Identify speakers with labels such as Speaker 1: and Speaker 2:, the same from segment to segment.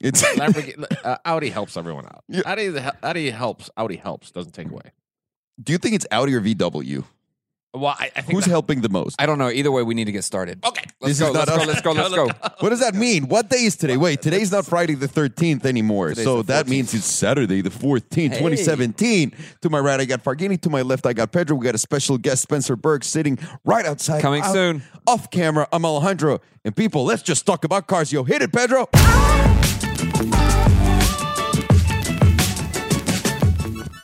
Speaker 1: It's
Speaker 2: Lamborghini, uh, Audi helps everyone out.
Speaker 1: Yeah.
Speaker 2: Audi, is a hel- Audi helps. Audi helps. Doesn't take away.
Speaker 1: Do you think it's Audi or VW?
Speaker 2: Well, I, I think
Speaker 1: Who's
Speaker 2: that-
Speaker 1: helping the most?
Speaker 3: I don't know. Either way, we need to get started.
Speaker 2: Okay.
Speaker 3: Let's
Speaker 1: This is
Speaker 3: go. Let's
Speaker 1: not
Speaker 3: go,
Speaker 1: us.
Speaker 3: let's go. Let's go.
Speaker 1: What does that mean? What day is today? Wait, today's not Friday the 13th anymore.
Speaker 3: Today's
Speaker 1: so
Speaker 3: the
Speaker 1: that
Speaker 3: 14th.
Speaker 1: means it's Saturday the 14th, 2017. To my right, I got Fargini. To my left, I got Pedro. We got a special guest, Spencer Burke, sitting right outside.
Speaker 3: Coming
Speaker 1: Out-
Speaker 3: soon.
Speaker 1: Off camera, I'm Alejandro. And people, let's just talk about cars. Yo, hit it, Pedro.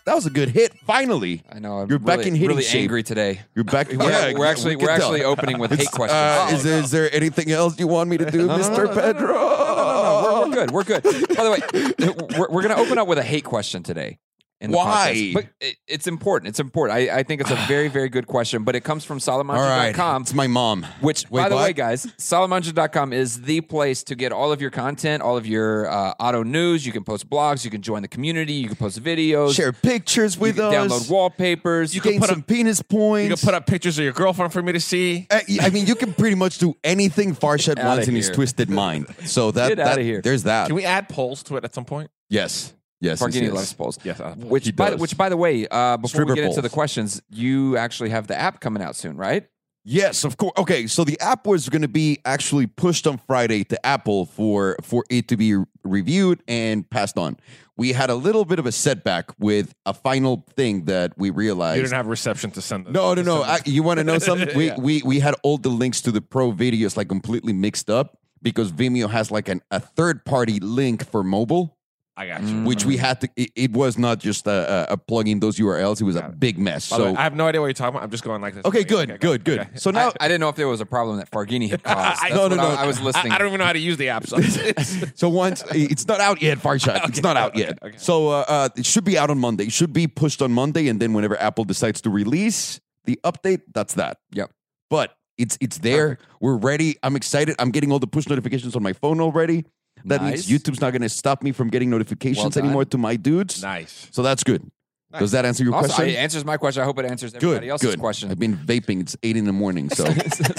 Speaker 1: That was a good hit. Finally,
Speaker 3: I know. I'm
Speaker 1: you're
Speaker 3: really,
Speaker 1: back in hitting
Speaker 3: really
Speaker 1: shape.
Speaker 3: angry today.
Speaker 1: You're back.
Speaker 3: We're,
Speaker 1: Yeah,
Speaker 3: we're actually
Speaker 1: we
Speaker 3: we're
Speaker 1: can tell.
Speaker 3: actually opening with hate questions.
Speaker 1: Uh, is, there, is there anything else you want me to do,
Speaker 3: no, no,
Speaker 1: Mr.
Speaker 3: no, no,
Speaker 1: Pedro?
Speaker 3: Oh, we're, we're good. We're good. By the way, we're, we're going to open up with a hate question today. in the
Speaker 1: Why?
Speaker 3: podcast. But it, it's important. It's important. I, I think it's a very, very good question, but it comes from Salamanca.com.
Speaker 1: It's my mom.
Speaker 3: Which,
Speaker 1: Wait,
Speaker 3: by the
Speaker 1: what?
Speaker 3: way, guys, Salamanca.com is the place to get all of your content, all of your uh, auto news. You can post blogs, you can join the community, you can post videos,
Speaker 1: Share pictures
Speaker 3: you
Speaker 1: with
Speaker 3: can
Speaker 1: us.
Speaker 3: download wallpapers.
Speaker 2: You can
Speaker 1: gain
Speaker 2: put
Speaker 1: some
Speaker 2: up-
Speaker 1: penis points.
Speaker 2: You can put up pictures of your girlfriend for me to see.
Speaker 1: Uh, I mean, you can pretty much do anything Farshad
Speaker 3: Get
Speaker 1: wants
Speaker 3: outta
Speaker 1: in his
Speaker 3: here.
Speaker 1: twisted mind. So that,
Speaker 3: Get
Speaker 1: that-
Speaker 3: outta here.
Speaker 1: there's that.
Speaker 2: Can we add polls to it at some point?
Speaker 1: yes, yes, yes,
Speaker 3: Farghini
Speaker 1: yes. uh,
Speaker 3: loves polls.
Speaker 2: Yes, I love polls.
Speaker 3: Which,
Speaker 1: He
Speaker 3: by,
Speaker 1: does.
Speaker 3: which, by the way, uh, before
Speaker 1: Stripper
Speaker 3: we get into the
Speaker 1: polls.
Speaker 3: questions, you actually have the app coming out soon, right?
Speaker 1: Yes, of course. Okay, so the app was going to be actually pushed on Friday to Apple for for it to be reviewed and passed on. We had a little bit of a setback with a final thing that we realized.
Speaker 2: You didn't have reception to send.
Speaker 1: No, no,
Speaker 2: to
Speaker 1: no.
Speaker 2: send
Speaker 1: I, you want to know something? We,
Speaker 2: Yeah.
Speaker 1: we we had all the links to the pro videos like completely mixed up because Vimeo has like an, a third party link for mobile,
Speaker 2: I got you.
Speaker 1: which we had to. It, it was not just a, a, a plug in those URLs. It was a big mess.
Speaker 2: By the way,
Speaker 1: So
Speaker 2: I have no idea what you're talking about. I'm just going like this.
Speaker 1: okay, good,
Speaker 2: got
Speaker 1: good,
Speaker 2: it.
Speaker 1: good.
Speaker 2: Okay.
Speaker 1: So
Speaker 3: I,
Speaker 1: now.
Speaker 3: I didn't know if there was a problem that Farghini had caused.
Speaker 2: I-
Speaker 3: That's
Speaker 1: No, no,
Speaker 3: what I-
Speaker 1: no.
Speaker 3: I was listening.
Speaker 2: I, I don't even know how to use the app. So
Speaker 1: so once it's not out yet, Farshad. It's not out yet.
Speaker 2: okay, okay.
Speaker 1: So uh, uh, it should be out on Monday. It should be pushed on Monday, and then whenever Apple decides to release the update, that's that.
Speaker 3: Yep.
Speaker 1: But it's it's there. We're ready. I'm excited. I'm getting all the push notifications on my phone already. That
Speaker 3: Nice.
Speaker 1: means YouTube's not going to stop me from getting notifications
Speaker 3: done.
Speaker 1: anymore to my dudes.
Speaker 2: nice.
Speaker 1: So that's good. Does that answer your
Speaker 3: Also,
Speaker 1: question?
Speaker 3: it answers my question. I hope it answers
Speaker 1: good.
Speaker 3: everybody else's
Speaker 1: good.
Speaker 3: question.
Speaker 1: I've been vaping. It's eight in the morning. So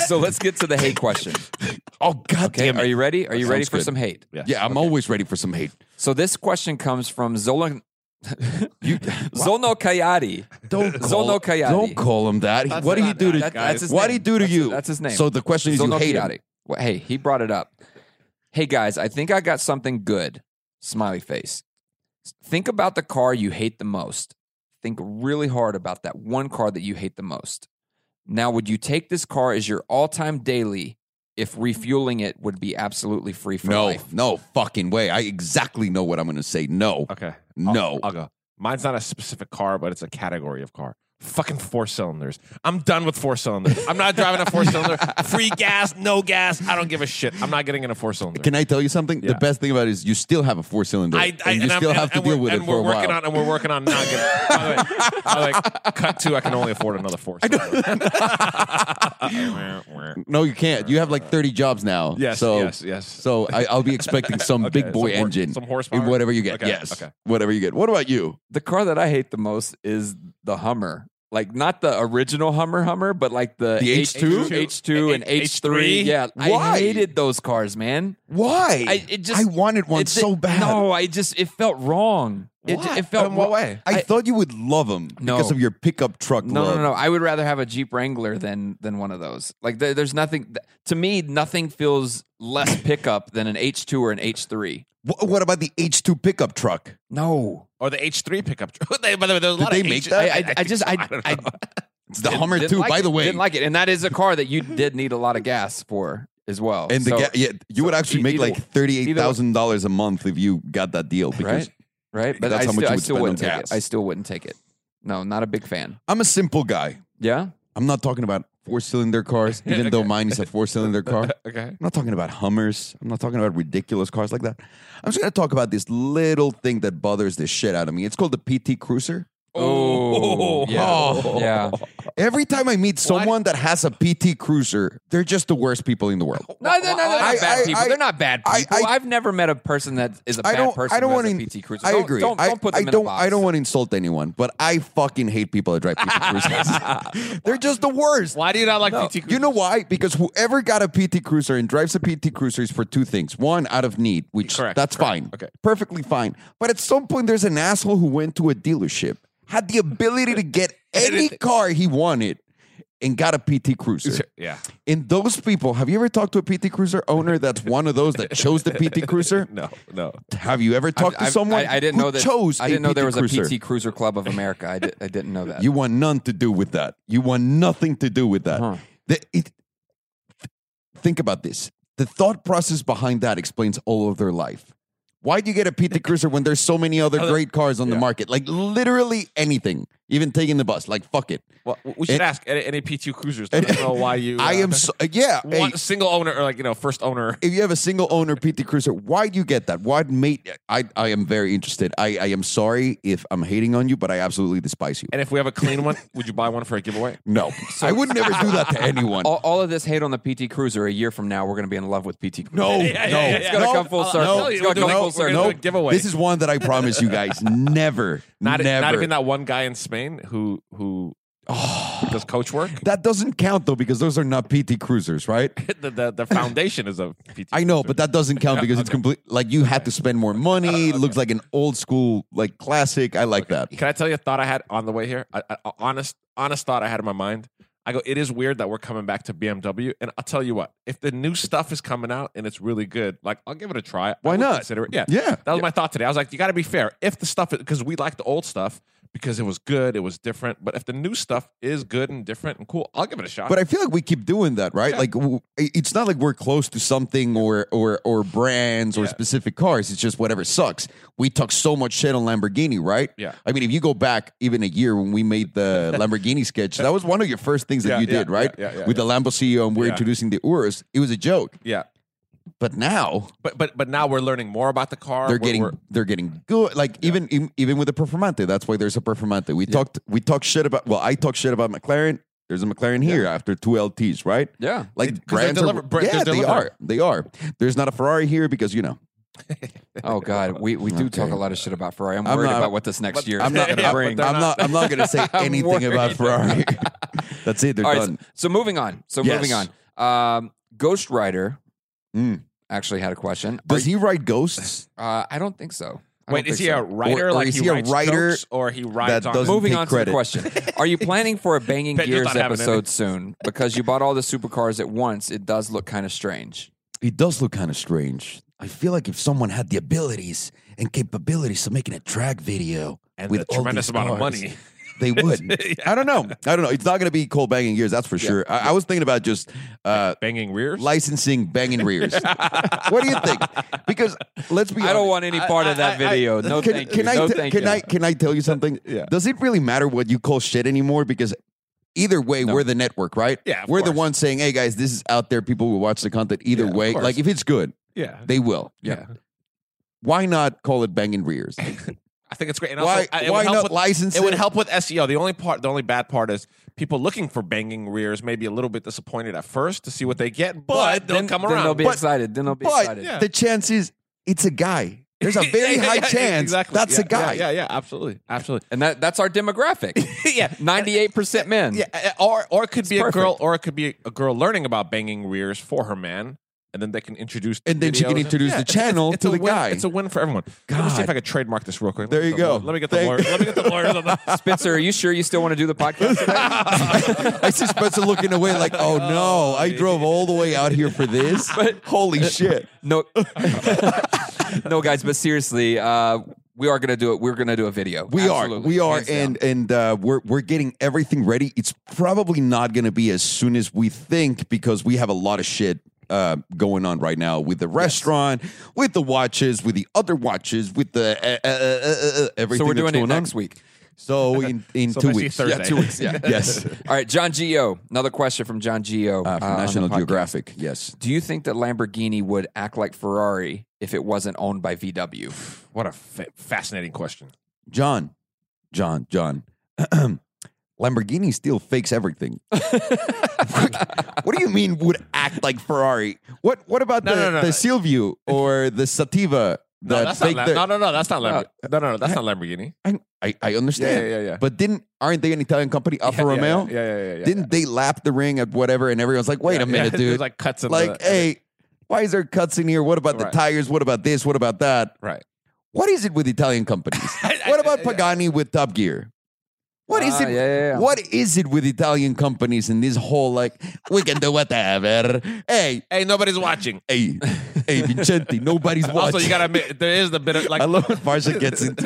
Speaker 3: so let's get to the hate question.
Speaker 1: oh god
Speaker 3: Okay,
Speaker 1: damn it.
Speaker 3: are you ready? Are you
Speaker 1: That
Speaker 3: ready
Speaker 1: sounds
Speaker 3: for
Speaker 1: good.
Speaker 3: some hate?
Speaker 2: Yeah.
Speaker 1: yeah, I'm always ready for some hate.
Speaker 3: So this question comes from Zolan. Zono Kayati.
Speaker 1: Don't
Speaker 3: Zolno
Speaker 1: call,
Speaker 3: Kayati.
Speaker 1: don't call him that.
Speaker 2: That's
Speaker 1: what do you
Speaker 2: not
Speaker 1: do to
Speaker 2: that-
Speaker 3: that's his
Speaker 1: What do
Speaker 3: name.
Speaker 1: you do to
Speaker 3: That's-
Speaker 1: you?
Speaker 3: that's his name.
Speaker 1: So the question is, you
Speaker 3: Zono
Speaker 1: hate him.
Speaker 3: Kayati. Well, hey, he brought it up. Hey guys, I think I got something good. Smiley face. Think about the car you hate the most. Think really hard about that one car that you hate the most. Now, would you take this car as your all-time daily if refueling it would be absolutely free for
Speaker 1: No,
Speaker 3: life?
Speaker 1: no fucking way. I exactly know what I'm going to say. No,
Speaker 2: Okay. I'll-
Speaker 1: no.
Speaker 2: I'll go. Mine's not a specific car, but it's a category of car. Fucking four cylinders. I'm done with four cylinders. I'm not driving a four cylinder. Free gas, no gas. I don't give a shit. I'm not getting in a four cylinder.
Speaker 1: Can I tell you something?
Speaker 2: Yeah.
Speaker 1: The best thing about it is you still have a four cylinder,
Speaker 2: I,
Speaker 1: and
Speaker 2: I,
Speaker 1: you
Speaker 2: and I'm-
Speaker 1: still
Speaker 2: and-
Speaker 1: have to
Speaker 2: and
Speaker 1: deal
Speaker 2: we're-
Speaker 1: with it
Speaker 2: and
Speaker 1: for
Speaker 2: we're
Speaker 1: a while.
Speaker 2: working on and we're working on not getting. by the way, by the way, cut two. I can only afford another four. cylinder.
Speaker 1: no, you can't. You have like 30 jobs now.
Speaker 2: Uh, yes,
Speaker 1: so,
Speaker 2: yes, yes.
Speaker 1: So I, I'll be expecting some
Speaker 2: Okay,
Speaker 1: big boy
Speaker 2: some hor-
Speaker 1: engine
Speaker 2: some horsepower?
Speaker 1: in whatever you get.
Speaker 2: Okay,
Speaker 1: yes,
Speaker 2: okay.
Speaker 1: whatever you get. What about you?
Speaker 3: the car that I hate the most is the Hummer. Like not the original Hummer Hummer, but like the,
Speaker 1: The H2?
Speaker 3: H2 and
Speaker 2: H-
Speaker 3: H3. Yeah,
Speaker 1: Why?
Speaker 3: I hated those cars, man.
Speaker 1: Why?
Speaker 3: I- it just-
Speaker 1: I wanted one
Speaker 3: It-
Speaker 1: so bad.
Speaker 3: No, I just it felt wrong. It,
Speaker 2: Why?
Speaker 3: it felt
Speaker 2: In what
Speaker 3: wrong.
Speaker 2: way?
Speaker 1: I,
Speaker 3: I-
Speaker 1: thought you would love them
Speaker 3: No.
Speaker 1: because of your pickup truck
Speaker 3: No,
Speaker 1: love.
Speaker 3: no, no. I would rather have a Jeep Wrangler than than one of those. Like there, there's nothing th- to me. Nothing feels less pickup than an H2 or an H3.
Speaker 1: Wh- What about the H2 pickup truck?
Speaker 3: No,
Speaker 2: or the H three pickup truck. They- By the way, there's a
Speaker 1: Did
Speaker 2: lot
Speaker 1: they
Speaker 2: of
Speaker 1: make
Speaker 2: H-
Speaker 1: that?
Speaker 3: I, I, I,
Speaker 2: think
Speaker 3: just
Speaker 2: so.
Speaker 3: I,
Speaker 2: don't
Speaker 3: I,
Speaker 2: know.
Speaker 1: It's the Hummer
Speaker 3: didn't
Speaker 1: too,
Speaker 3: like
Speaker 1: by
Speaker 3: it.
Speaker 1: the way.
Speaker 3: didn't like it, and that is a car that you did need a lot of gas for as well.
Speaker 1: and the
Speaker 3: Oh, So-
Speaker 1: ga- yeah, you would actually
Speaker 3: e-
Speaker 1: make
Speaker 3: either-
Speaker 1: like thirty-eight thousand dollars a month if you got that deal. Because
Speaker 3: right? Right, but
Speaker 1: That's
Speaker 3: I
Speaker 1: how much
Speaker 3: still,
Speaker 1: you
Speaker 3: I
Speaker 1: would
Speaker 3: still
Speaker 1: spend
Speaker 3: wouldn't
Speaker 1: on
Speaker 3: take it.
Speaker 1: gas.
Speaker 3: I still wouldn't take it. No, not a big fan.
Speaker 1: I'm a simple guy.
Speaker 3: Yeah,
Speaker 1: I'm not talking about four-cylinder cars, even though mine is a four-cylinder car.
Speaker 2: okay.
Speaker 1: I'm not talking about Hummers. I'm not talking about ridiculous cars like that. I'm just gonna talk about this little thing that bothers the shit out of me. It's called the PT Cruiser.
Speaker 3: Oh, yeah.
Speaker 1: Oh.
Speaker 3: Yeah.
Speaker 1: Every time I meet someone that has a PT Cruiser, they're just the worst people in the world.
Speaker 3: No, they're, not, they're not
Speaker 1: I-
Speaker 3: bad
Speaker 1: I-
Speaker 3: people.
Speaker 1: I-
Speaker 3: they're not bad
Speaker 1: I-
Speaker 3: people. I,
Speaker 1: I-
Speaker 3: have never met a person that is a
Speaker 1: I
Speaker 3: bad
Speaker 1: don't.
Speaker 3: person.
Speaker 1: I don't
Speaker 3: who
Speaker 1: want
Speaker 3: has a
Speaker 1: to.
Speaker 3: PT cruiser.
Speaker 1: I
Speaker 3: Don't-
Speaker 1: agree.
Speaker 3: Don't,
Speaker 1: I-
Speaker 3: don't put them
Speaker 1: I,
Speaker 3: in
Speaker 1: don't.
Speaker 3: a box.
Speaker 1: I don't want to insult anyone, but I fucking hate people that drive PT Cruisers. They're just the worst.
Speaker 2: Why do you not like PT
Speaker 1: You know why? Because whoever got a PT Cruiser and drives a PT Cruiser is for two things. One, out of need, which
Speaker 2: Correct,
Speaker 1: that's
Speaker 2: correct.
Speaker 1: fine.
Speaker 2: Okay.
Speaker 1: Perfectly fine. But at some point, there's an asshole who went to a dealership, had the ability to get any car he wanted, and got a PT Cruiser.
Speaker 2: Yeah.
Speaker 1: And those people, have you ever talked to a PT Cruiser owner that's one of those that chose the PT Cruiser?
Speaker 2: No, no.
Speaker 1: Have you ever talked
Speaker 3: I've-
Speaker 1: to someone
Speaker 3: I, I didn't
Speaker 1: who
Speaker 3: know that.
Speaker 1: chose
Speaker 3: I didn't
Speaker 1: a
Speaker 3: know there
Speaker 1: PT
Speaker 3: was
Speaker 1: Cruiser?
Speaker 3: a PT Cruiser Club of America. I, did, I didn't know that.
Speaker 1: You want none to do with that. You want nothing to do with that.
Speaker 3: Huh.
Speaker 1: The- it, th- think about this. The thought process behind that explains all of their life. Why do you get a PT Cruiser when there's so many other
Speaker 2: Other-
Speaker 1: great cars on the
Speaker 2: Yeah.
Speaker 1: market? Like literally anything, even taking the bus. Like fuck it.
Speaker 2: Well, we should ask any, any PT Cruisers. I don't know why you.
Speaker 1: I
Speaker 2: uh,
Speaker 1: am so yeah. hey,
Speaker 2: one single owner or like you know first owner.
Speaker 1: if you have a single owner PT Cruiser, why do you get that? Why mate? I I am very interested. I I am sorry if I'm hating on you, but I absolutely despise you.
Speaker 2: And if we have a clean one, would you buy one for a giveaway?
Speaker 1: No, I would never do that to anyone.
Speaker 2: Oh,
Speaker 3: all, all of this hate on the PT Cruiser. A year from now, we're going to be in love with PT Cruiser.
Speaker 1: No,
Speaker 2: yeah,
Speaker 1: no,
Speaker 2: yeah, yeah.
Speaker 3: It's gonna
Speaker 1: no,
Speaker 3: come full
Speaker 2: I'll- I'll
Speaker 3: circle.
Speaker 1: tell
Speaker 3: it's
Speaker 2: you,
Speaker 3: gonna
Speaker 2: we're
Speaker 3: come
Speaker 2: doing-
Speaker 3: full
Speaker 2: we're gonna
Speaker 3: circle.
Speaker 2: do a giveaway.
Speaker 1: This is one that I promise you guys never,
Speaker 2: Not
Speaker 1: never.
Speaker 2: not even that one guy in Spain who who
Speaker 1: Oh.
Speaker 2: does coach work.
Speaker 1: That doesn't count though because those are not PT cruisers, right?
Speaker 2: the, the the foundation is a PT.
Speaker 1: I know, but that doesn't count
Speaker 2: Yeah,
Speaker 1: because it's
Speaker 2: okay.
Speaker 1: complete. Like you had to spend more money. It looks like an old school, like classic. I like that.
Speaker 2: Can I tell you a thought I had on the way here? A, a- a honest, honest thought I had in my mind. I go, it is weird that we're coming back to BMW, and I'll tell you what: if the new stuff is coming out and it's really good, like I'll give it a try. I
Speaker 1: Why
Speaker 2: would
Speaker 1: not?
Speaker 2: Consider it. Yeah,
Speaker 1: Yeah.
Speaker 2: That was my thought today. I was like, you got to be fair. If the stuff, because we like the old stuff because it was good, it was different. But if the new stuff is good and different and cool, I'll give it a shot.
Speaker 1: But I feel like we keep doing that, right?
Speaker 2: Yeah.
Speaker 1: Like w- it's not like we're close to something or or or brands or
Speaker 2: Yeah.
Speaker 1: specific cars. It's just whatever sucks. We talk so much shit on Lamborghini, right?
Speaker 2: Yeah.
Speaker 1: I mean, if you go back even a year when we made the Lamborghini sketch, that was one of your first things that
Speaker 2: Yeah,
Speaker 1: you
Speaker 2: yeah,
Speaker 1: did, right?
Speaker 2: yeah, yeah, yeah,
Speaker 1: With the Lambo CEO and we're
Speaker 2: Yeah.
Speaker 1: introducing the Urus. It was a joke,
Speaker 2: yeah,
Speaker 1: but now
Speaker 2: but but but now we're learning more about the car.
Speaker 1: they're
Speaker 2: We're-
Speaker 1: getting
Speaker 2: we're-
Speaker 1: they're getting good. Like even even even with the Performante, that's why there's a Performante. We talked we talked shit about. Well, I talked shit about McLaren. There's a McLaren here after two LTs, right?
Speaker 3: Yeah.
Speaker 2: They- 'cause
Speaker 1: Like
Speaker 2: they're
Speaker 1: brands
Speaker 2: deliver-
Speaker 1: are,
Speaker 2: bra-
Speaker 1: yeah,
Speaker 2: they're
Speaker 1: they
Speaker 2: delivering.
Speaker 1: are. They are. There's not a Ferrari here because you know.
Speaker 3: Oh God, we, we do talk
Speaker 1: Okay.
Speaker 3: a lot of shit about Ferrari. I'm
Speaker 1: I'm
Speaker 3: worried
Speaker 1: not-
Speaker 3: about what this next year
Speaker 1: I'm
Speaker 3: is
Speaker 1: not.
Speaker 3: going to
Speaker 1: I'm,
Speaker 3: bring.
Speaker 1: I'm not. I'm not going to say
Speaker 3: I'm
Speaker 1: anything about Ferrari.
Speaker 3: worried.
Speaker 1: That's it. They're
Speaker 3: All right,
Speaker 1: done.
Speaker 3: so, so moving on. So
Speaker 1: Yes.
Speaker 3: moving on. Um, Ghost Rider
Speaker 1: Mm.
Speaker 3: actually had a question. Are
Speaker 1: Does he ride ghosts?
Speaker 3: you- uh, I don't think so. I
Speaker 2: Wait,
Speaker 3: don't
Speaker 2: is
Speaker 3: think
Speaker 2: he
Speaker 3: so.
Speaker 2: a writer?
Speaker 1: Or- or
Speaker 2: like
Speaker 1: is
Speaker 2: he,
Speaker 1: he a
Speaker 2: writes
Speaker 1: writer
Speaker 2: jokes or he rides
Speaker 1: that
Speaker 2: on
Speaker 1: doesn't-
Speaker 3: Moving
Speaker 1: take
Speaker 3: on to
Speaker 1: credit.
Speaker 3: the question. Are you planning for a Banging
Speaker 2: Bet you're
Speaker 3: Gears
Speaker 2: not having
Speaker 3: episode soon? Because you bought all the supercars at once, it does look kind of strange.
Speaker 1: He does look kind of strange. I feel like if someone had the abilities and capabilities of making a drag video
Speaker 2: and
Speaker 1: with
Speaker 2: a
Speaker 1: all
Speaker 2: tremendous
Speaker 1: these
Speaker 2: amount of
Speaker 1: cars,
Speaker 2: money?
Speaker 1: they would. I don't know. I don't know. It's not going to be cold banging gears. That's for sure. I, I was thinking about just uh,
Speaker 2: Banging rears.
Speaker 1: licensing banging rears. what do you think? Because let's be.
Speaker 3: I don't
Speaker 1: honest.
Speaker 3: want any part of that
Speaker 2: I- I-
Speaker 3: video. no,
Speaker 1: can,
Speaker 3: thank
Speaker 1: can
Speaker 3: you.
Speaker 1: I
Speaker 3: no,
Speaker 1: t-
Speaker 3: thank
Speaker 1: can
Speaker 3: you.
Speaker 1: I can I tell you something?
Speaker 2: Yeah.
Speaker 1: Does it really matter what you call shit anymore? Because either way, we're the network, right?
Speaker 2: Yeah, of
Speaker 1: we're the
Speaker 2: course.
Speaker 1: ones saying, "Hey guys, this is out there. People will watch the content either
Speaker 2: Yeah, of
Speaker 1: way.
Speaker 2: course.
Speaker 1: Like if it's good,
Speaker 2: yeah.
Speaker 1: they will.
Speaker 2: yeah.
Speaker 1: Why not call it banging rears?
Speaker 2: I think it's great. And also,
Speaker 1: why
Speaker 2: I- it would
Speaker 1: why
Speaker 2: help
Speaker 1: not
Speaker 2: with-
Speaker 1: license
Speaker 2: It would help with SEO. The only part, the only bad part is people looking for banging rears may be a little bit disappointed at first to see what they get, but, they'll
Speaker 3: then,
Speaker 2: come
Speaker 3: then they'll
Speaker 2: around.
Speaker 3: be
Speaker 1: But-
Speaker 3: excited. Then they'll be
Speaker 1: But
Speaker 3: excited.
Speaker 2: Yeah.
Speaker 1: the chance is it's a guy. There's a very
Speaker 2: Yeah,
Speaker 1: high
Speaker 2: yeah, yeah,
Speaker 1: chance
Speaker 2: exactly.
Speaker 1: that's
Speaker 2: yeah,
Speaker 1: a guy.
Speaker 2: Yeah, yeah, yeah, absolutely, absolutely.
Speaker 3: And that, that's our demographic.
Speaker 2: yeah,
Speaker 3: Ninety-eight percent men.
Speaker 2: yeah. uh, Or or it could be a
Speaker 3: perfect.
Speaker 2: girl, or it could be a girl learning about banging rears for her man, and then they can introduce
Speaker 1: And then she can
Speaker 2: videos.
Speaker 1: introduce the
Speaker 2: it's-
Speaker 1: channel
Speaker 2: it's, it's
Speaker 1: to
Speaker 2: a
Speaker 1: the
Speaker 2: win,
Speaker 1: guy.
Speaker 2: It's a win for everyone. Let me see if I could trademark this real quick. Let
Speaker 1: There
Speaker 2: me
Speaker 1: you
Speaker 2: get the
Speaker 1: go.
Speaker 2: law- Let me get the
Speaker 1: Thank-
Speaker 2: lawyer. Let me get the lawyers on the.
Speaker 3: Spencer, are you sure you still want to do the podcast? today?
Speaker 1: I see Spencer looking away like, oh no, I drove all the way out here for this. Holy shit.
Speaker 3: no, no, guys. But seriously, uh, we are gonna do it. We're gonna do a video.
Speaker 1: We are,
Speaker 3: Absolutely.
Speaker 1: we are,
Speaker 3: Hands down.
Speaker 1: and and uh, we're we're getting everything ready. It's probably not going to be as soon as we think because we have a lot of shit uh, going on right now with the restaurant, with the watches, with the other watches, with the uh, uh, uh, uh, uh, everything.
Speaker 3: so we're
Speaker 1: that's
Speaker 3: doing it
Speaker 1: going on.
Speaker 3: next week.
Speaker 1: So in in
Speaker 2: So
Speaker 1: two
Speaker 2: basically
Speaker 1: weeks,
Speaker 2: Thursday.
Speaker 1: yeah, two weeks, yeah, yes,
Speaker 3: All right, John Geo. Another question from John Geo
Speaker 1: uh, from
Speaker 3: uh, on the
Speaker 1: National
Speaker 3: podcast.
Speaker 1: Geographic, yes.
Speaker 3: Do you think that Lamborghini would act like Ferrari if it wasn't owned by VW?
Speaker 2: What a fa- fascinating question.
Speaker 1: John, John, John. Lamborghini still fakes everything. what do you mean would act like Ferrari? What what about
Speaker 2: No,
Speaker 1: the,
Speaker 2: no, no,
Speaker 1: the
Speaker 2: no.
Speaker 1: Silvio or the Sativa?
Speaker 2: No,
Speaker 1: that
Speaker 2: that's not
Speaker 1: fake
Speaker 2: Lam-
Speaker 1: the-
Speaker 2: no, no, no, that's not Lamborghini. No, no, no, that's not Lamborghini.
Speaker 1: I, I, I understand.
Speaker 2: Yeah, yeah, yeah, yeah.
Speaker 1: But didn't aren't they an Italian company, Alfa
Speaker 2: Yeah, yeah,
Speaker 1: Romeo?
Speaker 2: Yeah, yeah, yeah. yeah, yeah.
Speaker 1: didn't they lap the ring at whatever and everyone's like, wait
Speaker 2: Yeah,
Speaker 1: a minute,
Speaker 2: yeah,
Speaker 1: dude.
Speaker 2: There's
Speaker 1: Like,
Speaker 2: like cuts in the,
Speaker 1: hey, why is there cuts in here? What about the
Speaker 2: Right.
Speaker 1: tires? What about this? What about that?
Speaker 2: right.
Speaker 1: What is it with Italian companies? what about Pagani with Top Gear? What is
Speaker 3: Ah,
Speaker 1: it?
Speaker 3: yeah, yeah, yeah.
Speaker 1: What is it with Italian companies and this whole like we can do whatever? Hey,
Speaker 2: Hey, nobody's watching.
Speaker 1: hey, hey, Vincenti, nobody's watching.
Speaker 2: Also, you gotta admit there is the bit of like
Speaker 1: I love when Farsha gets into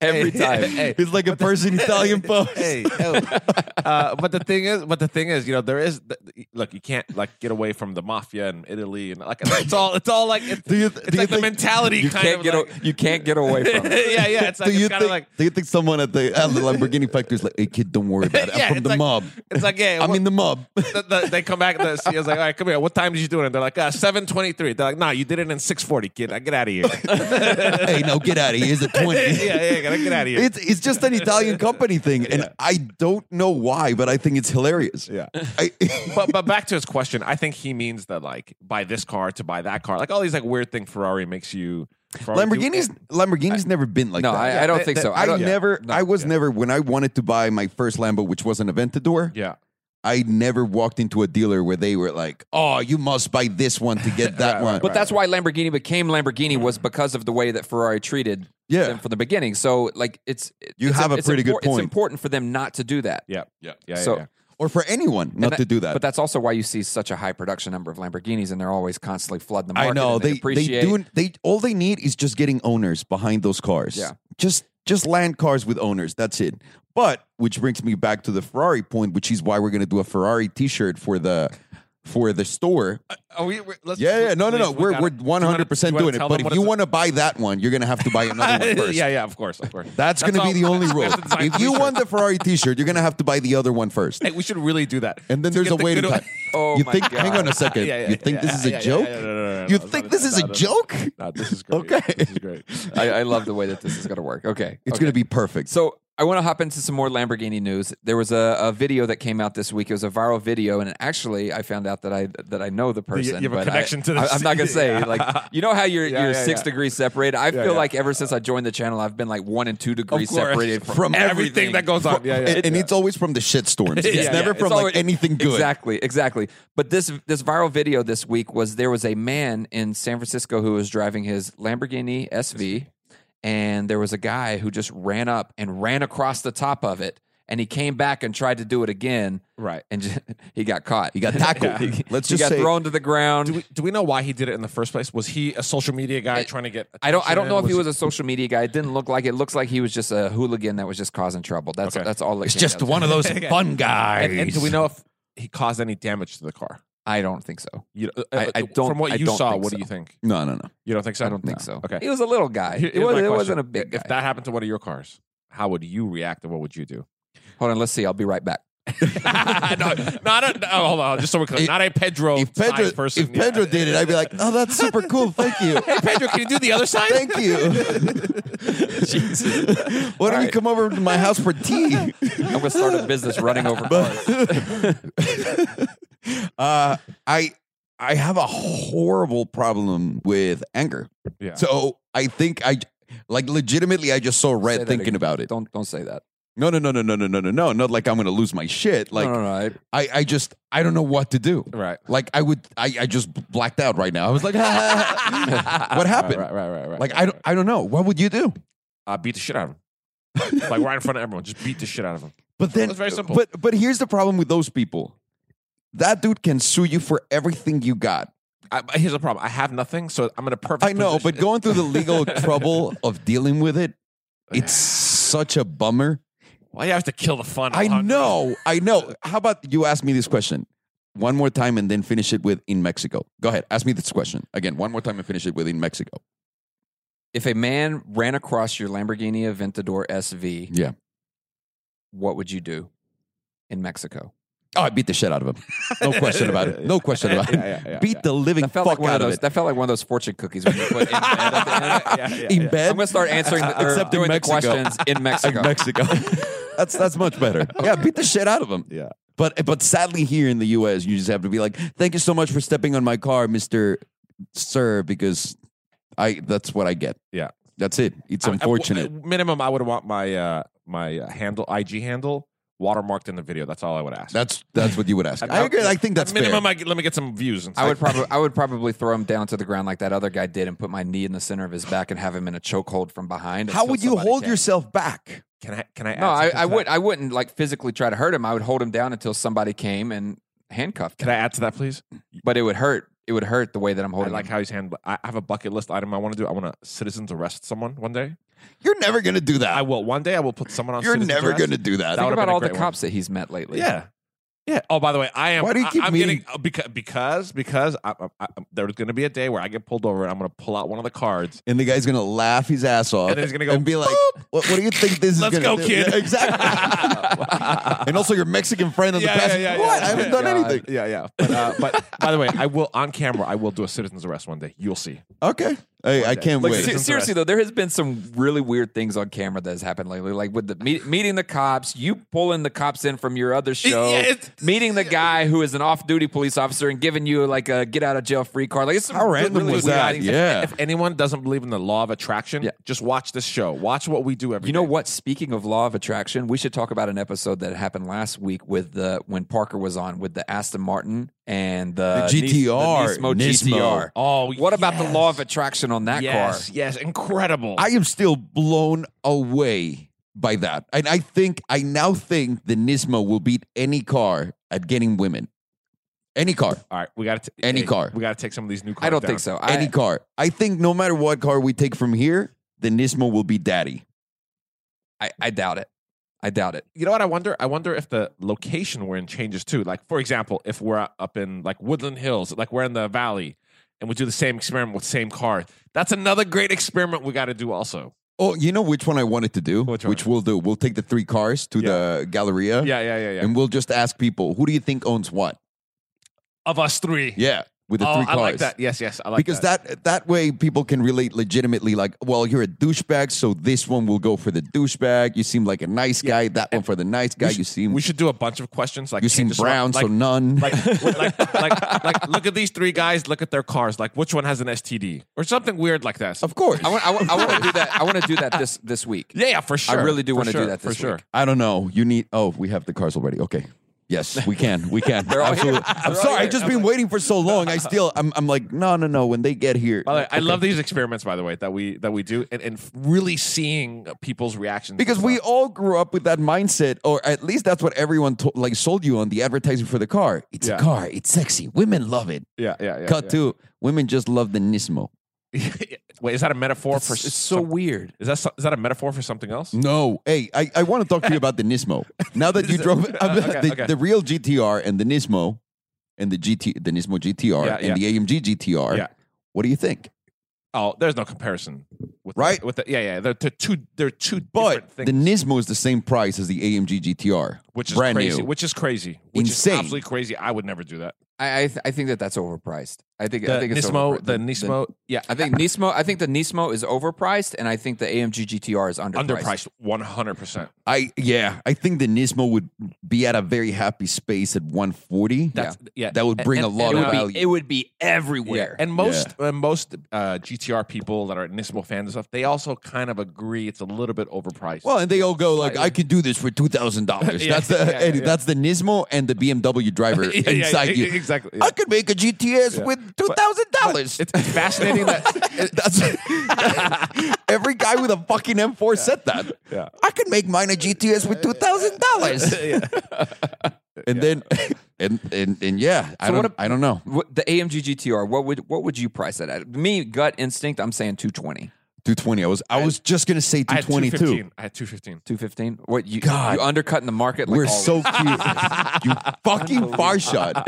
Speaker 3: every
Speaker 2: Hey,
Speaker 3: time.
Speaker 2: hey.
Speaker 1: It's like a person Italian post.
Speaker 2: Hey, yo. uh, but the thing is, but the thing is, you know, there is th- look. You can't like get away from the mafia and Italy and like it's all it's all like it's,
Speaker 1: Do you-
Speaker 2: it's
Speaker 1: do you
Speaker 2: like the
Speaker 1: think-
Speaker 2: mentality
Speaker 3: you
Speaker 2: kind
Speaker 3: can't
Speaker 2: of
Speaker 3: get
Speaker 2: like,
Speaker 3: a, you can't get away from it.
Speaker 2: yeah, yeah. It's like
Speaker 1: do you
Speaker 2: it's kind
Speaker 1: think?
Speaker 2: of like
Speaker 1: do you think someone at the, at the Lamborghini factory is like, "Hey kid, don't worry about it. I'm
Speaker 2: Yeah,
Speaker 1: from
Speaker 2: it's
Speaker 1: the
Speaker 2: like-
Speaker 1: mob.
Speaker 2: it's like yeah.
Speaker 1: I'm
Speaker 2: what-
Speaker 1: in the mob."
Speaker 2: the, the, they come back. The CEO's like, "All right, come here. What time did you do it?" And they're like, uh, "7:23." They're like, "No, you did it in 6:40, kid. I get out of here."
Speaker 1: hey, no, get out of here. Here's a twenty.
Speaker 2: yeah, yeah, gotta get out of here.
Speaker 1: It's it's just an Italian company thing, and I don't know why, but I think it's hilarious.
Speaker 2: Yeah.
Speaker 1: I,
Speaker 2: but but back to his question, I think he means that like buy this car to buy that car, like all these like weird thing Ferrari makes you. Ferrari do-
Speaker 1: Lamborghini's Lamborghini's never been like
Speaker 3: no,
Speaker 1: that.
Speaker 3: I, I don't
Speaker 2: They-
Speaker 3: think
Speaker 2: they-
Speaker 3: so.
Speaker 1: I,
Speaker 3: I don't.
Speaker 1: never,
Speaker 3: no,
Speaker 1: I was
Speaker 2: yeah.
Speaker 1: never when I wanted to buy my first Lambo, which was an Aventador.
Speaker 2: yeah,
Speaker 1: I never walked into a dealer where they were like, "Oh, you must buy this one to get that
Speaker 2: Right,
Speaker 1: one."
Speaker 2: right,
Speaker 3: But that's why Lamborghini became Lamborghini was because of the way that Ferrari treated
Speaker 1: Yeah.
Speaker 3: them from the beginning. So like it's
Speaker 1: You
Speaker 3: it's-
Speaker 1: have a
Speaker 3: it's
Speaker 1: pretty good
Speaker 3: impor-
Speaker 1: point.
Speaker 3: It's important for them not to do that.
Speaker 2: yeah, yeah, yeah.
Speaker 3: So-
Speaker 2: yeah.
Speaker 1: or for anyone
Speaker 3: And
Speaker 1: not to do that.
Speaker 3: But that's also why you see such a high production number of Lamborghinis, and they're always constantly flooding the market.
Speaker 1: I know
Speaker 3: and they,
Speaker 1: they they,
Speaker 3: depreciate.
Speaker 1: do they all they need is just getting owners behind those cars.
Speaker 3: Yeah.
Speaker 1: Just just land cars with owners. That's it. But which brings me back to the Ferrari point, which is why we're going to do a Ferrari T-shirt for the for the store.
Speaker 2: Oh, we, we- let's,
Speaker 1: Yeah, yeah, no, no,
Speaker 2: please,
Speaker 1: no.
Speaker 2: we
Speaker 1: We're
Speaker 2: gotta-
Speaker 1: we're
Speaker 2: do you
Speaker 1: one
Speaker 2: wanna-
Speaker 1: hundred percent
Speaker 2: do you wanna
Speaker 1: doing it.
Speaker 2: tell
Speaker 1: But
Speaker 2: them
Speaker 1: if
Speaker 2: what
Speaker 1: you
Speaker 2: it's-
Speaker 1: want to buy that one, you're going to have to buy another one first.
Speaker 2: yeah, yeah, of course, of course.
Speaker 1: That's going to be
Speaker 2: all-
Speaker 1: the only
Speaker 2: we
Speaker 1: rule.
Speaker 2: have to design
Speaker 1: If you
Speaker 2: t-shirts.
Speaker 1: want the Ferrari T-shirt, you're going to have to buy the other one first.
Speaker 2: Hey, we should really do that.
Speaker 1: And then
Speaker 2: To
Speaker 1: there's
Speaker 2: get
Speaker 1: a
Speaker 2: the
Speaker 1: waiting
Speaker 2: good-
Speaker 1: time.
Speaker 3: Oh
Speaker 1: you
Speaker 3: my
Speaker 1: think? Hang
Speaker 3: God.
Speaker 1: on a second.
Speaker 2: Yeah, yeah,
Speaker 1: you think
Speaker 2: yeah,
Speaker 1: this is a
Speaker 2: yeah, yeah,
Speaker 1: joke?
Speaker 2: yeah, no, no, no, no,
Speaker 1: You
Speaker 2: no,
Speaker 1: think
Speaker 2: no,
Speaker 1: this
Speaker 2: no,
Speaker 1: is a
Speaker 2: no, no.
Speaker 1: joke?
Speaker 2: No, this is great.
Speaker 1: Okay.
Speaker 2: This is great.
Speaker 3: I, I love the way that this is going to work. Okay,
Speaker 1: It's
Speaker 3: okay.
Speaker 1: going to be perfect.
Speaker 3: So I want to hop into some more Lamborghini news. There was a, a video that came out this week. It was a viral video, and actually, I found out that I that I know the person.
Speaker 2: you have a
Speaker 3: but I-
Speaker 2: connection to
Speaker 3: I,
Speaker 2: this.
Speaker 3: I'm not gonna say
Speaker 2: Yeah.
Speaker 3: like you know how you're
Speaker 2: Yeah,
Speaker 3: you're
Speaker 2: yeah,
Speaker 3: six
Speaker 2: yeah.
Speaker 3: degrees separated. I feel
Speaker 2: yeah.
Speaker 3: like ever since I joined the channel, I've been like one and two degrees
Speaker 2: course.
Speaker 3: separated from,
Speaker 1: From
Speaker 2: Everything, that goes on. Yeah, yeah.
Speaker 1: and, and it's always from the shitstorms. It's
Speaker 2: Yeah,
Speaker 1: never
Speaker 2: yeah.
Speaker 1: from
Speaker 3: It's
Speaker 1: like
Speaker 3: always-
Speaker 1: anything good.
Speaker 3: Exactly, exactly. But this this viral video this week was there was a man in San Francisco who was driving his Lamborghini SV, and there was a guy who just ran up and ran across the top of it, and he came back and tried to do it again,
Speaker 2: right.
Speaker 3: and just, he got caught.
Speaker 1: He got tackled.
Speaker 3: He-
Speaker 1: Let's
Speaker 3: he
Speaker 1: just
Speaker 3: got
Speaker 1: say
Speaker 3: thrown to the ground.
Speaker 2: Do we, do we know why he did it in the first place? Was he a social media guy
Speaker 3: I-
Speaker 2: trying to get?
Speaker 3: I don't. I don't
Speaker 2: attention?
Speaker 3: know if he was a social media guy. It didn't look like it. Looks like he was just a hooligan that was just causing trouble. That's
Speaker 2: Okay.
Speaker 3: that's all. It
Speaker 1: it's
Speaker 3: came
Speaker 1: just
Speaker 3: down to.
Speaker 1: one of those fun guys.
Speaker 2: And, and do we know if he caused any damage to the car?
Speaker 3: I don't think so.
Speaker 2: You, uh,
Speaker 3: I- I
Speaker 2: From
Speaker 3: don't-
Speaker 2: what
Speaker 3: I
Speaker 2: you
Speaker 3: don't
Speaker 2: saw,
Speaker 3: think
Speaker 2: what
Speaker 3: so.
Speaker 2: do you think?
Speaker 1: No, no, no.
Speaker 2: You don't think so?
Speaker 3: I don't think so.
Speaker 2: Okay.
Speaker 3: He was a little guy.
Speaker 2: Here-
Speaker 3: It,
Speaker 2: here's
Speaker 3: was,
Speaker 2: my
Speaker 3: it
Speaker 2: question.
Speaker 3: wasn't a big.
Speaker 2: If
Speaker 3: guy.
Speaker 2: that happened to one of your cars, how would you react and what would you do?
Speaker 3: Hold on, let's see. I'll be right back.
Speaker 2: no, not a, no, hold on, just so we're clear.
Speaker 1: If-
Speaker 2: not a Pedro
Speaker 1: If Pedro,
Speaker 2: size person.
Speaker 1: if Pedro
Speaker 2: yeah.
Speaker 1: did it, I'd be like, "Oh, that's super cool. Thank you,
Speaker 2: Hey, Pedro, can you do the other side?
Speaker 1: thank you." Why don't you come over to my house for tea?
Speaker 3: I'm gonna start a business running over cars.
Speaker 1: uh, I I have a horrible problem with anger.
Speaker 2: Yeah.
Speaker 1: So I think I like legitimately. I just saw
Speaker 3: Say
Speaker 1: red
Speaker 3: that
Speaker 1: thinking
Speaker 3: again.
Speaker 1: about it.
Speaker 3: Don't don't say that.
Speaker 1: No, no, no, no, no, no, no, no, no. Not like I'm gonna lose my shit. Like
Speaker 3: no, no, no. I,
Speaker 1: I, I just I don't know what to do.
Speaker 2: Right.
Speaker 1: Like I would I, I just blacked out right now. I was like, what happened?
Speaker 2: Right, right, right, right.
Speaker 1: Like I don't I don't know. What would you do?
Speaker 2: uh, beat the shit out of him. like right in front of everyone, just beat the shit out of him.
Speaker 1: But then
Speaker 2: It's very simple.
Speaker 1: But but here's the problem with those people. That dude can sue you for everything you got.
Speaker 2: I, but here's the problem: I have nothing, so I'm in a perfect.
Speaker 1: I know, but
Speaker 2: position.
Speaker 1: going through the legal trouble of dealing with it, it's such a bummer.
Speaker 2: why do you have to kill the fun?
Speaker 1: I
Speaker 2: Alejandro?
Speaker 1: know, I know. How about you ask me this question one more time and then finish it with in Mexico? Go ahead, ask me this question again one more time and finish it with in Mexico.
Speaker 3: if a man ran across your Lamborghini Aventador SV,
Speaker 1: Yeah.
Speaker 3: what would you do in Mexico?
Speaker 1: Oh, I beat the shit out of him. No question about it. No question about it.
Speaker 2: Yeah, yeah, yeah,
Speaker 1: beat the living
Speaker 3: That felt
Speaker 1: fuck
Speaker 3: like one
Speaker 1: out
Speaker 3: of
Speaker 1: of,
Speaker 3: those.
Speaker 1: it.
Speaker 3: That felt like one of those fortune cookies when you put in.
Speaker 2: yeah, yeah,
Speaker 1: in
Speaker 2: yeah.
Speaker 1: bed,
Speaker 3: I'm gonna start answering the, or
Speaker 1: Except in
Speaker 3: doing the
Speaker 1: Mexico.
Speaker 3: questions in Mexico.
Speaker 1: in Mexico. that's that's much better. Yeah, beat the shit out of him.
Speaker 2: Yeah.
Speaker 1: But but sadly, here in the U.S., you just have to be like, "Thank you so much for stepping on my car, Mister Sir," because I that's what I get.
Speaker 2: Yeah.
Speaker 1: that's it. It's
Speaker 2: I- I-
Speaker 1: unfortunate.
Speaker 2: at uh, minimum, I would want my uh, my uh, handle IG handle watermarked in the video. That's all I would ask.
Speaker 1: that's that's what you would ask.
Speaker 2: At-
Speaker 1: I agree. I think
Speaker 2: at
Speaker 1: that's
Speaker 2: minimum.
Speaker 1: fair.
Speaker 2: I, let me get some views. And
Speaker 3: I would probably I would probably throw him down to the ground like that other guy did and put my knee in the center of his back and have him in a chokehold from behind.
Speaker 1: How
Speaker 3: until
Speaker 1: would you
Speaker 3: somebody
Speaker 1: hold
Speaker 3: came.
Speaker 1: yourself back?
Speaker 2: Can I? Can I? Add
Speaker 3: No, I,
Speaker 2: something
Speaker 3: I
Speaker 2: to that?
Speaker 3: would I wouldn't like physically try to hurt him. I would hold him down until somebody came and handcuffed him.
Speaker 2: Can I add to that, please?
Speaker 3: But it would hurt. It would hurt the way that I'm
Speaker 2: I
Speaker 3: holding.
Speaker 2: like
Speaker 3: him.
Speaker 2: how he's handled. I I have a bucket list item I want to do. I want to citizens arrest someone one day.
Speaker 1: You're never gonna do that.
Speaker 2: I will. One day I will put someone on.
Speaker 1: You're
Speaker 2: citizen's
Speaker 1: never
Speaker 2: arrest.
Speaker 1: gonna do that.
Speaker 2: That
Speaker 3: Think
Speaker 2: would've
Speaker 3: about
Speaker 2: been a
Speaker 3: all the
Speaker 2: great one.
Speaker 3: cops that he's met lately.
Speaker 2: Yeah. Yeah. Oh, by the way, I am.
Speaker 1: Why do you
Speaker 2: I-
Speaker 1: keep
Speaker 2: I'm
Speaker 1: meeting-
Speaker 2: getting because because because I, I, I, there's going to be a day where I get pulled over and I'm going to pull out one of the cards.
Speaker 1: and the guy's gonna laugh his ass off,
Speaker 2: And then he's gonna go,
Speaker 1: and be like, what, "What do you think this is?"
Speaker 2: Let's
Speaker 1: gonna
Speaker 2: go,
Speaker 1: do?"
Speaker 2: kid.
Speaker 1: Yeah, exactly. and also your Mexican friend on the
Speaker 2: Yeah, yeah,
Speaker 1: passenger.
Speaker 2: yeah,
Speaker 1: what?
Speaker 2: yeah,
Speaker 1: I haven't
Speaker 2: yeah,
Speaker 1: done
Speaker 3: God.
Speaker 1: anything.
Speaker 2: Yeah, yeah. But, uh, but by the way, I will on camera. I will do a citizen's arrest one day. You'll see.
Speaker 1: Okay. Hey, I
Speaker 2: day.
Speaker 1: can't
Speaker 3: Like
Speaker 1: wait.
Speaker 3: se- seriously though, there has been some really weird things on camera that has happened lately. Like with the meet, meeting the cops, you pulling the cops in from your other show,
Speaker 2: yeah, it's-
Speaker 3: meeting the guy who is an off-duty police officer and giving you like a get out of jail free card. Like it's some
Speaker 1: How
Speaker 3: really
Speaker 1: random
Speaker 3: weird
Speaker 1: was that?
Speaker 3: things.
Speaker 1: Yeah.
Speaker 2: If anyone doesn't believe in the law of attraction,
Speaker 3: Yeah.
Speaker 2: just watch this show. Watch what we do every.
Speaker 3: You know
Speaker 2: day.
Speaker 3: what? Speaking of law of attraction, we should talk about an episode that happened last week with the when Parker was on with the Aston Martin and the,
Speaker 1: The
Speaker 3: Nis-
Speaker 1: GTR,
Speaker 3: the Nismo
Speaker 1: Nismo.
Speaker 3: GTR.
Speaker 2: Oh,
Speaker 3: what about the
Speaker 2: yes.
Speaker 3: law of attraction on that
Speaker 2: Yes, yes, incredible.
Speaker 1: I am still blown away by that. And I think, I now think the Nismo will beat any car at getting women. Any car.
Speaker 2: All right, we got to
Speaker 1: Any car.
Speaker 2: We got to take some of these new cars.
Speaker 3: car? I don't
Speaker 2: down.
Speaker 3: think so. I,
Speaker 1: Any car. I think no matter what car we take from here, the Nismo will be daddy.
Speaker 3: I, I doubt it. I doubt it.
Speaker 2: You know what? I wonder. I wonder if the location we're in changes too. Like, for example, if we're up in like Woodland Hills, like we're in the valley, and we do the same experiment with same car. That's another great experiment we got to do. Also,
Speaker 1: Oh, you know which one I wanted to do?
Speaker 2: Which one?
Speaker 1: which we'll do. We'll take the three cars to the Galleria.
Speaker 2: yeah, yeah, yeah, yeah.
Speaker 1: And we'll just ask people, who do you think owns what?
Speaker 2: of us three,
Speaker 1: Yeah. With the
Speaker 2: oh,
Speaker 1: three
Speaker 2: I
Speaker 1: cars.
Speaker 2: like that. Yes, yes, I like
Speaker 1: because that. that way people can relate legitimately like well you're a douchebag so this one will go for the douchebag you seem like a nice guy that one for the nice guy you seem
Speaker 2: we should do a bunch of questions. Like
Speaker 1: you seem
Speaker 2: changes around-
Speaker 1: brown
Speaker 2: like,
Speaker 1: so none
Speaker 2: like, like, like, like, look at these three guys. Look at their cars. Like, which one has an STD or something weird like that?
Speaker 1: of course
Speaker 3: I want. I want, I want to do that. I want to do that this this week.
Speaker 2: Yeah, yeah, for sure.
Speaker 3: really do
Speaker 2: For
Speaker 3: wanna do
Speaker 2: sure,
Speaker 3: that this
Speaker 2: for sure.
Speaker 3: week.
Speaker 1: i don't know you need oh we have the cars already okay yes we can we can
Speaker 3: all here.
Speaker 1: absolutely
Speaker 3: They're
Speaker 1: i'm
Speaker 3: all
Speaker 1: sorry
Speaker 3: here.
Speaker 1: i've just been waiting for so long i still i'm, I'm like no no no when they get here
Speaker 2: By the way, I love these experiments. By the way, that we that we do, and, and really seeing people's reactions
Speaker 1: because we all grew up with that mindset or at least that's what everyone to- like sold you on the advertising for the car it's
Speaker 2: Yeah.
Speaker 1: a car it's sexy women love it
Speaker 2: yeah, yeah, yeah.
Speaker 1: cut
Speaker 2: yeah.
Speaker 1: to women just love the nismo
Speaker 2: Wait, is that a metaphor
Speaker 3: It's,
Speaker 2: for?
Speaker 3: it's so
Speaker 2: some-
Speaker 3: weird.
Speaker 2: is that so- is that a metaphor for something else?
Speaker 1: No, hey, I, I want to talk to you about the Nismo. Now that you drove I'm-
Speaker 2: okay,
Speaker 1: the,
Speaker 2: okay.
Speaker 1: the real GTR and the Nismo and the GT the Nismo GTR
Speaker 2: Yeah,
Speaker 1: and
Speaker 2: yeah.
Speaker 1: the AMG GTR.
Speaker 2: Yeah.
Speaker 1: What do you think?
Speaker 2: Oh, there's no comparison. With
Speaker 1: Right?
Speaker 2: The, with the, yeah, yeah. They're, they're two. They're two
Speaker 1: But
Speaker 2: different
Speaker 1: the
Speaker 2: things,
Speaker 1: Nismo is the same price as the AMG GTR,
Speaker 2: which is
Speaker 1: brand
Speaker 2: crazy.
Speaker 1: new.
Speaker 2: Which is crazy. Which
Speaker 1: Insane.
Speaker 2: is absolutely crazy. I would never do that.
Speaker 3: I I, th- I think that that's overpriced. I think
Speaker 2: The
Speaker 3: I think it's
Speaker 2: Nismo.
Speaker 3: overpriced.
Speaker 2: The Nismo. yeah,
Speaker 3: I think Nismo. I think the Nismo is overpriced, and I think the AMG GTR is underpriced.
Speaker 2: underpriced. One hundred percent.
Speaker 1: I yeah, I think the Nismo would be at a very happy space at 140.
Speaker 2: That's yeah.
Speaker 1: That would bring
Speaker 2: and-
Speaker 1: a lot of
Speaker 2: and it would be-
Speaker 1: value.
Speaker 3: It would be everywhere.
Speaker 2: And most uh, most uh, GTR people that are Nismo fans and stuff, they also kind of agree it's a little bit overpriced.
Speaker 1: well, and they all go like, "I could do this for two thousand dollars."
Speaker 2: Yeah,
Speaker 1: That's the
Speaker 2: yeah, yeah.
Speaker 1: that's the Nismo and the BMW driver
Speaker 2: Yeah, yeah,
Speaker 1: inside
Speaker 2: yeah, e-,
Speaker 1: you.
Speaker 2: exactly.
Speaker 1: I could make a GTS
Speaker 2: Yeah.
Speaker 1: with two thousand dollars.
Speaker 2: It's it's fascinating that
Speaker 1: That's every guy with a fucking M4 said that.
Speaker 2: Yeah.
Speaker 1: I could make mine a GTS with two thousand dollars. And then, and and and yeah, I
Speaker 3: So
Speaker 1: don't,
Speaker 3: what
Speaker 1: I don't know.
Speaker 3: What, the AMG GTR. What would what would you price that at? Me, gut instinct. I'm saying two twenty.
Speaker 1: 220. I was I,
Speaker 2: I-
Speaker 1: was just gonna say
Speaker 2: I had
Speaker 1: 222.
Speaker 2: 215. I had 215.
Speaker 3: 215. What you
Speaker 1: God.
Speaker 3: you undercutting the market like
Speaker 1: We're
Speaker 3: always.
Speaker 1: so cute. you fucking far shot.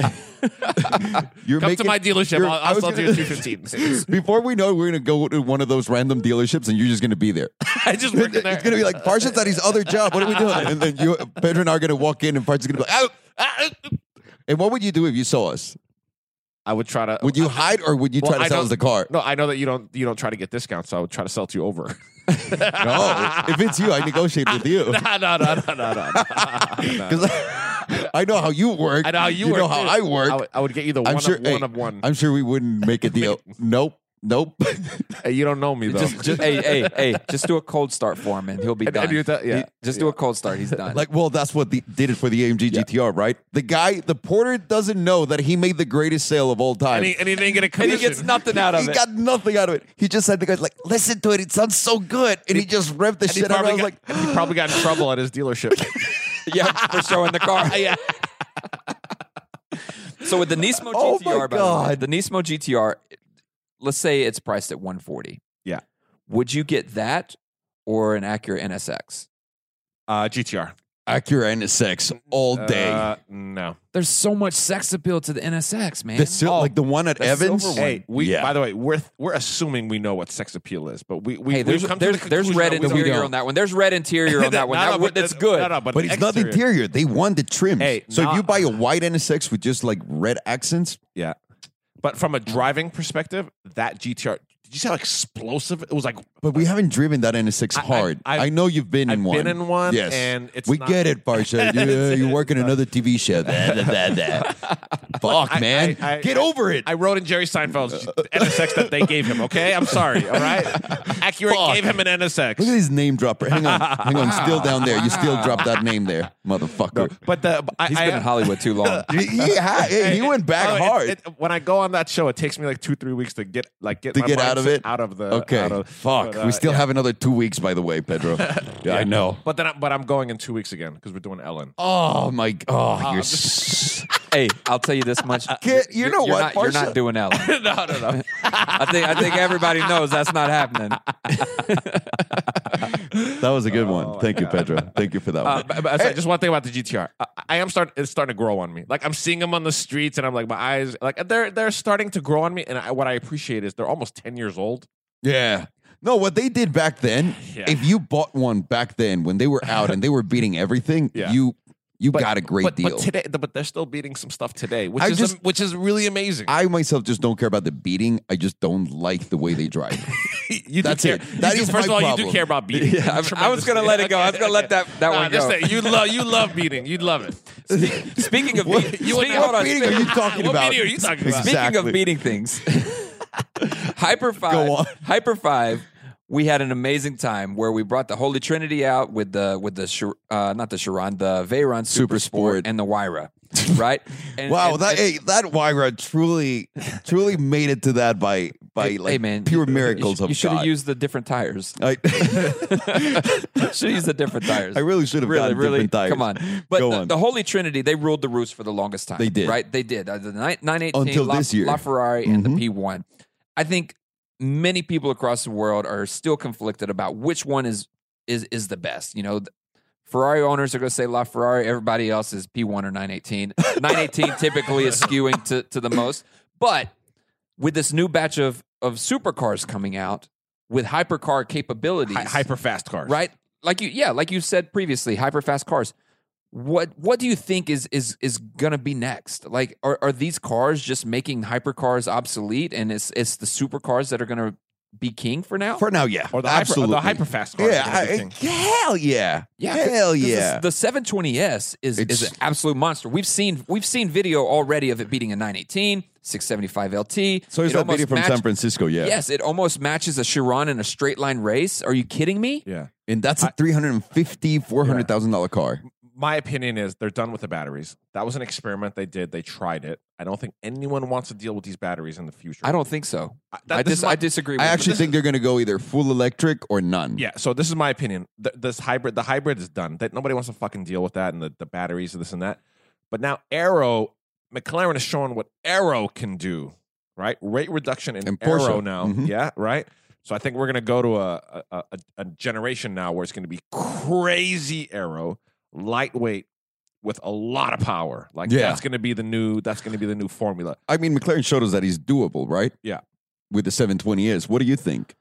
Speaker 1: you're
Speaker 2: Come
Speaker 1: making-
Speaker 2: to my dealership.
Speaker 1: you're-
Speaker 2: I'll,
Speaker 1: I
Speaker 2: I'll
Speaker 1: was
Speaker 2: sell
Speaker 1: gonna-
Speaker 2: you 215.
Speaker 1: Before we know it, we're gonna go to one of those random dealerships, and you're just gonna be there.
Speaker 2: I just work in there.
Speaker 1: It's gonna be like Farshad's at his other job. What are we doing? And then you, Pedro and I are gonna walk in, and Farshad's gonna be like, "Ow!"
Speaker 2: Ah, ah, ah.
Speaker 1: And what would you do if you saw us?
Speaker 2: I would try to.
Speaker 1: Would you hide, or would you
Speaker 2: Well,
Speaker 1: try to
Speaker 2: I
Speaker 1: sell
Speaker 2: don't-
Speaker 1: us the car?
Speaker 2: No, I know that you don't. You don't try to get discounts, so I would try to sell it to you over.
Speaker 1: No, if it's you, I negotiate with you.
Speaker 2: no, no, no, no, no, no.
Speaker 1: Because I know how you work.
Speaker 2: I know how you,
Speaker 1: know
Speaker 2: work,
Speaker 1: how
Speaker 2: too.
Speaker 1: I work.
Speaker 2: I would, I would get you the
Speaker 1: I'm
Speaker 2: one
Speaker 1: sure-
Speaker 2: of
Speaker 1: hey,
Speaker 2: one of one.
Speaker 1: I'm sure we wouldn't make a deal. nope. Nope.
Speaker 2: Hey, you don't know me though.
Speaker 1: Just- just-
Speaker 3: hey, hey, hey, just do a cold start for him and he'll be
Speaker 2: And-
Speaker 3: done.
Speaker 2: and you're done, yeah.
Speaker 3: He- just do a cold start. He's done.
Speaker 1: like, well, that's what the, did it for the AMG GTR, right? The guy, the porter doesn't know that he made the greatest sale of all time.
Speaker 2: and, he, and he didn't get a
Speaker 3: and
Speaker 2: commission.
Speaker 3: he gets nothing out of
Speaker 1: he
Speaker 3: it.
Speaker 1: got nothing out of it. He just said the guy's like, listen to it, it sounds so good. And he, just revved the
Speaker 2: And he
Speaker 1: shit out of it. I
Speaker 2: probably
Speaker 1: was
Speaker 2: got,
Speaker 1: like,
Speaker 2: and he probably got in trouble at his dealership.
Speaker 3: yeah, for showing the car.
Speaker 2: yeah.
Speaker 3: So with the Nismo GTR,
Speaker 1: Oh my
Speaker 3: by
Speaker 1: God.
Speaker 3: the way, the Nismo GTR, let's say it's priced at 140.
Speaker 2: Yeah.
Speaker 3: Would you get that or an Acura NSX?
Speaker 2: Uh, GTR
Speaker 1: Acura NSX all day.
Speaker 2: Uh, no.
Speaker 3: There's so much sex appeal to the NSX, man.
Speaker 1: the sil-
Speaker 2: oh,
Speaker 1: like the one at
Speaker 3: the
Speaker 1: Evans.
Speaker 3: silver one.
Speaker 2: Hey, we.
Speaker 1: Yeah.
Speaker 2: By the way, we're we're assuming we know what sex appeal is, but we we
Speaker 3: Hey,
Speaker 2: we've
Speaker 3: there's
Speaker 2: come to
Speaker 3: there's,
Speaker 2: the
Speaker 3: there's
Speaker 2: conclusion
Speaker 3: red
Speaker 2: that we don't-
Speaker 3: interior on that one. There's red interior on that one.
Speaker 2: No, no,
Speaker 3: That, one-
Speaker 2: but
Speaker 3: that's
Speaker 2: the-
Speaker 3: good.
Speaker 2: no, no, but
Speaker 1: But
Speaker 2: the
Speaker 1: it's not the
Speaker 2: exterior.
Speaker 1: interior. They want the trims.
Speaker 2: Hey,
Speaker 1: so if
Speaker 2: nah.
Speaker 1: you buy a white NSX with just like red accents,
Speaker 2: Yeah. But from a driving perspective, that GTR, did you see how explosive it was? Like,
Speaker 1: but we haven't driven that NSX
Speaker 2: I- I-
Speaker 1: hard. I,
Speaker 2: I've-
Speaker 1: know you've been
Speaker 2: I've
Speaker 1: in one.
Speaker 2: been in one,
Speaker 1: Yes.
Speaker 2: and it's
Speaker 1: we
Speaker 2: not-
Speaker 1: get it, Barsha. You, uh,
Speaker 2: It's-
Speaker 1: you work in
Speaker 2: it's not-
Speaker 1: another TV show. Da, da, da, da. Fuck,
Speaker 2: I-
Speaker 1: man.
Speaker 2: I- I-
Speaker 1: get
Speaker 2: I-
Speaker 1: over it.
Speaker 2: I wrote in Jerry Seinfeld's NSX that they gave him, okay? I'm sorry, all right? Accurate
Speaker 1: Fuck.
Speaker 2: gave him an NSX.
Speaker 1: Look at this name dropper. Hang on. Hang on. Still down there. You still
Speaker 3: Wow.
Speaker 1: dropped that name there, motherfucker.
Speaker 2: But the, I,
Speaker 3: He's
Speaker 2: I-
Speaker 3: been in Hollywood too long.
Speaker 1: He, he ha- hey, he
Speaker 2: it-
Speaker 1: went back
Speaker 2: oh, it-
Speaker 1: hard.
Speaker 2: it- when I go on that show, it takes me like two, three weeks to get like get
Speaker 1: To
Speaker 2: my
Speaker 1: get out of
Speaker 2: mindset
Speaker 1: it?
Speaker 2: out of the
Speaker 1: okay.
Speaker 2: out of-
Speaker 1: Fuck.
Speaker 2: uh, but, uh,
Speaker 1: we still
Speaker 2: yeah.
Speaker 1: have another two weeks, by the way, Pedro. yeah, I know.
Speaker 2: But then, I, but I'm going in two weeks again because we're doing Ellen.
Speaker 1: Oh, my. Oh, you're.
Speaker 2: I'm
Speaker 1: s-
Speaker 3: hey, I'll tell you this much.
Speaker 1: Get- you
Speaker 3: You're-
Speaker 1: know
Speaker 3: you're
Speaker 1: what,
Speaker 3: Not, you're
Speaker 1: Barsha?
Speaker 3: not doing Ellen.
Speaker 2: no, no, no.
Speaker 3: I think I think everybody knows that's not happening.
Speaker 1: that was a good one.
Speaker 2: my
Speaker 1: Thank you, Pedro. Thank you for that
Speaker 2: Uh,
Speaker 1: one.
Speaker 2: but, but sorry, just one thing about the GTR. I, I am start it's starting to grow on me. Like I'm seeing them on the streets, and I'm like my eyes like they're they're starting to grow on me. And I, what I appreciate is they're almost ten years old.
Speaker 1: Yeah. No, what they did back then,
Speaker 2: Yeah.
Speaker 1: if you bought one back then when they were out and they were beating everything,
Speaker 2: Yeah.
Speaker 1: you you
Speaker 2: But-
Speaker 1: got a great
Speaker 2: but,
Speaker 1: deal.
Speaker 2: But today, but they're still beating some stuff today, which
Speaker 1: I
Speaker 2: is
Speaker 1: just-
Speaker 2: which is really amazing.
Speaker 1: I myself just don't care about the beating. I just don't like the way they drive.
Speaker 2: you do
Speaker 1: that's
Speaker 2: care.
Speaker 1: it. That
Speaker 2: you do-
Speaker 1: is
Speaker 2: first
Speaker 1: my
Speaker 2: of all, you
Speaker 1: problem.
Speaker 2: do care about beating.
Speaker 3: Yeah, I- I was gonna let it go. I was gonna let that- that
Speaker 2: Nah,
Speaker 3: one
Speaker 2: just
Speaker 3: go.
Speaker 2: say, you love you love beating. You'd love it.
Speaker 3: Speaking of
Speaker 1: What-
Speaker 3: beating,
Speaker 1: what
Speaker 3: speaking, hold on,
Speaker 1: meeting
Speaker 3: speaking-
Speaker 1: are you talking
Speaker 2: what
Speaker 1: about?
Speaker 2: meeting are you talking about?
Speaker 1: Exactly.
Speaker 3: Speaking of beating things, Hyper Five.
Speaker 1: Go on.
Speaker 3: Hyper Five. We had an amazing time where we brought the Holy Trinity out with the with the Chir- uh, not the Chiron, the Veyron
Speaker 1: Super
Speaker 3: Super, Sport,
Speaker 1: Sport.
Speaker 3: and the Wyra, right? And-
Speaker 1: wow,
Speaker 3: and-
Speaker 1: that
Speaker 3: and-
Speaker 1: hey, that Wyra truly truly made it to that by by
Speaker 3: Hey,
Speaker 1: like
Speaker 3: man,
Speaker 1: pure
Speaker 3: you,
Speaker 1: miracles of
Speaker 3: should have
Speaker 1: God.
Speaker 3: used the different tires.
Speaker 1: I,
Speaker 3: should have used the different tires.
Speaker 1: I really should have
Speaker 3: really,
Speaker 1: gotten
Speaker 3: really.
Speaker 1: different tires.
Speaker 3: Come on, but
Speaker 1: Go
Speaker 3: the,
Speaker 1: on.
Speaker 3: the Holy Trinity they ruled the roost for the longest time.
Speaker 1: They did.
Speaker 3: right? They did. Uh, the nine nine eighteen
Speaker 1: Until
Speaker 3: La,
Speaker 1: this year. Mm-hmm.
Speaker 3: LaFerrari and the P one. I think many people across the world are still conflicted about which one is is is the best. You know. th- Ferrari owners are going to say LaFerrari. Everybody else is P1 or 918. 918 typically is skewing to, to the most. But with this new batch of, of supercars coming out with hypercar capabilities,
Speaker 2: Hy- hyper fast cars,
Speaker 3: right? Like you, yeah, like you said previously, hyper fast cars. What what do you think is is is gonna be next? Like, are are these cars just making hypercars obsolete, and it's it's the supercars that are gonna be king for now?
Speaker 1: For now, yeah,
Speaker 2: Or the
Speaker 1: absolutely.
Speaker 2: hyper, or the hyper fast cars.
Speaker 1: yeah,
Speaker 2: are
Speaker 1: I-
Speaker 2: gonna be king.
Speaker 1: hell yeah,
Speaker 3: yeah, 'cause-
Speaker 1: hell
Speaker 3: 'cause the-
Speaker 1: yeah.
Speaker 3: The 720s is is
Speaker 1: It's-
Speaker 3: an absolute monster. We've seen we've seen video already of it beating a 918, 675 LT.
Speaker 1: so here's
Speaker 3: It
Speaker 1: that video
Speaker 3: almost
Speaker 1: from San
Speaker 3: matched-
Speaker 1: Francisco, yeah,
Speaker 3: Yes, it almost matches a Chiron in a straight line race. Are you kidding me?
Speaker 2: yeah.
Speaker 1: and that's a three hundred and fifty, four hundred thousand dollar car.
Speaker 2: my opinion is they're done with the batteries. That was an experiment they did. They tried it. I don't think anyone wants to deal with these batteries in the future.
Speaker 3: I don't think so.
Speaker 2: that-
Speaker 3: I,
Speaker 2: this is
Speaker 3: dis-
Speaker 2: my-
Speaker 3: I disagree. With
Speaker 1: I
Speaker 3: you.
Speaker 1: actually think they're going to go either full electric or none.
Speaker 2: Yeah. So this is my opinion. Th- this hybrid, the hybrid is done. That nobody wants to fucking deal with that and the, the batteries and this and that. But now Arrow, McLaren is showing what Arrow can do. Right, rate reduction in
Speaker 1: And Porsche.
Speaker 2: Arrow now.
Speaker 1: Mhm.
Speaker 2: Yeah. Right. So I think we're going to go to a, a, a, a generation now where it's going to be crazy arrow, lightweight, with a lot of power. Like
Speaker 1: Yeah.
Speaker 2: that's going to be the new. That's going to be the new formula.
Speaker 1: I mean, McLaren showed us that he's doable, right?
Speaker 2: Yeah.
Speaker 1: With the 720s. What do you think?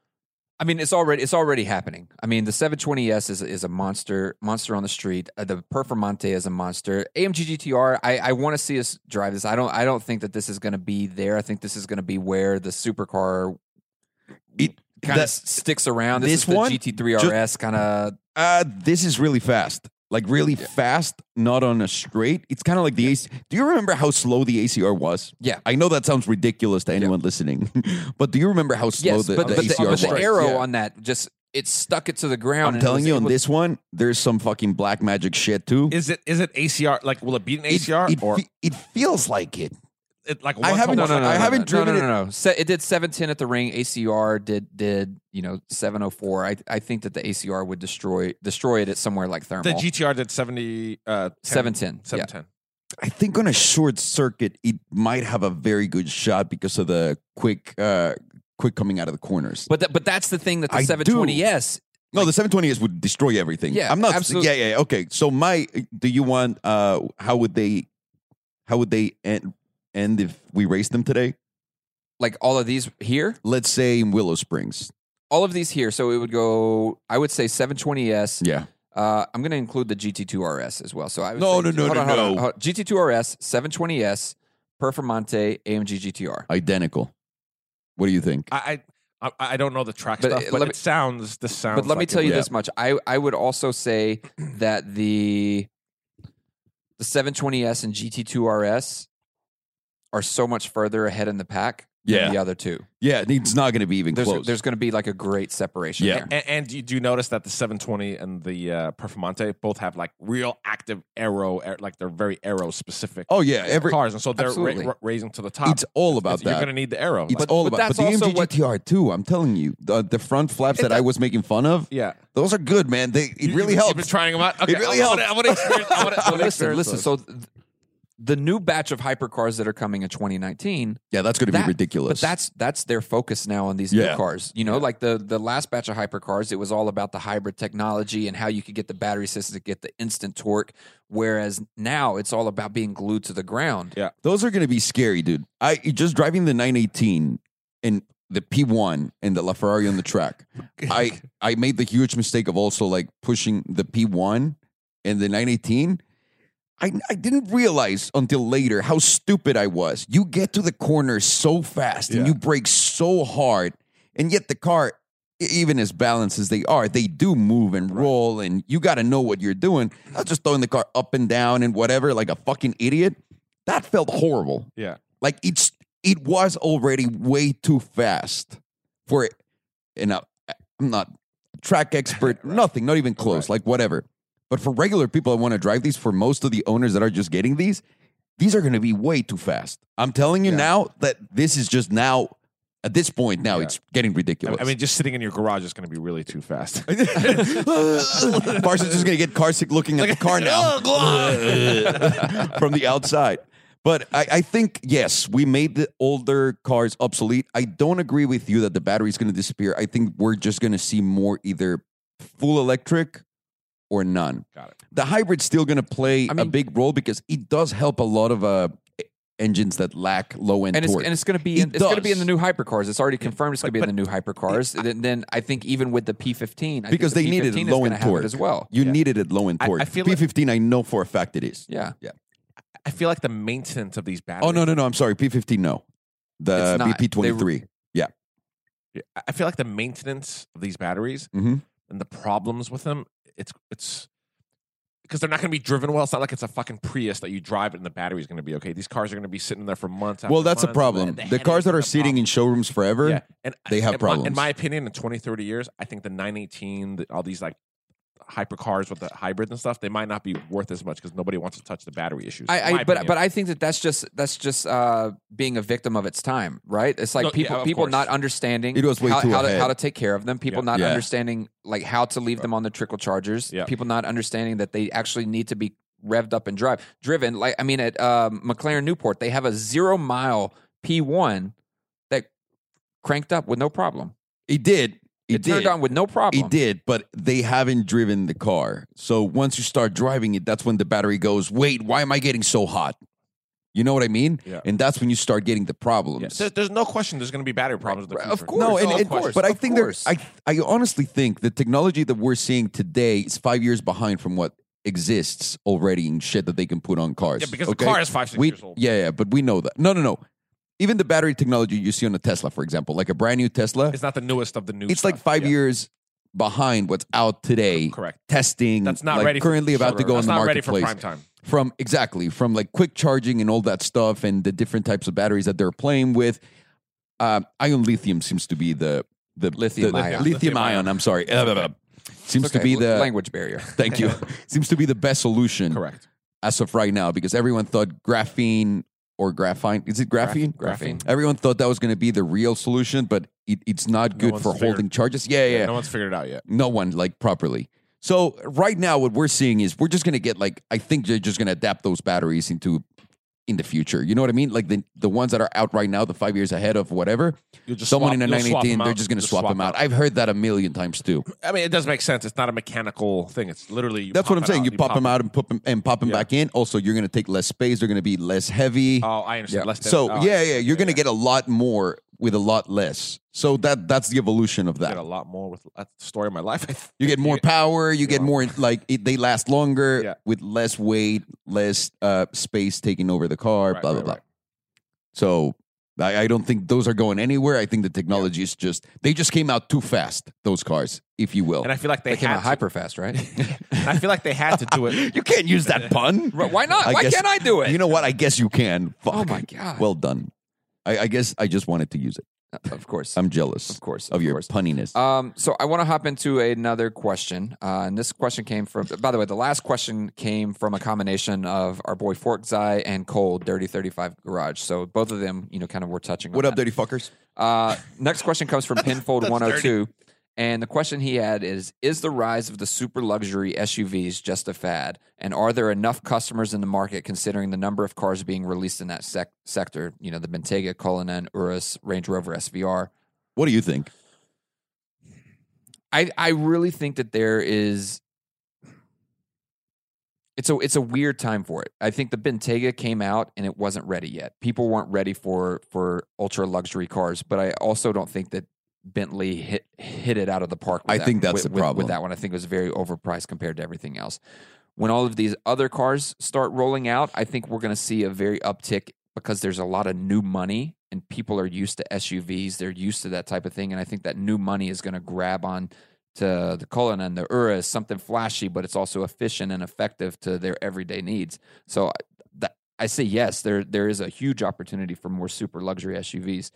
Speaker 3: I mean, it's already it's already happening. I mean, the 720s is is a monster monster on the street. Uh, the Performante is a monster. AMG GTR. I, I want to see us drive this. I don't I don't think that this is going to be there. I think this is going to be where the supercar
Speaker 1: It-
Speaker 3: kind of
Speaker 1: that-
Speaker 3: sticks around. This,
Speaker 1: this
Speaker 3: is the
Speaker 1: one, ju-
Speaker 3: GT3 RS kind of.
Speaker 1: Uh, this is really fast. Like really fast, not on a straight. It's kind of like the AC. Do you remember how slow the ACR was?
Speaker 3: Yeah.
Speaker 1: I know that sounds ridiculous to anyone listening, but do you remember how slow
Speaker 3: Yes,
Speaker 1: the,
Speaker 3: but,
Speaker 1: the E
Speaker 3: but, the,
Speaker 1: ACR
Speaker 3: but
Speaker 1: was?
Speaker 3: the
Speaker 2: Right,
Speaker 3: arrow
Speaker 2: yeah.
Speaker 3: on that just it stuck it to the ground.
Speaker 1: I'm
Speaker 3: and it
Speaker 1: telling
Speaker 3: was-
Speaker 1: you,
Speaker 3: it
Speaker 1: on
Speaker 3: was-
Speaker 1: this one, there's some fucking black magic shit too.
Speaker 2: Is it is it ACR? Like will it beat an
Speaker 1: It-
Speaker 2: ACR
Speaker 1: it,
Speaker 2: or
Speaker 1: fe- it feels like it.
Speaker 2: it, like
Speaker 1: I
Speaker 2: one
Speaker 1: haven't-
Speaker 2: To
Speaker 3: No,
Speaker 2: one?
Speaker 3: no, no,
Speaker 1: I
Speaker 3: no,
Speaker 1: haven't
Speaker 3: no,
Speaker 1: driven
Speaker 3: no, no, no, no. Se- it did 710 at the ring. ACR did did you know 704. I I think that the ACR would destroy destroy it at somewhere like thermal.
Speaker 2: The GTR did seventy. Uh, 10,
Speaker 3: 710. Yeah.
Speaker 2: 710.
Speaker 1: I think on a short circuit, it might have a very good shot because of the quick, uh, quick coming out of the corners.
Speaker 3: But that, but that's the thing that the
Speaker 1: I do.
Speaker 3: 720s.
Speaker 1: No, the 720s would destroy everything.
Speaker 3: Yeah,
Speaker 1: I'm not.
Speaker 3: absolutely.
Speaker 1: Yeah, yeah. yeah. Okay, so my, do you want? Uh, how would they? How would they end? End if we race them today?
Speaker 3: Like all of these here,
Speaker 1: Let's say in Willow Springs.
Speaker 3: all of these here. So it would go. I would say 720s.
Speaker 1: Yeah.
Speaker 3: Uh, I'm going to include the GT2 RS as well. So I would
Speaker 1: No,
Speaker 3: say-
Speaker 1: no, no,
Speaker 3: hold
Speaker 1: no,
Speaker 3: on, hold on,
Speaker 1: no.
Speaker 3: hold on. GT2 RS, 720s, Performante, AMG GTR.
Speaker 1: Identical. What do you think?
Speaker 2: I, I I I don't know the track
Speaker 3: But,
Speaker 2: stuff,
Speaker 3: uh,
Speaker 2: but
Speaker 3: let
Speaker 2: it
Speaker 3: me-
Speaker 2: sounds this sounds.
Speaker 3: But let me
Speaker 2: like it
Speaker 3: tell you
Speaker 2: would-
Speaker 1: Yeah.
Speaker 3: this much. I, I would also say that the the 720S and GT2 RS are so much further ahead in the pack
Speaker 1: Yeah.
Speaker 3: than the other two.
Speaker 1: yeah, it's not going to be even
Speaker 3: There's
Speaker 1: close.
Speaker 3: there's going to be like a great separation
Speaker 1: Yeah.
Speaker 3: there.
Speaker 2: And, and do, you, do you notice that the 720 and the uh, Performante both have like real active arrow, air- like they're very arrow specific
Speaker 1: oh yeah, every
Speaker 2: cars, and so they're ra-
Speaker 3: Absolutely.
Speaker 2: ra- raising to the top.
Speaker 1: it's all about
Speaker 2: You're
Speaker 1: that.
Speaker 2: going to need the arrow.
Speaker 1: It's
Speaker 2: Like,
Speaker 1: all
Speaker 3: but
Speaker 1: about
Speaker 3: that's
Speaker 1: but the
Speaker 3: also
Speaker 1: AMG
Speaker 3: what-
Speaker 1: GTR too. I'm telling you, the, the front flaps that I was making fun of,
Speaker 2: yeah,
Speaker 1: those are good, man. They it
Speaker 2: You-
Speaker 1: really
Speaker 2: you've,
Speaker 1: helps.
Speaker 2: You've been trying them out. Okay,
Speaker 1: really
Speaker 2: I,
Speaker 1: helps.
Speaker 2: I want to experience. I wanna, I wanna
Speaker 3: listen,
Speaker 2: experience
Speaker 3: listen.
Speaker 2: those.
Speaker 3: So th- the new batch of hypercars that are coming in 2019,
Speaker 1: yeah, that's going to be
Speaker 3: that-
Speaker 1: ridiculous.
Speaker 3: but that's that's their focus now on these
Speaker 1: Yeah.
Speaker 3: new cars. You know, like the the last batch of hypercars, it was all about the hybrid technology and how you could get the battery system to get the instant torque. Whereas now it's all about being glued to the ground.
Speaker 1: those are going to be scary, dude. I just driving the 918 and the P1 and the LaFerrari on the track. I I made the huge mistake of also like pushing the P1 and the 918. I, I didn't realize until later how stupid I was. You get to the corner so fast and
Speaker 2: Yeah.
Speaker 1: you brake so hard, and yet the car, e- even as balanced as they are, they do move and roll, and you got to know what you're doing. Not just throwing the car up and down and whatever like a fucking idiot. That felt horrible.
Speaker 2: Yeah.
Speaker 1: like it's it was already way too fast for it. And I, I'm not a track expert, nothing, not even close, like whatever. But for regular people that want to drive these, for most of the owners that are just getting these, these are going to be way too fast. I'm telling you
Speaker 2: Yeah.
Speaker 1: now that this is just now, at this point now,
Speaker 2: Yeah.
Speaker 1: it's getting ridiculous.
Speaker 2: I mean, just sitting in your garage is going to be really too fast.
Speaker 1: Parsons is going to get car sick looking at the car
Speaker 3: Oh,
Speaker 1: now from the outside. But I, I think, yes, we made the older cars obsolete. I don't agree with you that the battery's going to disappear. I think we're just going to see more either full electric or none.
Speaker 2: Got it.
Speaker 1: The hybrid's still going to play
Speaker 3: I
Speaker 1: a
Speaker 3: mean-
Speaker 1: big role because it does help a lot of uh, engines that lack low end
Speaker 3: And it's,
Speaker 1: torque.
Speaker 3: and it's going to be
Speaker 1: It
Speaker 3: in, it's going to be
Speaker 1: does.
Speaker 3: in the new hypercars. It's already confirmed. It's going to be
Speaker 2: but-
Speaker 3: in the new hypercars. then, then I think even with the P15, I
Speaker 1: because
Speaker 3: think
Speaker 1: they
Speaker 3: the
Speaker 1: needed
Speaker 3: P15 is
Speaker 1: low
Speaker 3: gonna
Speaker 1: end
Speaker 3: have it
Speaker 1: torque
Speaker 3: as well.
Speaker 1: You
Speaker 2: Yeah.
Speaker 1: needed it low end
Speaker 2: I- I
Speaker 1: torque.
Speaker 2: feel like-
Speaker 1: P15, I know for a fact it is.
Speaker 3: Yeah,
Speaker 2: I feel like the maintenance of these batteries.
Speaker 1: Oh no, no, no! I'm sorry, P15. No, the
Speaker 3: It's not.
Speaker 1: BP twenty three.
Speaker 2: I feel like the maintenance of these batteries
Speaker 1: Mhm.
Speaker 2: and the problems with them, it's it's because they're not going to be driven well. It's not like it's a fucking Prius that you drive it and the battery's going to be okay. These cars are going to be sitting there for months.
Speaker 1: Well,
Speaker 2: after
Speaker 1: that's a
Speaker 2: months.
Speaker 1: problem. The, cars
Speaker 2: headaches
Speaker 1: that
Speaker 2: and
Speaker 1: are
Speaker 2: the
Speaker 1: sitting in showrooms forever.
Speaker 2: problems. yeah, and
Speaker 1: they have
Speaker 2: in my- in
Speaker 1: problems.
Speaker 2: my opinion, in 20, 30 years, I think the 918, the, all these like hypercars with the hybrid and stuff, they might not be worth as much because nobody wants to touch the battery issues.
Speaker 3: I, I but but I think that that's just that's just uh, being a victim of its time, right? It's like
Speaker 2: No, yeah,
Speaker 3: people
Speaker 2: of
Speaker 3: people
Speaker 2: course.
Speaker 3: not understanding
Speaker 1: It was way
Speaker 3: how,
Speaker 1: too
Speaker 3: how, to,
Speaker 1: ahead.
Speaker 3: how to take care of them. People
Speaker 2: Yeah.
Speaker 3: not
Speaker 1: Yeah.
Speaker 3: understanding like how to leave them on the trickle chargers.
Speaker 2: Yeah.
Speaker 3: People not understanding that they actually need to be revved up and drive driven. Like I mean, at uh, McLaren Newport, they have a zero mile P one that cranked up with no problem.
Speaker 1: He did. He
Speaker 3: it
Speaker 1: did.
Speaker 3: turned on with no problem.
Speaker 1: He did, but they haven't driven the car. So once you start driving it, that's when the battery goes, wait, why am I getting so hot? You know what I mean?
Speaker 2: Yeah.
Speaker 1: And that's when you start getting the
Speaker 2: Yeah,
Speaker 1: problems.
Speaker 2: there- there's no question there's going to be battery problems in the
Speaker 3: Right,
Speaker 2: future.
Speaker 3: of course.
Speaker 1: no, and,
Speaker 3: Oh,
Speaker 1: and-
Speaker 3: of course,
Speaker 1: but I
Speaker 3: of
Speaker 1: think there,
Speaker 3: course.
Speaker 1: I I honestly think the technology that we're seeing today is five years behind from what exists already in shit that they can put on cars.
Speaker 2: Yeah, because
Speaker 1: okay?
Speaker 2: the car is five, six
Speaker 1: we,
Speaker 2: years old.
Speaker 1: Yeah, yeah, but we know that. No, no, no. Even the battery technology you see on a Tesla, for example, like a brand new Tesla, it's,
Speaker 2: It's not the newest of the new
Speaker 1: like
Speaker 2: stuff.
Speaker 1: five
Speaker 2: Yeah,
Speaker 1: years behind what's out today.
Speaker 2: Correct.
Speaker 1: Testing
Speaker 2: That's not
Speaker 1: like,
Speaker 2: ready.
Speaker 1: Currently
Speaker 2: for,
Speaker 1: about to go
Speaker 2: That's
Speaker 1: in the
Speaker 2: not ready
Speaker 1: marketplace
Speaker 2: for prime time.
Speaker 1: from exactly from like quick charging and all that stuff and the different types of batteries that they're playing with. Um, ion lithium seems to be the the
Speaker 3: Lithium
Speaker 1: the-
Speaker 3: ion.
Speaker 1: lithium ion. I'm sorry, Uh, blah, blah, blah. seems
Speaker 3: It's okay,
Speaker 1: to be the
Speaker 3: language barrier.
Speaker 1: thank you. seems to be the best solution
Speaker 2: Correct.
Speaker 1: as of right now because everyone thought graphene or graphene is it graphene?
Speaker 3: Graphene.
Speaker 1: Everyone thought that was going to be the real solution, but it, it's not
Speaker 2: No
Speaker 1: good
Speaker 2: one's
Speaker 1: for
Speaker 2: figured-
Speaker 1: holding charges. Yeah, yeah,
Speaker 2: No one's figured it out yet.
Speaker 1: no one like properly. So right now, what we're seeing is we're just gonna get like I think they're just gonna adapt those batteries into in the future. You know what I mean? Like the the ones that are out right now, the five years ahead of whatever.
Speaker 2: You'll just
Speaker 1: Someone
Speaker 2: swap-
Speaker 1: in a
Speaker 2: you'll swap
Speaker 1: 918,
Speaker 2: them
Speaker 1: they're
Speaker 2: out.
Speaker 1: just gonna
Speaker 2: Just
Speaker 1: swap
Speaker 2: swap
Speaker 1: them out.
Speaker 2: out.
Speaker 1: I've heard that a million times too.
Speaker 2: I mean, it does make sense. It's not a mechanical thing. It's literally you
Speaker 1: That's what
Speaker 2: pop
Speaker 1: I'm
Speaker 2: it
Speaker 1: saying.
Speaker 2: out,
Speaker 1: You pop them out and pop them and pop them
Speaker 2: Yeah.
Speaker 1: back in. Also, you're gonna take less space. They're gonna be less heavy.
Speaker 2: Oh, I understand.
Speaker 3: Yeah.
Speaker 2: Less than-
Speaker 1: so
Speaker 2: oh,
Speaker 1: yeah,
Speaker 2: I
Speaker 1: yeah, you're gonna get a lot more with a lot less. So that that's the evolution of
Speaker 2: Mm-hmm. get
Speaker 1: that.
Speaker 2: a lot more with that's the story of my life. I think.
Speaker 1: You get more power. You get
Speaker 2: Yeah.
Speaker 1: more like it, they last longer
Speaker 2: Yeah.
Speaker 1: with less weight, less uh, space taking over the car.
Speaker 2: Right,
Speaker 1: blah blah
Speaker 2: right,
Speaker 1: blah.
Speaker 2: right.
Speaker 1: So I, I don't think those are going anywhere. I think the technology is just they just came out too fast. Those cars, if you will.
Speaker 2: And I feel like they,
Speaker 3: They came
Speaker 2: had
Speaker 3: out
Speaker 2: to-
Speaker 3: hyper fast, right?
Speaker 2: and I feel like they had to do it.
Speaker 1: you can't use that pun.
Speaker 3: Right, Why not?
Speaker 1: I
Speaker 3: Why
Speaker 1: guess-
Speaker 3: can't I do it?
Speaker 1: You know what? I guess you can. Fuck.
Speaker 3: Oh my god.
Speaker 1: Well done. I, I guess I just wanted to use it.
Speaker 3: of course,
Speaker 1: I'm jealous
Speaker 3: of course,
Speaker 1: of your
Speaker 3: course.
Speaker 1: punniness.
Speaker 3: Um, so I want to hop into another question, uh, and this question came from. By the way, the last question came from a combination of our boy Forkzai and Cole, Dirty Thirty Five Garage. So both of them, you know, kind of were touching.
Speaker 1: what
Speaker 3: on
Speaker 1: up,
Speaker 3: that.
Speaker 1: dirty fuckers?
Speaker 3: Uh, next question comes from Pinfold One Hundred Two, and the question he had is: Is the rise of the super luxury SUVs just a fad, and are there enough customers in the market considering the number of cars being released in that sec- sector? You know, the Bentayga, Cullinan, Urus, Range Rover SVR.
Speaker 1: What do you think?
Speaker 3: I I really think that there is it's a it's a weird time for it. I think the Bentayga came out and it wasn't ready yet. People weren't ready for for ultra luxury cars, but I also don't think that Bentley hit hit it out of the park. With
Speaker 1: I
Speaker 3: that,
Speaker 1: think that's
Speaker 3: with,
Speaker 1: the
Speaker 3: with-
Speaker 1: problem.
Speaker 3: with that one. I think it was very overpriced compared to everything else. When all of these other cars start rolling out, I think we're going to see a very uptick because there's a lot of new money and people are used to SUVs. They're used to that type of thing, and I think that new money is going to grab on to the Cullen and the Urus, something flashy, but it's also efficient and effective to their everyday needs. So I- that, I say yes, there there is a huge opportunity for more super luxury SUVs.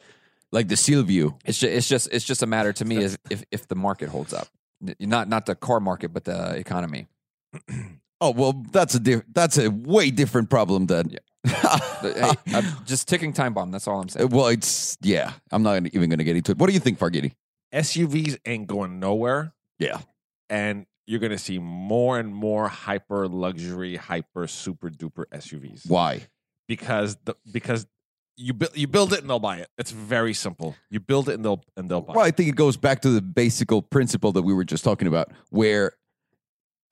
Speaker 1: Like the Silvio.
Speaker 3: It's just it's just it's just a matter to me is if if the market holds up, N- not not the car market, but the economy.
Speaker 1: Oh well, that's a diff- that's a way different problem than.
Speaker 3: But, hey, I'm just ticking time bomb. That's all I'm
Speaker 1: Uh,
Speaker 3: saying.
Speaker 1: Well, it's yeah. I'm not even going to get into it. What do you think, Fargini?
Speaker 2: SUVs ain't going nowhere.
Speaker 1: Yeah.
Speaker 2: and you're going to see more and more hyper luxury, hyper super duper SUVs
Speaker 1: Why?
Speaker 2: because the because you build you build it and they'll buy it. It's very simple. You build it and they'll and they'll buy.
Speaker 1: Well, I
Speaker 2: it.
Speaker 1: think it goes back to the basic principle that we were just talking about, where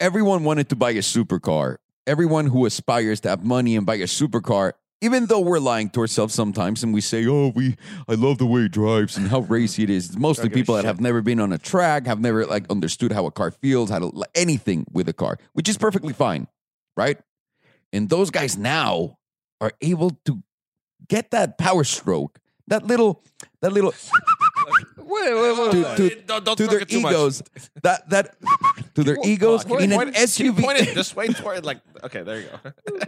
Speaker 1: everyone wanted to buy a supercar. Everyone who aspires to have money and buy a supercar, even though we're lying to ourselves sometimes and we say, "Oh, we I love the way it drives and how racy it is." It's mostly
Speaker 2: Don't give a
Speaker 1: people that
Speaker 2: shit.
Speaker 1: have never been on a track, have never like understood how a car feels, how to like, anything with a car, which is perfectly fine, right? And those guys now are able to get that power stroke, that little, that little to- to-
Speaker 2: don't, don't
Speaker 1: to
Speaker 2: stroke
Speaker 1: their
Speaker 2: it too much.
Speaker 1: egos, that that to their
Speaker 2: Well,
Speaker 1: egos
Speaker 2: uh, can you
Speaker 1: in an
Speaker 2: point it- can you Point it
Speaker 1: SUV.
Speaker 2: this way toward like okay, there you go.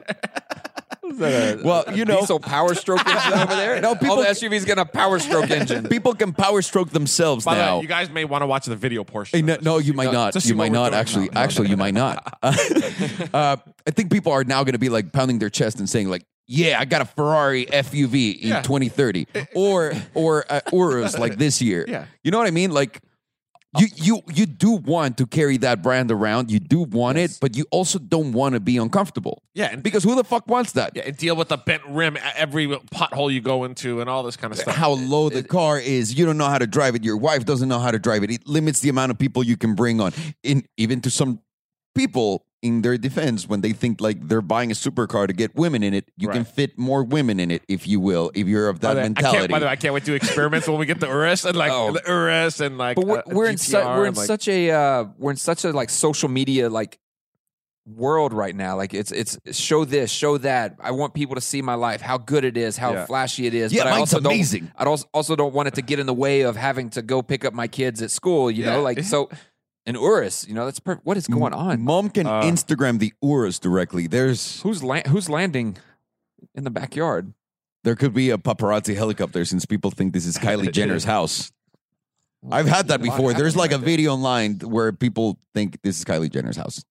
Speaker 1: Well, you know,
Speaker 3: diesel power stroke engine over there.
Speaker 1: No, people-
Speaker 3: all the SUVs getting a power stroke engine.
Speaker 1: people can power stroke themselves
Speaker 2: By the
Speaker 1: now.
Speaker 2: way, you guys may want to watch the video portion.
Speaker 1: Hey,
Speaker 2: of
Speaker 1: no,
Speaker 2: this
Speaker 1: no,
Speaker 2: to
Speaker 1: you
Speaker 2: see-
Speaker 1: might
Speaker 2: to
Speaker 1: not.
Speaker 2: see
Speaker 1: You
Speaker 2: what
Speaker 1: might
Speaker 2: we're
Speaker 1: not.
Speaker 2: doing.
Speaker 1: Actually,
Speaker 2: No, no,
Speaker 1: actually,
Speaker 2: no.
Speaker 1: you might not. uh, I think people are now going to be like pounding their chest and saying like, "Yeah, I got a Ferrari FUV in
Speaker 2: Yeah.
Speaker 1: 2030," or or uh, Urus like this year.
Speaker 2: Yeah.
Speaker 1: You know what I mean? Like,
Speaker 2: Oh.
Speaker 1: You you you do want to carry that brand around. You do want it, but you also don't want to be uncomfortable.
Speaker 2: Yeah, and
Speaker 1: Because who the fuck wants that?
Speaker 2: yeah, and deal with the bent rim at every pothole you go into and all this kind of stuff.
Speaker 1: How low the car is, you don't know how to drive it. Your wife doesn't know how to drive it. It limits the amount of people you can bring on. In even to some people, in their defense, when they think like they're buying a supercar to get women in it, you can
Speaker 2: Right.
Speaker 1: fit more women in it if you will, if you're of
Speaker 2: By
Speaker 1: that
Speaker 2: the way, I can't,
Speaker 1: mentality.
Speaker 2: by the way, I can't wait to do experiments when we get the Urus and like
Speaker 3: Oh.
Speaker 2: the Urus and like.
Speaker 3: But we're,
Speaker 2: uh,
Speaker 3: we're in su-
Speaker 2: GTR
Speaker 3: we're in
Speaker 2: and, like-
Speaker 3: such a uh, we're in such a like social media like world right now. Like it's it's show this, show that. I want people to see my life, how good it is, how
Speaker 2: Yeah.
Speaker 3: flashy it is.
Speaker 1: yeah,
Speaker 3: but I
Speaker 1: mine's
Speaker 3: also don't
Speaker 1: amazing.
Speaker 3: I don't, also don't want it to get in the way of having to go pick up my kids at school. You
Speaker 2: Yeah.
Speaker 3: know, like so. An Urus, you know, that's per- what is going on.
Speaker 1: Mom can
Speaker 2: Uh,
Speaker 1: Instagram the Urus directly. There's
Speaker 3: Who's la- who's landing in the backyard?
Speaker 1: There could be a paparazzi helicopter since people think this is Kylie Jenner's house. I've had that
Speaker 3: There's a lot
Speaker 1: before. There's
Speaker 3: happening
Speaker 1: like a
Speaker 3: right there.
Speaker 1: video online where people think this is Kylie Jenner's house.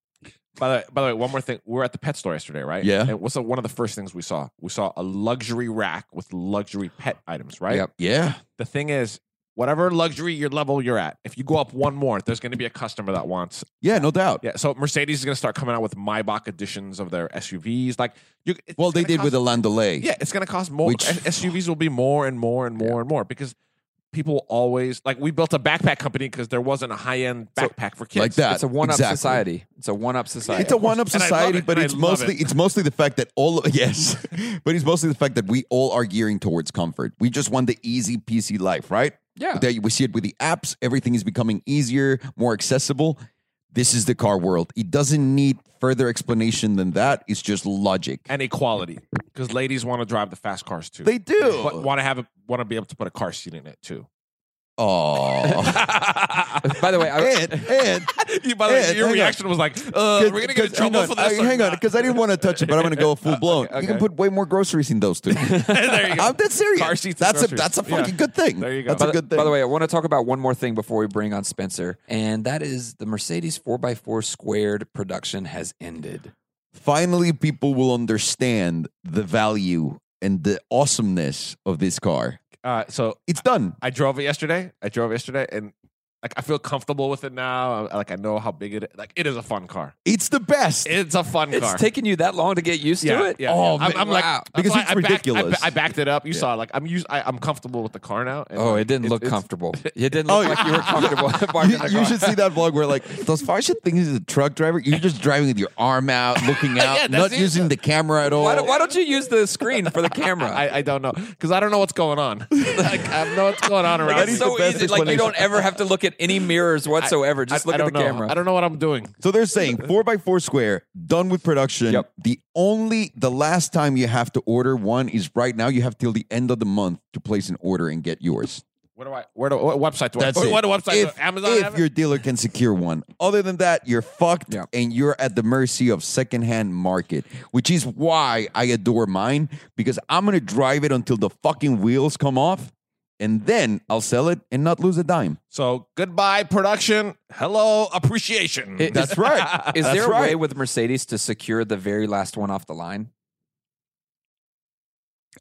Speaker 2: By the, way, by the way, one more thing. We were at the pet store yesterday, right?
Speaker 1: Yeah.
Speaker 2: And what's the, one of the first things we saw? We saw a luxury rack with luxury pet items, right?
Speaker 3: Yep.
Speaker 1: Yeah.
Speaker 2: The thing is, whatever luxury your level you're at, if you go up one more, there's going to be a customer that wants.
Speaker 1: Yeah, no doubt.
Speaker 2: Yeah. So Mercedes is going to start coming out with Maybach editions of their SUVs. Like, you, it's
Speaker 1: Well, they
Speaker 2: gonna
Speaker 1: did
Speaker 2: cost-
Speaker 1: with the Landolay.
Speaker 2: Yeah, it's going to cost more.
Speaker 1: Which-
Speaker 2: S- SUVs will be more and more and more and more because people will always like. We built a backpack company because there wasn't a high end
Speaker 3: So,
Speaker 2: backpack for kids.
Speaker 1: like that.
Speaker 3: It's a one up
Speaker 1: Exactly.
Speaker 3: society. It's a one up society.
Speaker 1: It's a one-up
Speaker 2: And I love
Speaker 1: society,
Speaker 2: it,
Speaker 1: but
Speaker 2: and I
Speaker 1: it's
Speaker 2: love
Speaker 1: mostly
Speaker 2: it.
Speaker 1: it's mostly the fact that all of, yes, but it's mostly the fact that we all are gearing towards comfort. We just want the easy PC life, right?
Speaker 3: yeah.
Speaker 1: That we see it with the apps. Everything is becoming easier, more accessible. This is the car world. It doesn't need further explanation than that. It's just logic.
Speaker 2: and equality because ladies want to drive the fast cars too.
Speaker 1: They do.
Speaker 2: but want to have a, want to be able to put a car seat in it too.
Speaker 1: Oh.
Speaker 3: By the way, I,
Speaker 1: and and
Speaker 2: you, by the way,
Speaker 1: Ed,
Speaker 2: your
Speaker 1: hang on.
Speaker 2: reaction was like, uh, "We're gonna get in
Speaker 1: 'cause- hang
Speaker 2: trouble
Speaker 1: on,
Speaker 2: for this."
Speaker 1: I-
Speaker 2: or
Speaker 1: hang on,
Speaker 2: not?
Speaker 1: because I didn't want to touch it, but I'm gonna go full blown. You can
Speaker 2: okay.
Speaker 1: put way more groceries in those two.
Speaker 2: there you go.
Speaker 1: I'm dead serious.
Speaker 2: Car seats and
Speaker 1: that's a
Speaker 2: groceries.
Speaker 1: that's a
Speaker 2: Yeah.
Speaker 1: fucking good thing.
Speaker 2: There you go.
Speaker 1: That's
Speaker 2: By
Speaker 1: a
Speaker 3: the-
Speaker 1: good thing.
Speaker 3: By the way, I want to talk about one more thing before we bring on Spencer, and that is the Mercedes 4x4 squared production has ended.
Speaker 1: finally, people will understand the value and the awesomeness of this car.
Speaker 2: Uh, so
Speaker 1: It's done.
Speaker 2: I drove it yesterday. I drove it yesterday, and like I feel comfortable with it now. I- Like I know how big it. Like it is a fun car.
Speaker 1: It's the best.
Speaker 2: It's a fun
Speaker 3: It's
Speaker 2: car.
Speaker 3: taken you that long to get used
Speaker 2: yeah,
Speaker 3: to it?
Speaker 2: yeah,
Speaker 1: Oh,
Speaker 2: yeah. I'm,
Speaker 1: man,
Speaker 2: I'm like
Speaker 3: wow.
Speaker 2: that's
Speaker 1: Because
Speaker 2: why
Speaker 1: it's
Speaker 2: I backed- I ba-
Speaker 1: ridiculous.
Speaker 2: I, backed it up. You
Speaker 1: Yeah.
Speaker 2: saw, like I'm used. I, I'm comfortable with the car now. and,
Speaker 3: Oh,
Speaker 2: like,
Speaker 3: it didn't
Speaker 2: it's-
Speaker 3: look
Speaker 2: it's-
Speaker 3: comfortable. It didn't
Speaker 1: Oh,
Speaker 3: look like you were comfortable parking
Speaker 1: You,
Speaker 3: the
Speaker 1: you
Speaker 3: car.
Speaker 1: should see that vlog where like those fashion things as a truck driver, you're just driving with your arm out, looking out,
Speaker 2: Yeah, that's
Speaker 1: not
Speaker 2: it.
Speaker 1: using the camera at all.
Speaker 3: Why, don't- why don't you use the screen for the camera?
Speaker 2: I, I don't know because I don't know what's going on. like, I don't know what's going on around.
Speaker 1: That
Speaker 2: me.
Speaker 1: is
Speaker 3: it's so
Speaker 1: the best
Speaker 3: easy. Like you
Speaker 1: explanation.
Speaker 3: don't ever have to look at any mirrors whatsoever.
Speaker 2: I-
Speaker 3: Just look
Speaker 2: I
Speaker 3: at
Speaker 2: don't
Speaker 3: the
Speaker 2: know.
Speaker 3: camera.
Speaker 2: I don't know what I'm doing.
Speaker 1: So they're saying four by four square, done with production.
Speaker 3: Yep.
Speaker 1: The only the last time you have to order one is right now. You have till the end of the month to place an order and get yours.
Speaker 2: Where do I? Where do? What website do
Speaker 1: That's
Speaker 2: I?
Speaker 1: it.
Speaker 2: What website?
Speaker 1: If,
Speaker 2: do, Amazon.
Speaker 1: if
Speaker 2: have it?
Speaker 1: your dealer can secure one. Other than that, you're fucked
Speaker 3: Yeah.
Speaker 1: and you're at the mercy of secondhand market, which is why I adore mine because I'm gonna drive it until the fucking wheels come off, and then I'll sell it and not lose a dime.
Speaker 2: So goodbye production. Hello appreciation.
Speaker 3: It-
Speaker 1: That's right.
Speaker 3: Is
Speaker 1: That's
Speaker 3: there a
Speaker 1: right.
Speaker 3: way with Mercedes to secure the very last one off the line?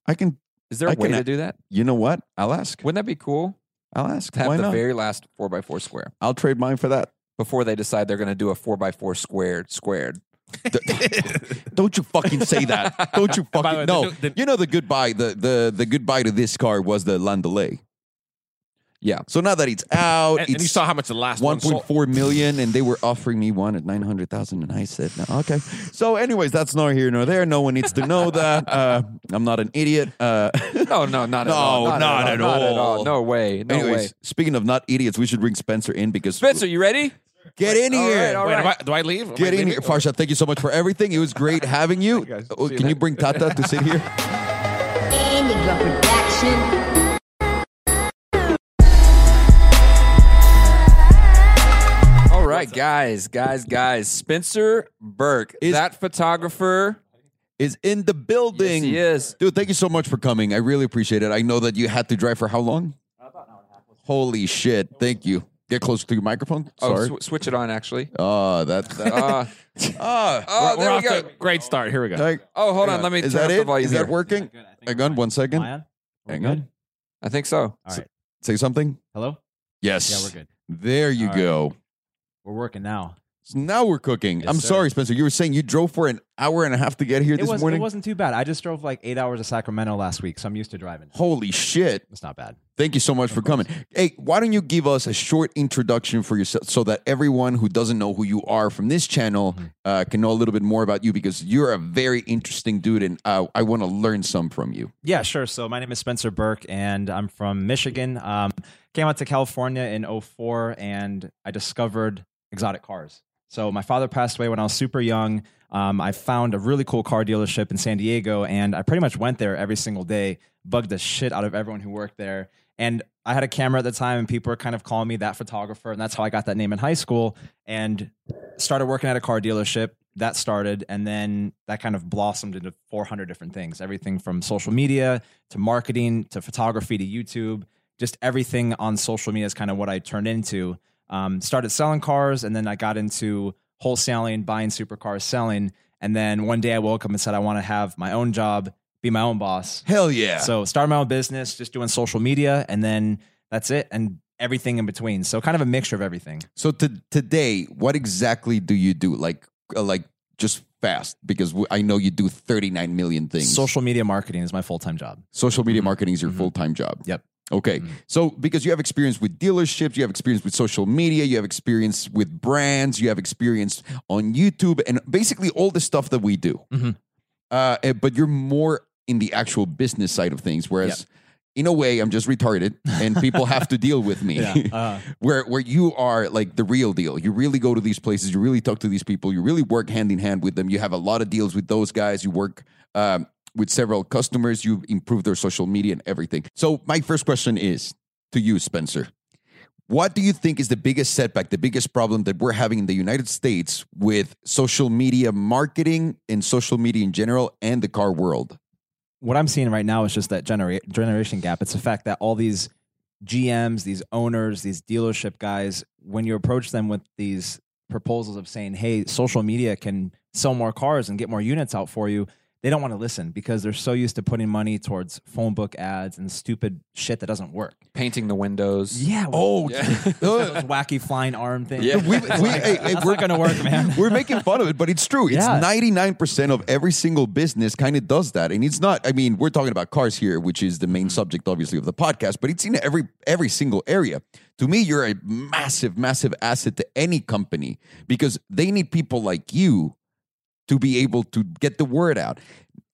Speaker 1: I can.
Speaker 3: Is there a
Speaker 1: I
Speaker 3: way
Speaker 1: can-
Speaker 3: to do that?
Speaker 1: You know what? I'll ask.
Speaker 3: Wouldn't that be cool
Speaker 1: I'll ask.
Speaker 3: to have
Speaker 1: Why
Speaker 3: the
Speaker 1: not?
Speaker 3: very last 4x4 square
Speaker 1: I'll trade mine for that.
Speaker 3: before they decide they're going to do a 4x4 squared squared?
Speaker 1: Don't you fucking say that. Don't you
Speaker 2: the
Speaker 1: fucking
Speaker 2: way, the
Speaker 1: no.
Speaker 2: new- the-
Speaker 1: you know the goodbye, the the the goodbye to this car was the Landolay.
Speaker 3: Yeah.
Speaker 1: So now that it's out,
Speaker 2: and, and
Speaker 1: it's
Speaker 2: you saw how much the last one,
Speaker 1: one point
Speaker 2: sold.
Speaker 1: four million, and they were offering me one at nine hundred thousand, and I said no. Okay. So, anyways, that's nor here nor there. No one needs to know that. Uh, I'm not an idiot. Uh,
Speaker 3: No, no, not
Speaker 1: No,
Speaker 3: at all.
Speaker 1: not at
Speaker 3: Not at
Speaker 1: all.
Speaker 3: all. No way. No
Speaker 1: anyways,
Speaker 3: way.
Speaker 1: speaking of not idiots, we should bring Spencer in because
Speaker 3: Spencer, you ready?
Speaker 1: get in
Speaker 3: All
Speaker 1: here.
Speaker 3: right, all
Speaker 2: Wait, am
Speaker 3: right.
Speaker 2: I, do I leave? Am I
Speaker 1: Get in
Speaker 2: leaving?
Speaker 1: here, Farsha. Thank you so much for everything. It was great having you.
Speaker 2: guys.
Speaker 1: Oh,
Speaker 2: See you
Speaker 1: Can you
Speaker 2: later.
Speaker 1: bring Tata to sit here?
Speaker 4: Indigo Production.
Speaker 3: All right, guys, guys, guys. Spencer Burke,
Speaker 1: Is-
Speaker 3: that photographer.
Speaker 1: Is in the
Speaker 3: Yes,
Speaker 1: building.
Speaker 3: he is.
Speaker 1: Dude, thank you so much for coming. I really appreciate it. I know that you had to drive for how long? Holy shit. Thank you. Get close to your microphone.
Speaker 3: Oh,
Speaker 1: Sorry.
Speaker 3: sw- switch it on, actually.
Speaker 1: Oh, that. that
Speaker 3: Uh,
Speaker 1: Ah.
Speaker 3: oh,
Speaker 2: We're
Speaker 3: there we
Speaker 2: off
Speaker 3: go.
Speaker 2: to a great start. Here we go.
Speaker 1: Like,
Speaker 3: Oh, hold
Speaker 1: hang
Speaker 3: on. Let me
Speaker 1: Is
Speaker 3: turn
Speaker 1: that
Speaker 3: up
Speaker 1: it?
Speaker 3: the volume
Speaker 1: Is that
Speaker 3: here.
Speaker 1: working? Hang on one second.
Speaker 5: Am I on? We're
Speaker 1: Hang
Speaker 5: good?
Speaker 1: on.
Speaker 3: I think so.
Speaker 5: All right.
Speaker 1: Say something.
Speaker 5: Hello?
Speaker 1: Yes.
Speaker 5: Yeah, we're good.
Speaker 1: There you
Speaker 5: All right.
Speaker 1: go.
Speaker 5: We're working now.
Speaker 1: So now we're cooking.
Speaker 5: Yes,
Speaker 1: I'm
Speaker 5: sir.
Speaker 1: sorry, Spencer. You were saying you drove for an hour and a half to get here
Speaker 5: It,
Speaker 1: this
Speaker 5: was,
Speaker 1: morning.
Speaker 5: not too bad. I just drove like eight hours to Sacramento last week, so I'm used to driving.
Speaker 1: Holy shit!
Speaker 5: It's not bad.
Speaker 1: Thank you so much for coming. Hey, why don't you give us a short introduction for yourself so that everyone who doesn't know who you are from this channel
Speaker 5: Mm-hmm.
Speaker 1: uh, can know a little bit more about you because you're a very interesting dude and uh, I want to learn some from you.
Speaker 5: Yeah, sure. So my name is Spencer Burke, and I'm from Michigan. Um, came out to California in 04, and I discovered exotic cars. So my father passed away when I was super young. Um, I found a really cool car dealership in San Diego, and I pretty much went there every single day, bugged the shit out of everyone who worked there. And I had a camera at the time, and people were kind of calling me that photographer, and that's how I got that name in high school. And started working at a car dealership. That started, and then that kind of blossomed into 400 different things everything from social media to marketing to photography to YouTube. Just everything on social media is kind of what I turned into. Um, started selling cars, and then I got into wholesaling, buying supercars, selling. And then one day I woke up and said, I want to have my own job, be my own boss.
Speaker 1: Hell yeah!
Speaker 5: So started my own business, just doing social media, and then that's it, and everything in between. So kind of a mixture of everything.
Speaker 1: So to, today, what exactly do you do? Like, uh, like just fast because w- I know you do 39 million things.
Speaker 5: Social media marketing is my full time job.
Speaker 1: Social media marketing is your
Speaker 5: Mhm.
Speaker 1: full time job.
Speaker 5: Yep.
Speaker 1: Okay.
Speaker 5: Mhm.
Speaker 1: So because you have experience with dealerships, you have experience with social media, you have experience with brands, you have experience on YouTube, and basically all the stuff that we do.
Speaker 5: Mhm.
Speaker 1: Uh, eh, but you're more in the actual business side of things, whereas. In a way, I'm just retarded, and people have to deal with me.
Speaker 5: Uh,
Speaker 1: where where you are like the real deal. You really go to these places. You really talk to these people. You really work hand in hand with them. You have a lot of deals with those guys. You work um, with several customers. You improve their social media and everything. So my first question is to you, Spencer. What do you think is the biggest setback, the biggest problem that we're having in the United States with social media marketing and social media in general and the car world?
Speaker 5: what I'm seeing right now is just that genera- generation gap. It's the fact that all these GMs, these owners, these dealership guys, when you approach them with these proposals of saying, hey, social media can sell more cars and get more units out for you, they don't want to listen because they're so used to putting money towards phone book ads and stupid shit that doesn't work.
Speaker 3: Painting the windows.
Speaker 5: Yeah.
Speaker 1: Oh,
Speaker 5: Those wacky flying arm things.
Speaker 3: Yeah.
Speaker 1: we, we,
Speaker 5: It's like,
Speaker 1: hey, hey,
Speaker 5: that's
Speaker 1: we're
Speaker 5: not going to work, man.
Speaker 1: We're making fun of it, but it's true. It's
Speaker 5: Yeah.
Speaker 1: 99% of every single business kind of does that. And it's not, I mean, we're talking about cars here, which is the main subject, obviously, of the podcast, but it's in every every single area. To me, you're a massive, massive asset to any company because they need people like you to be able to get the word out.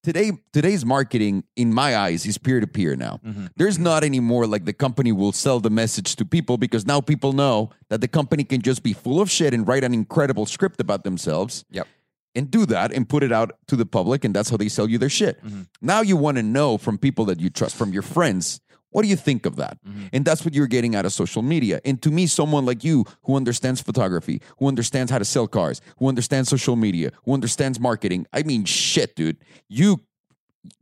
Speaker 1: Today, today's marketing, in my eyes, is peer to peer now. There's not anymore like the company will sell the message to people because now people know that the company can just be full of shit and write an incredible script about themselves
Speaker 3: Yep.
Speaker 1: and do that and put it out to the public and that's how they sell you their shit.
Speaker 5: Mm-hmm.
Speaker 1: Now you want to know from people that you trust, from your friends, what do you think of that?
Speaker 5: Mm-hmm.
Speaker 1: And that's what you're getting out of social media. And to me, someone like you who understands photography, who understands how to sell cars, who understands social media, who understands marketing, I mean shit, dude. You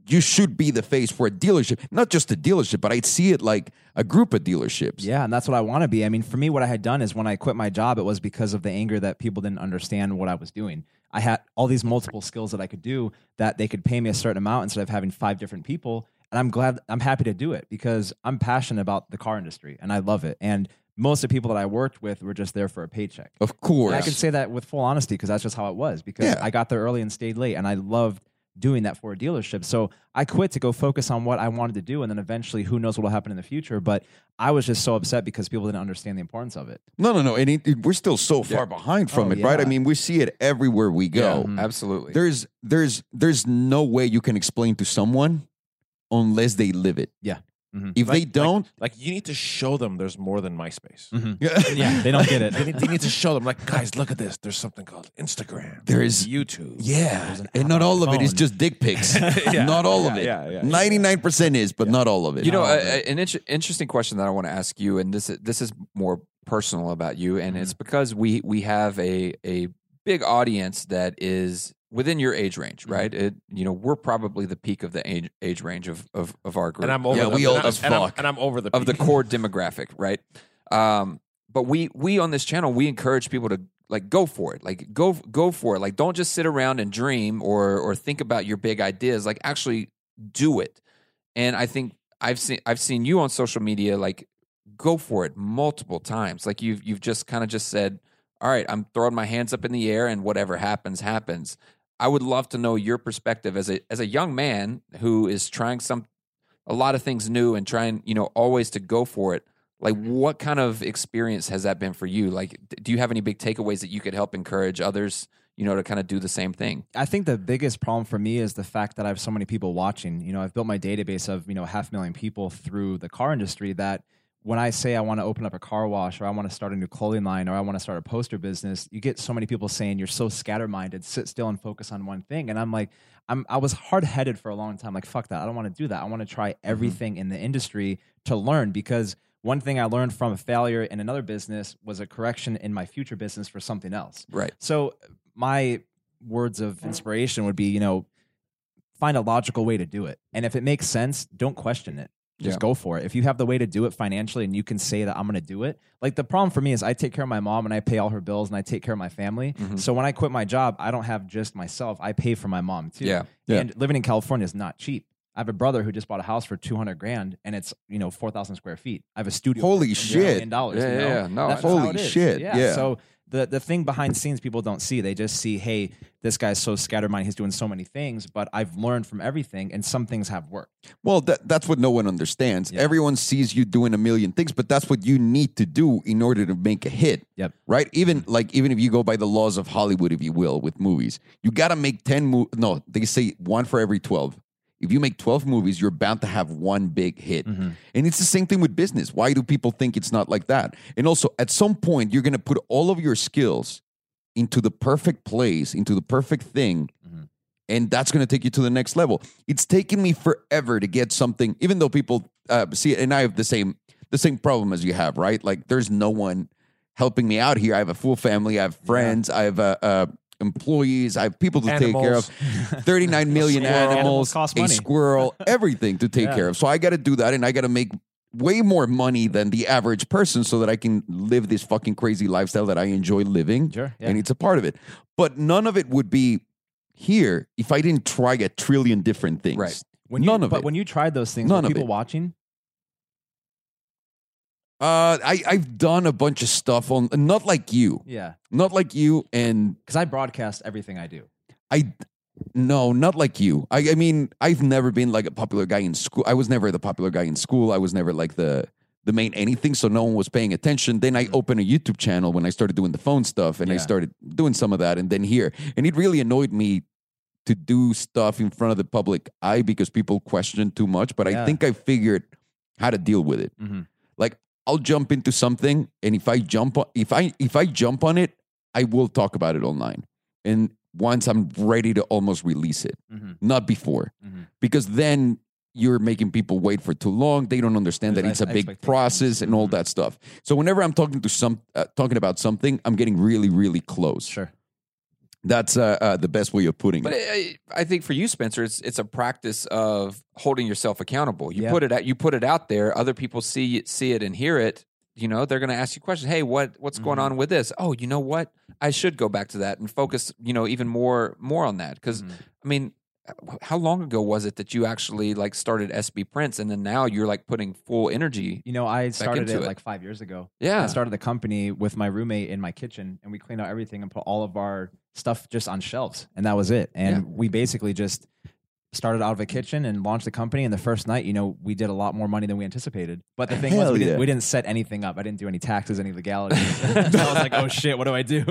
Speaker 1: you should be the face for a dealership, not just a dealership, but I see it like a group of dealerships.
Speaker 5: Yeah, and that's what I want to be. I mean, for me, what I had done is when I quit my job, it was because of the anger that people didn't understand what I was doing. I had all these multiple skills that I could do that they could pay me a certain amount instead of having five different people. And I'm glad, I'm happy to do it because I'm passionate about the car industry and I love it. And most of the people that I worked with were just there for a paycheck.
Speaker 1: Of course.
Speaker 5: And I can say that with full honesty because that's just how it was. Because
Speaker 1: Yeah.
Speaker 5: I got there early and stayed late, and I loved doing that for a dealership. So I quit to go focus on what I wanted to do, and then eventually, who knows what will happen in the future. But I was just so upset because people didn't understand the importance of it.
Speaker 1: No, no, no. And it, it- we're still so far behind from
Speaker 5: Oh,
Speaker 1: it, right? I
Speaker 5: yeah. mm-hmm.
Speaker 1: mean, we see it everywhere we go.
Speaker 3: Yeah, absolutely.
Speaker 1: There's there's there's no way you can explain to someone unless they live it.
Speaker 5: Yeah. Mhm.
Speaker 1: If they
Speaker 2: Mm-hmm. Like-
Speaker 1: don't,
Speaker 2: Like you need to show them there's more than MySpace.
Speaker 5: Yeah, they don't get
Speaker 2: They
Speaker 5: it.
Speaker 2: need, they need to show them, like, guys, look at this. There's something called Instagram.
Speaker 1: There is-
Speaker 2: YouTube.
Speaker 1: yeah. And not all of it is
Speaker 5: phone.
Speaker 1: just dick pics.
Speaker 2: Yeah.
Speaker 1: Not all of
Speaker 2: Yeah,
Speaker 1: it.
Speaker 2: yeah, yeah.
Speaker 1: 99% is, but not all of it. Oh.
Speaker 3: You know,
Speaker 1: Not
Speaker 3: a,
Speaker 1: all of it.
Speaker 3: a- an inter- interesting question that I want to ask you, and this is, this is more personal about you, and it's because we we have a a big audience that is within your age range, right? It, you know, we're probably the peak of the age, age range of, of of our group
Speaker 2: And I'm over
Speaker 1: Yeah,
Speaker 2: the,
Speaker 1: we
Speaker 2: and
Speaker 1: old
Speaker 2: I'm-
Speaker 1: as
Speaker 2: and I'm-
Speaker 1: fuck.
Speaker 2: And I'm, over the
Speaker 3: of the
Speaker 2: peak.
Speaker 3: core demographic, right? Um, but we we on this channel we encourage people to like go for it, like go go for it, like don't just sit around and dream or or think about your big ideas, like actually do it. And I think I've seen I've seen you on social media like go for it multiple times. Like you've you've just kind of just said, all right, I'm throwing my hands up in the air and whatever happens, happens. I would love to know your perspective as a as a young man who is trying some a lot of things new and trying, you know, always to go for it. Like what kind of experience has that been for you? Like d- do you have any big takeaways that you could help encourage others, you know, to kind of do the same thing?
Speaker 5: I think the biggest problem for me is the fact that I have so many people watching. You know, I've built my database of, you know, half a million people through the car industry that when I say I want to open up a car wash or I want to start a new clothing line or I want to start a poster business, you get so many people saying you're so scatterminded, sit still and focus on one thing. And I'm like, I'm I was hard headed for a long time. Like, fuck that. I don't want to do that. I want to try everything in the industry to learn because one thing I learned from a failure in another business was a correction in my future business for something else.
Speaker 3: Right.
Speaker 5: So my words of inspiration would be, you know, find a logical way to do it. And if it makes sense, don't question it. Just
Speaker 3: Yeah.
Speaker 5: go for it. If you have the way to do it financially and you can say that I'm going to do it. Like the problem for me is I take care of my mom and I pay all her bills and I take care of my family.
Speaker 3: Mhm.
Speaker 5: So when I quit my job, I don't have just myself. I pay for my mom too.
Speaker 3: Yeah.
Speaker 1: Yeah.
Speaker 5: And living in California is not cheap. I have a brother who just bought a house for 200 grand and it's, you know, 4,000 square feet. I have a studio. for
Speaker 1: Holy
Speaker 5: $1
Speaker 1: shit.
Speaker 5: million dollars,
Speaker 3: Yeah,
Speaker 5: you know?
Speaker 3: yeah, yeah. No,
Speaker 5: That's
Speaker 3: I-
Speaker 5: just how
Speaker 1: Holy
Speaker 5: it is.
Speaker 1: shit, yeah.
Speaker 5: So the the thing behind scenes people don't see. They just see, hey, this guy's so scatterminded. He's doing so many things. But I've learned from everything, and some things have worked.
Speaker 1: Well, that, that's what no one understands.
Speaker 5: Yeah.
Speaker 1: Everyone sees you doing a million things, but that's what you need to do in order to make a hit.
Speaker 5: Yep. Mm-hmm.
Speaker 1: Right? Even like even if you go by the laws of Hollywood, if you will, with movies, you got to make ten. Mo- no, they say one for every twelve. If you make twelve movies, you're bound to have one big hit. And it's the same thing with business. Why do people think it's not like that? And also, at some point, you're going to put all of your skills into the perfect place, into the perfect thing. And that's going to take you to the next level. It's taken me forever to get something, even though people uh, see it. And I have the same the same problem as you have, right? Like, there's no one helping me out here. I have a full family. I have friends. I have uh, uh, employees. I have people to take care
Speaker 2: Animals.
Speaker 1: of. 39 million
Speaker 5: Squirrel.
Speaker 1: animals,
Speaker 5: Animals cost
Speaker 1: a
Speaker 5: money.
Speaker 1: squirrel, everything to take
Speaker 5: Yeah.
Speaker 1: care of. So I got to do that and I got to make way more money than the average person so that I can live this fucking crazy lifestyle that I enjoy living.
Speaker 5: Sure, yeah.
Speaker 1: And it's a part of it. But none of it would be here if I didn't try a trillion different things.
Speaker 3: Right.
Speaker 5: When
Speaker 1: none
Speaker 5: you,
Speaker 1: of
Speaker 5: but
Speaker 1: it.
Speaker 5: when you tried those things,
Speaker 1: None
Speaker 5: were
Speaker 1: of
Speaker 5: people
Speaker 1: it.
Speaker 5: watching.
Speaker 1: uh, I, I've done a bunch of stuff on, not like you,
Speaker 5: Yeah,
Speaker 1: not like you. And
Speaker 5: because I broadcast everything I do.
Speaker 1: I no, not like you. I, I mean, I've never been like a popular guy in school. I was never the popular guy in school. I was never like the the main anything, so no one was paying attention. Then I opened a YouTube channel when I started doing the phone stuff, and I
Speaker 5: Yeah.
Speaker 1: started doing some of that, and then here, and it really annoyed me to do stuff in front of the public eye because people question too much. But I
Speaker 5: Yeah.
Speaker 1: think I figured how to deal with it.
Speaker 5: Mhm.
Speaker 1: Like I'll jump into something, and if I jump, on, if I if I jump on it, I will talk about it online. And once I'm ready to almost release it,
Speaker 5: Mhm.
Speaker 1: not before,
Speaker 5: Mhm.
Speaker 1: because then you're making people wait for too long. They don't understand that it's
Speaker 5: There's
Speaker 1: a
Speaker 5: ex-
Speaker 1: big
Speaker 5: expectations. Mm-hmm.
Speaker 1: process and all that stuff. So whenever I'm talking to some, uh, talking about something, I'm getting really, really close.
Speaker 5: Sure.
Speaker 1: That's uh, uh, the best way of putting
Speaker 3: But
Speaker 1: it.
Speaker 3: I, I think for you, Spencer, it's it's a practice of holding yourself accountable. You
Speaker 5: Yeah.
Speaker 3: put it out. You put it out there. Other people see it- see it and hear it. You know, they're going to ask you questions. Hey, what what's going on with this? Oh, you know what? I should go back to that and focus. You know, even more more on that
Speaker 5: Mm-hmm.
Speaker 3: because I mean, how long ago was it that you actually like started SB Prints and then now you're like putting full energy?
Speaker 5: You know, I started
Speaker 3: into
Speaker 5: it,
Speaker 3: it.
Speaker 5: like five years ago. I
Speaker 3: Yeah,
Speaker 5: started the company with my roommate in my kitchen, and we cleaned out everything and put all of our stuff just on shelves, and that was it. And we basically just started out of a kitchen and launched the company. And the first night, you know, we did a lot more money than we anticipated. But the thing was,
Speaker 1: Hell
Speaker 5: we,
Speaker 1: yeah.
Speaker 5: didn't, we didn't set anything up. I didn't do any taxes, any legalities. so I was like, oh shit, what do I do?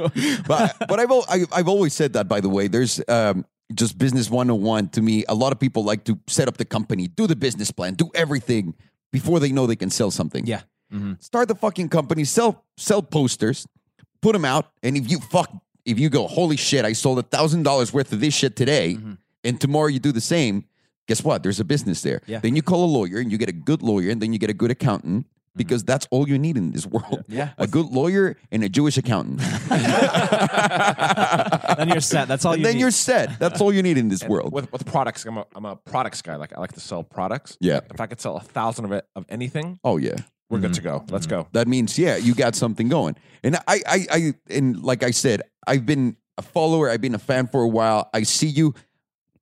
Speaker 1: but but I've al- I, I've always said that. By the way, there's um, just business 101 to me. A lot of people like to set up the company, do the business plan, do everything before they know they can sell something.
Speaker 5: Yeah. Mhm.
Speaker 1: start the fucking company, sell sell posters, put them out, and if you fuck, if you go, holy shit, I sold a thousand dollars worth of this shit today,
Speaker 5: Mm-hmm.
Speaker 1: and tomorrow you do the same. Guess what? There's a business there.
Speaker 5: Yeah.
Speaker 1: Then you call a lawyer and you get a good lawyer and then you get a good accountant because that's all you need in this world.
Speaker 5: Mm-hmm. Yeah.
Speaker 1: A good lawyer and a Jewish accountant.
Speaker 5: then you're set. That's all
Speaker 1: And
Speaker 5: you
Speaker 1: then
Speaker 5: need.
Speaker 1: you're set. That's all you need in this world.
Speaker 2: with with products. I'm a, I'm a products guy. Like I like to sell products.
Speaker 1: Yeah.
Speaker 2: If I could sell a thousand of it of anything,
Speaker 1: oh yeah.
Speaker 2: we're good to go. Let's go.
Speaker 1: That means yeah, you got something going. And I, I, I, and like I said, I've been a follower. I've been a fan for a while. I see you.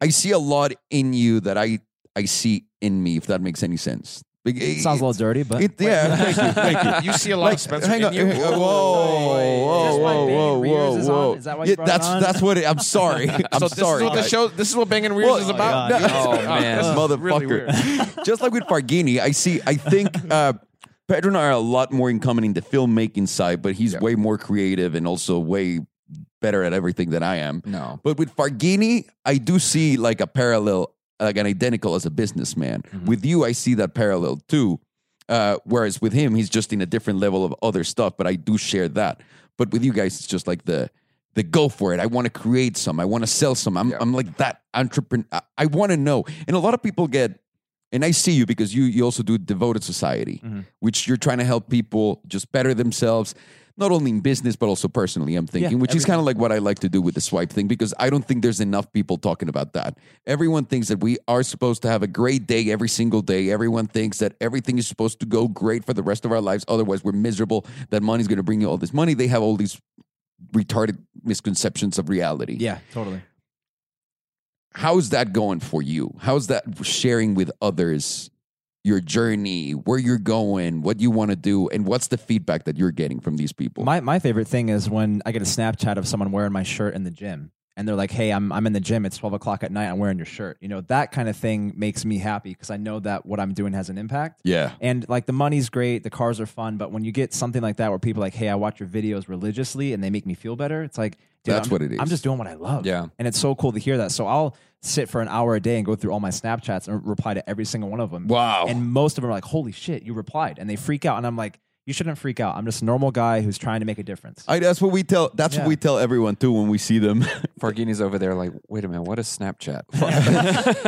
Speaker 1: I see a lot in you that I, I see in me. If that makes any sense. Like, it-
Speaker 5: Sounds a little dirty, but
Speaker 1: It, yeah, thank you, thank you.
Speaker 2: You see a lot
Speaker 1: Like,
Speaker 2: of Spencer
Speaker 1: hang
Speaker 2: in
Speaker 1: on,
Speaker 2: you.
Speaker 1: hang on, whoa,
Speaker 3: Is
Speaker 1: whoa,
Speaker 3: this why
Speaker 1: whoa,
Speaker 5: Banging
Speaker 1: whoa,
Speaker 5: Readers
Speaker 1: whoa,
Speaker 5: is
Speaker 1: whoa.
Speaker 5: on? Is that why you
Speaker 1: yeah,
Speaker 5: brought it
Speaker 1: that's
Speaker 5: on?
Speaker 1: that's what it, I'm sorry. I'm
Speaker 2: so this
Speaker 1: sorry.
Speaker 2: is what the show. This is what Banging Rears
Speaker 1: Well,
Speaker 2: is
Speaker 1: oh,
Speaker 2: about.
Speaker 5: God.
Speaker 3: Oh, man.
Speaker 2: this is
Speaker 1: motherfucker.
Speaker 2: really weird.
Speaker 1: Just like with Farghini, I see. I think uh, Pedro and I are a lot more in common in the filmmaking side, but he's
Speaker 3: Yeah.
Speaker 1: way more creative and also way better at everything than I am.
Speaker 3: No.
Speaker 1: But with Farghini, I do see like a parallel, like an identical as a businessman. With you, I see that parallel too. Uh, whereas with him, he's just in a different level of other stuff, but I do share that. But with you guys, it's just like the the go for it. I want to create some. I want to sell some. I'm
Speaker 3: Yeah.
Speaker 1: I'm like that entrepreneur. I, I want to know. And a lot of people get, and I see you because you you also do devoted society,
Speaker 5: Mhm.
Speaker 1: which you're trying to help people just better themselves, not only in business but also personally. I'm thinking, which is kind of like what I like to do with the swipe thing because I don't think there's enough people talking about that. Everyone thinks that we are supposed to have a great day every single day. Everyone thinks that everything is supposed to go great for the rest of our lives. Otherwise, we're miserable. That money's going to bring you all this money. They have all these retarded misconceptions of reality.
Speaker 5: yeah, totally.
Speaker 1: How's that going for you? How's that sharing with others your journey, where you're going, what you want to do, and what's the feedback that you're getting from these people?
Speaker 5: My my favorite thing is when I get a Snapchat of someone wearing my shirt in the gym, and they're like, "Hey, I'm I'm in the gym. It's twelve o'clock at night. I'm wearing your shirt." You know, that kind of thing makes me happy because I know that what I'm doing has an impact.
Speaker 1: yeah.
Speaker 5: And like the money's great, the cars are fun, but when you get something like that where people are like, "Hey, I watch your videos religiously and they make me feel better," it's like, dude,
Speaker 1: That's
Speaker 5: I'm-
Speaker 1: what it is.
Speaker 5: I'm just doing what I love.
Speaker 3: Yeah.
Speaker 5: and it's so cool to hear that. So I'll sit for an hour a day and go through all my Snapchats and reply to every single one of them.
Speaker 1: Wow.
Speaker 5: And most of them are like, "Holy shit, you replied!" And they freak out, and I'm like, "You shouldn't freak out. I'm just a normal guy who's trying to make a difference."
Speaker 1: I, that's what we tell. That's
Speaker 5: Yeah.
Speaker 1: what we tell everyone too when we see them.
Speaker 3: Farghini's over there like, wait a minute, what is Snapchat?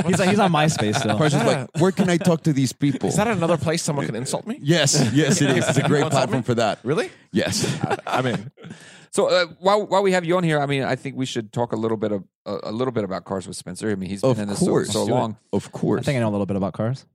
Speaker 5: he's like, he's on MySpace still.
Speaker 1: Person's like, where can I talk to these people?
Speaker 2: Is that another place someone can insult me?
Speaker 1: yes, yes, it is. It's a
Speaker 2: You
Speaker 1: great
Speaker 2: want something?
Speaker 1: platform for that.
Speaker 2: Really?
Speaker 1: Yes.
Speaker 2: I mean,
Speaker 3: so uh, while while we have you on here, I mean, I think we should talk a little bit of a, a little bit about Cars with Spencer. I mean, he's
Speaker 1: Of
Speaker 3: been in this
Speaker 1: course.
Speaker 3: so, so long.
Speaker 1: Of
Speaker 5: I
Speaker 1: course.
Speaker 5: think I know a little bit about cars.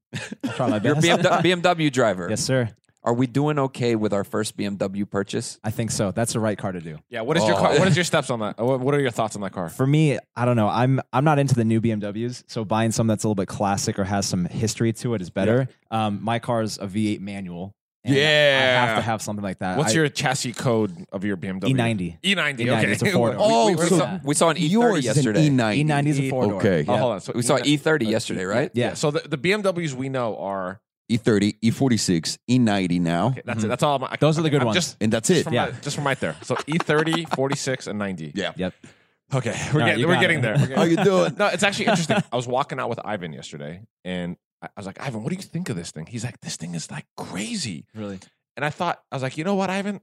Speaker 5: I'll try my
Speaker 3: You're a
Speaker 5: best.
Speaker 3: BMW, BMW driver.
Speaker 5: yes, sir.
Speaker 3: Are we doing okay with our first BMW purchase?
Speaker 5: I think so. That's the right car to do.
Speaker 2: yeah. What
Speaker 1: Oh,
Speaker 2: is your car, what is your steps on that? What what are your thoughts on that car?
Speaker 5: For me, I don't know. I'm I'm not into the new BMWs, so buying some that's a little bit classic or has some history to it is better. Um, my car is a V8 manual. and I
Speaker 2: Yeah.
Speaker 5: have to have something like that.
Speaker 2: What's
Speaker 5: I- E
Speaker 2: your chassis code of your BMW?
Speaker 1: E
Speaker 5: E90.
Speaker 2: E90.
Speaker 5: E90,
Speaker 2: E Okay.
Speaker 5: it's a Ford.
Speaker 1: Oh,
Speaker 2: we, we,
Speaker 1: so-
Speaker 2: saw,
Speaker 3: We saw an E30
Speaker 1: Yours is an
Speaker 3: yesterday.
Speaker 1: E90.
Speaker 5: E90 is a four door.
Speaker 1: Okay.
Speaker 2: oh,
Speaker 5: Yeah.
Speaker 2: hold on. So
Speaker 3: we saw
Speaker 2: E90
Speaker 3: E30 yesterday, right?
Speaker 5: Yeah.
Speaker 2: Yeah. So the, the BMWs we know are
Speaker 1: E30, E46, E90 E now,
Speaker 2: okay, that's it. That's all. I'm, I,
Speaker 5: Mm-hmm. Those are the
Speaker 2: okay,
Speaker 5: good
Speaker 2: I'm
Speaker 5: ones.
Speaker 2: Just,
Speaker 1: and that's
Speaker 2: just
Speaker 1: it.
Speaker 2: from
Speaker 5: Yeah.
Speaker 2: right, just from right there. So E30, 46, and 90.
Speaker 1: Yeah.
Speaker 5: Yep.
Speaker 2: Okay. We're,
Speaker 5: All right,
Speaker 2: getting,
Speaker 5: you
Speaker 2: we're
Speaker 5: got
Speaker 2: getting
Speaker 5: it.
Speaker 2: there. We're getting
Speaker 1: How you doing?
Speaker 2: No, it's actually interesting. I was walking out with Ivan yesterday, and I I was like, Ivan, what do you think of this thing? He's like, this thing is like crazy.
Speaker 5: Really?
Speaker 2: And I thought, I was like, you know what, Ivan?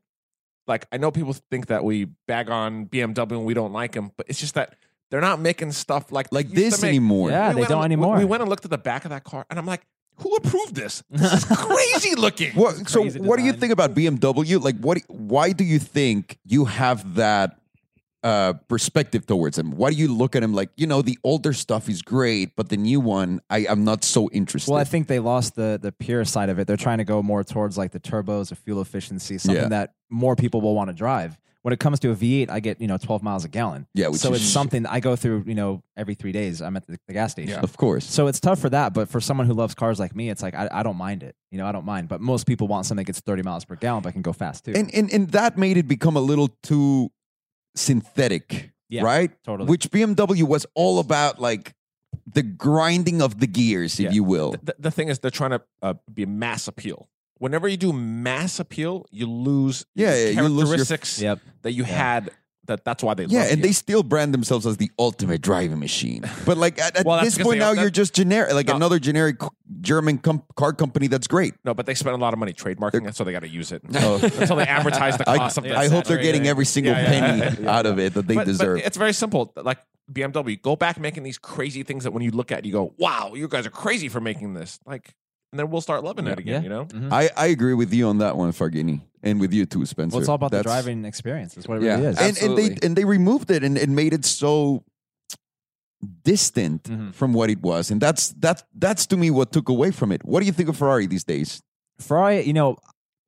Speaker 2: Like, I know people think that we bag on BMW and we don't like them, but it's just that they're not making stuff like they
Speaker 1: Like
Speaker 2: used to
Speaker 1: this
Speaker 2: make.
Speaker 1: anymore.
Speaker 5: Yeah,
Speaker 2: We
Speaker 5: they
Speaker 2: went
Speaker 5: don't
Speaker 2: and- we-
Speaker 5: anymore.
Speaker 2: We went and looked at the back of that car, and I'm like, who approved this? This is crazy looking.
Speaker 1: What, so,
Speaker 5: crazy
Speaker 1: what do you
Speaker 5: design.
Speaker 1: think about BMW? Like, what? Why do you think you have that uh, perspective towards him? Why do you look at him like, you know, the older stuff is great, but the new one, I, I'm not so interested.
Speaker 5: Well, I think they lost the the pure side of it. They're trying to go more towards like the turbos, the fuel efficiency, something
Speaker 1: Yeah.
Speaker 5: that more people will want to drive. When it comes to a V8, I get you know 12 miles a gallon.
Speaker 1: Yeah, which
Speaker 5: so
Speaker 1: is
Speaker 5: it's
Speaker 1: shit.
Speaker 5: something that I go through. You know, every three days, I'm at the, the gas station.
Speaker 1: of course.
Speaker 5: So it's tough for that, but for someone who loves cars like me, it's like I, I don't mind it. You know, I don't mind. But most people want something that gets 30 miles per gallon, but can go fast too.
Speaker 1: and and and that made it become a little too synthetic,
Speaker 5: Yeah,
Speaker 1: right?
Speaker 5: totally.
Speaker 1: Which BMW was all about, like the grinding of the gears, if
Speaker 5: Yeah.
Speaker 1: you will.
Speaker 2: the, the thing is they're trying to uh, be mass appeal. Whenever you do mass appeal, you lose
Speaker 1: Yeah, yeah, you lose your-
Speaker 2: characteristics
Speaker 5: yep.
Speaker 2: that you had. That that's why they
Speaker 1: Yeah,
Speaker 2: love
Speaker 1: and
Speaker 2: you.
Speaker 1: they still brand themselves as the ultimate driving machine. But like at, at
Speaker 2: Well, that's
Speaker 1: this
Speaker 2: because
Speaker 1: point
Speaker 2: they
Speaker 1: now,
Speaker 2: are- that-
Speaker 1: you're just generic, like
Speaker 2: No.
Speaker 1: another generic German com- car company that's great.
Speaker 2: no, but they spend a lot of money trademarking it, so they got to use it until,
Speaker 1: Oh.
Speaker 2: until they advertise the
Speaker 1: I,
Speaker 2: cost of this.
Speaker 1: I hope they're getting every single
Speaker 2: Yeah, yeah,
Speaker 1: penny out of it that they
Speaker 2: But- but
Speaker 1: deserve.
Speaker 2: it's very simple. Like BMW, go back making these crazy things that when you look at, it, you go, "Wow, you guys are crazy for making this!" Like, and then we'll start loving it again.
Speaker 5: Yeah.
Speaker 2: You know,
Speaker 1: I, I agree with you on that one, Farghini, and with you too, Spencer.
Speaker 5: Well, it's all about the
Speaker 1: That's-
Speaker 5: driving experience. That's what it
Speaker 3: Yeah.
Speaker 5: really is.
Speaker 1: and, and they
Speaker 3: Absolutely.
Speaker 1: and they removed it and, and made it so distant
Speaker 5: Mm-hmm. Mm.
Speaker 1: from what it was and that's that that's to me what took away from it what do you think of ferrari these days
Speaker 5: Ferrari, you know,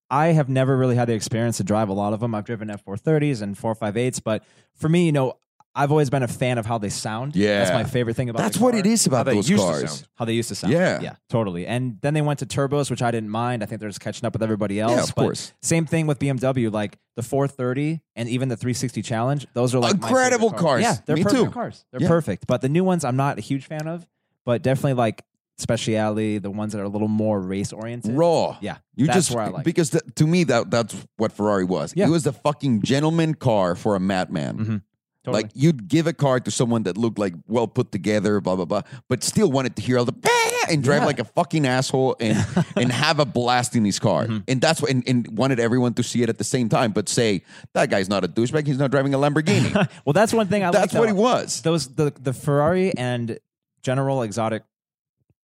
Speaker 5: I have never really had the experience to drive a lot of them. I've driven F430s and 458s, but for me, you know, I've always been a fan of how they sound. that's
Speaker 1: Yeah.
Speaker 5: my favorite thing about.
Speaker 1: That's
Speaker 5: the
Speaker 1: what
Speaker 5: car,
Speaker 1: it is
Speaker 2: How
Speaker 1: about
Speaker 2: they
Speaker 1: those
Speaker 2: used to
Speaker 1: cars.
Speaker 2: sound.
Speaker 5: How they used to sound.
Speaker 1: Yeah.
Speaker 5: yeah, totally. And then they went to turbos, which I didn't mind. I think they're just catching up with everybody else.
Speaker 1: Yeah, of
Speaker 5: but
Speaker 1: course.
Speaker 5: Same thing with BMW, like the 430 and even the 360 Challenge. Those are like my
Speaker 1: Incredible
Speaker 5: favorite cars.
Speaker 1: cars.
Speaker 5: Yeah, they're
Speaker 1: Me
Speaker 5: perfect
Speaker 1: too.
Speaker 5: cars. They're
Speaker 1: Yeah.
Speaker 5: perfect. But the new ones, I'm not a huge fan of. But definitely like Speciale, the ones that are a little more race oriented.
Speaker 1: Raw.
Speaker 5: Yeah,
Speaker 1: You
Speaker 5: that's
Speaker 1: just
Speaker 5: where I like. it.
Speaker 1: because that- to me that that's what Ferrari was.
Speaker 5: Yeah.
Speaker 1: It was the fucking gentleman car for a madman.
Speaker 5: Mhm. Totally.
Speaker 1: Like you'd give a car to someone that looked like well put together, blah blah blah, but still wanted to hear all the bah! and drive
Speaker 5: Yeah.
Speaker 1: like a fucking asshole and and have a blast in his car,
Speaker 5: Mm-hmm.
Speaker 1: and that's what and, and wanted everyone to see it at the same time, but say that guy's not a douchebag, he's not driving a Lamborghini.
Speaker 5: well, that's one thing I.
Speaker 1: that's
Speaker 5: like,
Speaker 1: what
Speaker 5: though.
Speaker 1: he was.
Speaker 5: those the the Ferrari and general exotic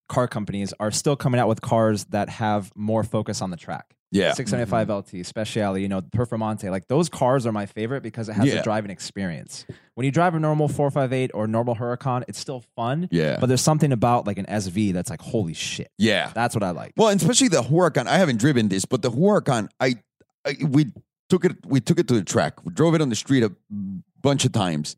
Speaker 5: car companies are still coming out with cars that have more focus on the track.
Speaker 1: Yeah.
Speaker 5: 675 LT, Speciale, you know, Performante. Like those cars are my favorite because it has
Speaker 1: Yeah.
Speaker 5: a driving experience. When you drive a normal 458 or normal Huracan, it's still fun.
Speaker 1: Yeah.
Speaker 5: But there's something about like an SV that's like, holy shit.
Speaker 1: Yeah.
Speaker 5: That's what I like.
Speaker 1: Well, and especially the Huracan. I haven't driven this, but the Huracan, I, I we took it we took it to the track. We drove it on the street a bunch of times.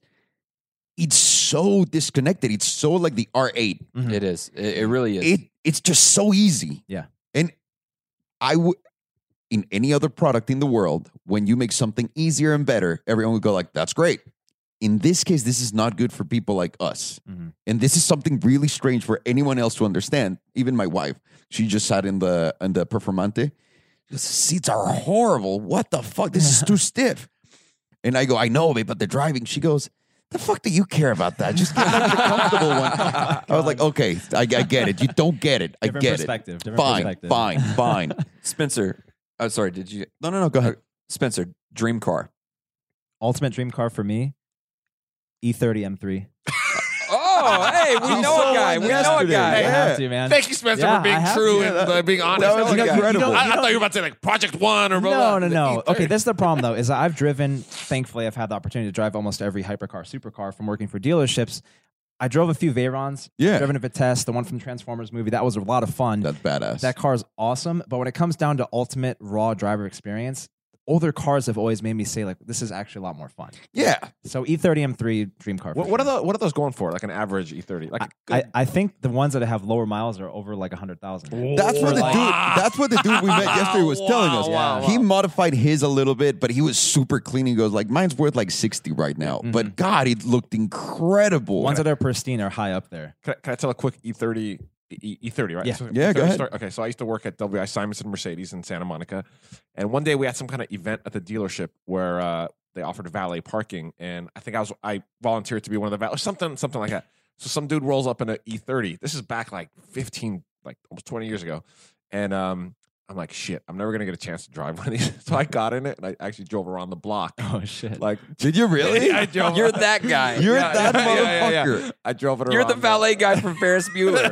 Speaker 1: It's so disconnected. It's so like the R8.
Speaker 3: It is. It, it really is.
Speaker 1: It it's just so easy.
Speaker 5: Yeah.
Speaker 1: And I would in any other product in the world, when you make something easier and better, everyone would go like, "That's great." In this case, this is not good for people like us.
Speaker 5: Mhm.
Speaker 1: And this is something really strange for anyone else to understand. Even my wife, she just sat in the in the performante. She goes, Seats are horrible. What the fuck? This is too stiff. And I go, I know, babe, but the driving. She goes, the fuck do you care about that? Just get the comfortable one. I was like, okay, I, I get it. You don't get it. I
Speaker 5: Different
Speaker 1: get
Speaker 5: perspective,
Speaker 1: it.
Speaker 5: different
Speaker 1: fine,
Speaker 5: perspective.
Speaker 1: fine, fine.
Speaker 3: Spencer. Oh, sorry. Did you?
Speaker 1: No, no, no. Go ahead.
Speaker 3: Spencer, dream car.
Speaker 5: Ultimate dream car for me, E E30 M3.
Speaker 3: Oh, hey, we
Speaker 1: You
Speaker 3: know
Speaker 1: saw
Speaker 3: a guy.
Speaker 1: one
Speaker 3: We know a
Speaker 1: yesterday.
Speaker 5: I
Speaker 3: guy.
Speaker 1: Yeah.
Speaker 5: have to, man.
Speaker 2: Thank you, Spencer,
Speaker 5: Yeah,
Speaker 2: for
Speaker 5: I
Speaker 2: being
Speaker 5: have
Speaker 2: true
Speaker 5: to.
Speaker 2: and uh, being honest.
Speaker 1: That was
Speaker 5: No, you don't-
Speaker 1: incredible.
Speaker 2: I, I thought you were about to say like Project One or blah, blah,
Speaker 5: No, no,
Speaker 2: the E
Speaker 5: no.
Speaker 2: E30.
Speaker 5: Okay, that's the problem though. Is I've driven. Thankfully, I've had the opportunity to drive almost every hypercar, supercar from working for dealerships. I drove a few Veyrons.
Speaker 1: Yeah.
Speaker 5: driven a Vitesse, the one from Transformers movie. That was a lot of fun.
Speaker 1: That's badass.
Speaker 5: that car is awesome. But when it comes down to ultimate raw driver experience, older cars have always made me say like, this is actually a lot more fun.
Speaker 1: yeah.
Speaker 5: So E E30 M3 dream car. for
Speaker 2: What, what are
Speaker 5: sure.
Speaker 2: the what are those going for? Like an average E30? Like a
Speaker 5: I,
Speaker 2: good-
Speaker 5: I think the ones that have lower miles are over like hundred thousand.
Speaker 1: That's what the dude. That's what the dude we met yesterday was telling us.
Speaker 2: Wow, wow,
Speaker 1: He
Speaker 2: wow.
Speaker 1: modified his a little bit, but he was super clean. He goes like, "Mine's worth like sixty right now,"
Speaker 2: Mm-hmm.
Speaker 1: but God, it looked incredible.
Speaker 5: Ones that are pristine are high up there.
Speaker 2: Can I, can I tell a quick E30 E- E- E30, right?
Speaker 5: Yeah.
Speaker 1: Yeah, go
Speaker 2: E30
Speaker 1: ahead.
Speaker 2: story. Okay, so I used to work at WI Simonson Mercedes in Santa Monica, and one day we had some kind of event at the dealership where uh, they offered valet parking, and I think I was I volunteered to be one of the valet, something something like that. So some dude rolls up in an E30. This is back like 15, like almost 20 years ago, and um, I'm like, shit, I'm never gonna get a chance to drive one of these. So I got in it and I actually drove around the block.
Speaker 5: Oh shit!
Speaker 2: Like
Speaker 1: Did you really?
Speaker 2: I drove-
Speaker 3: You're that guy.
Speaker 1: You're
Speaker 2: Yeah,
Speaker 1: that
Speaker 2: yeah,
Speaker 1: motherfucker.
Speaker 2: yeah, yeah, yeah. I drove it.
Speaker 3: You're
Speaker 2: around
Speaker 3: the valet guy from Ferris Bueller.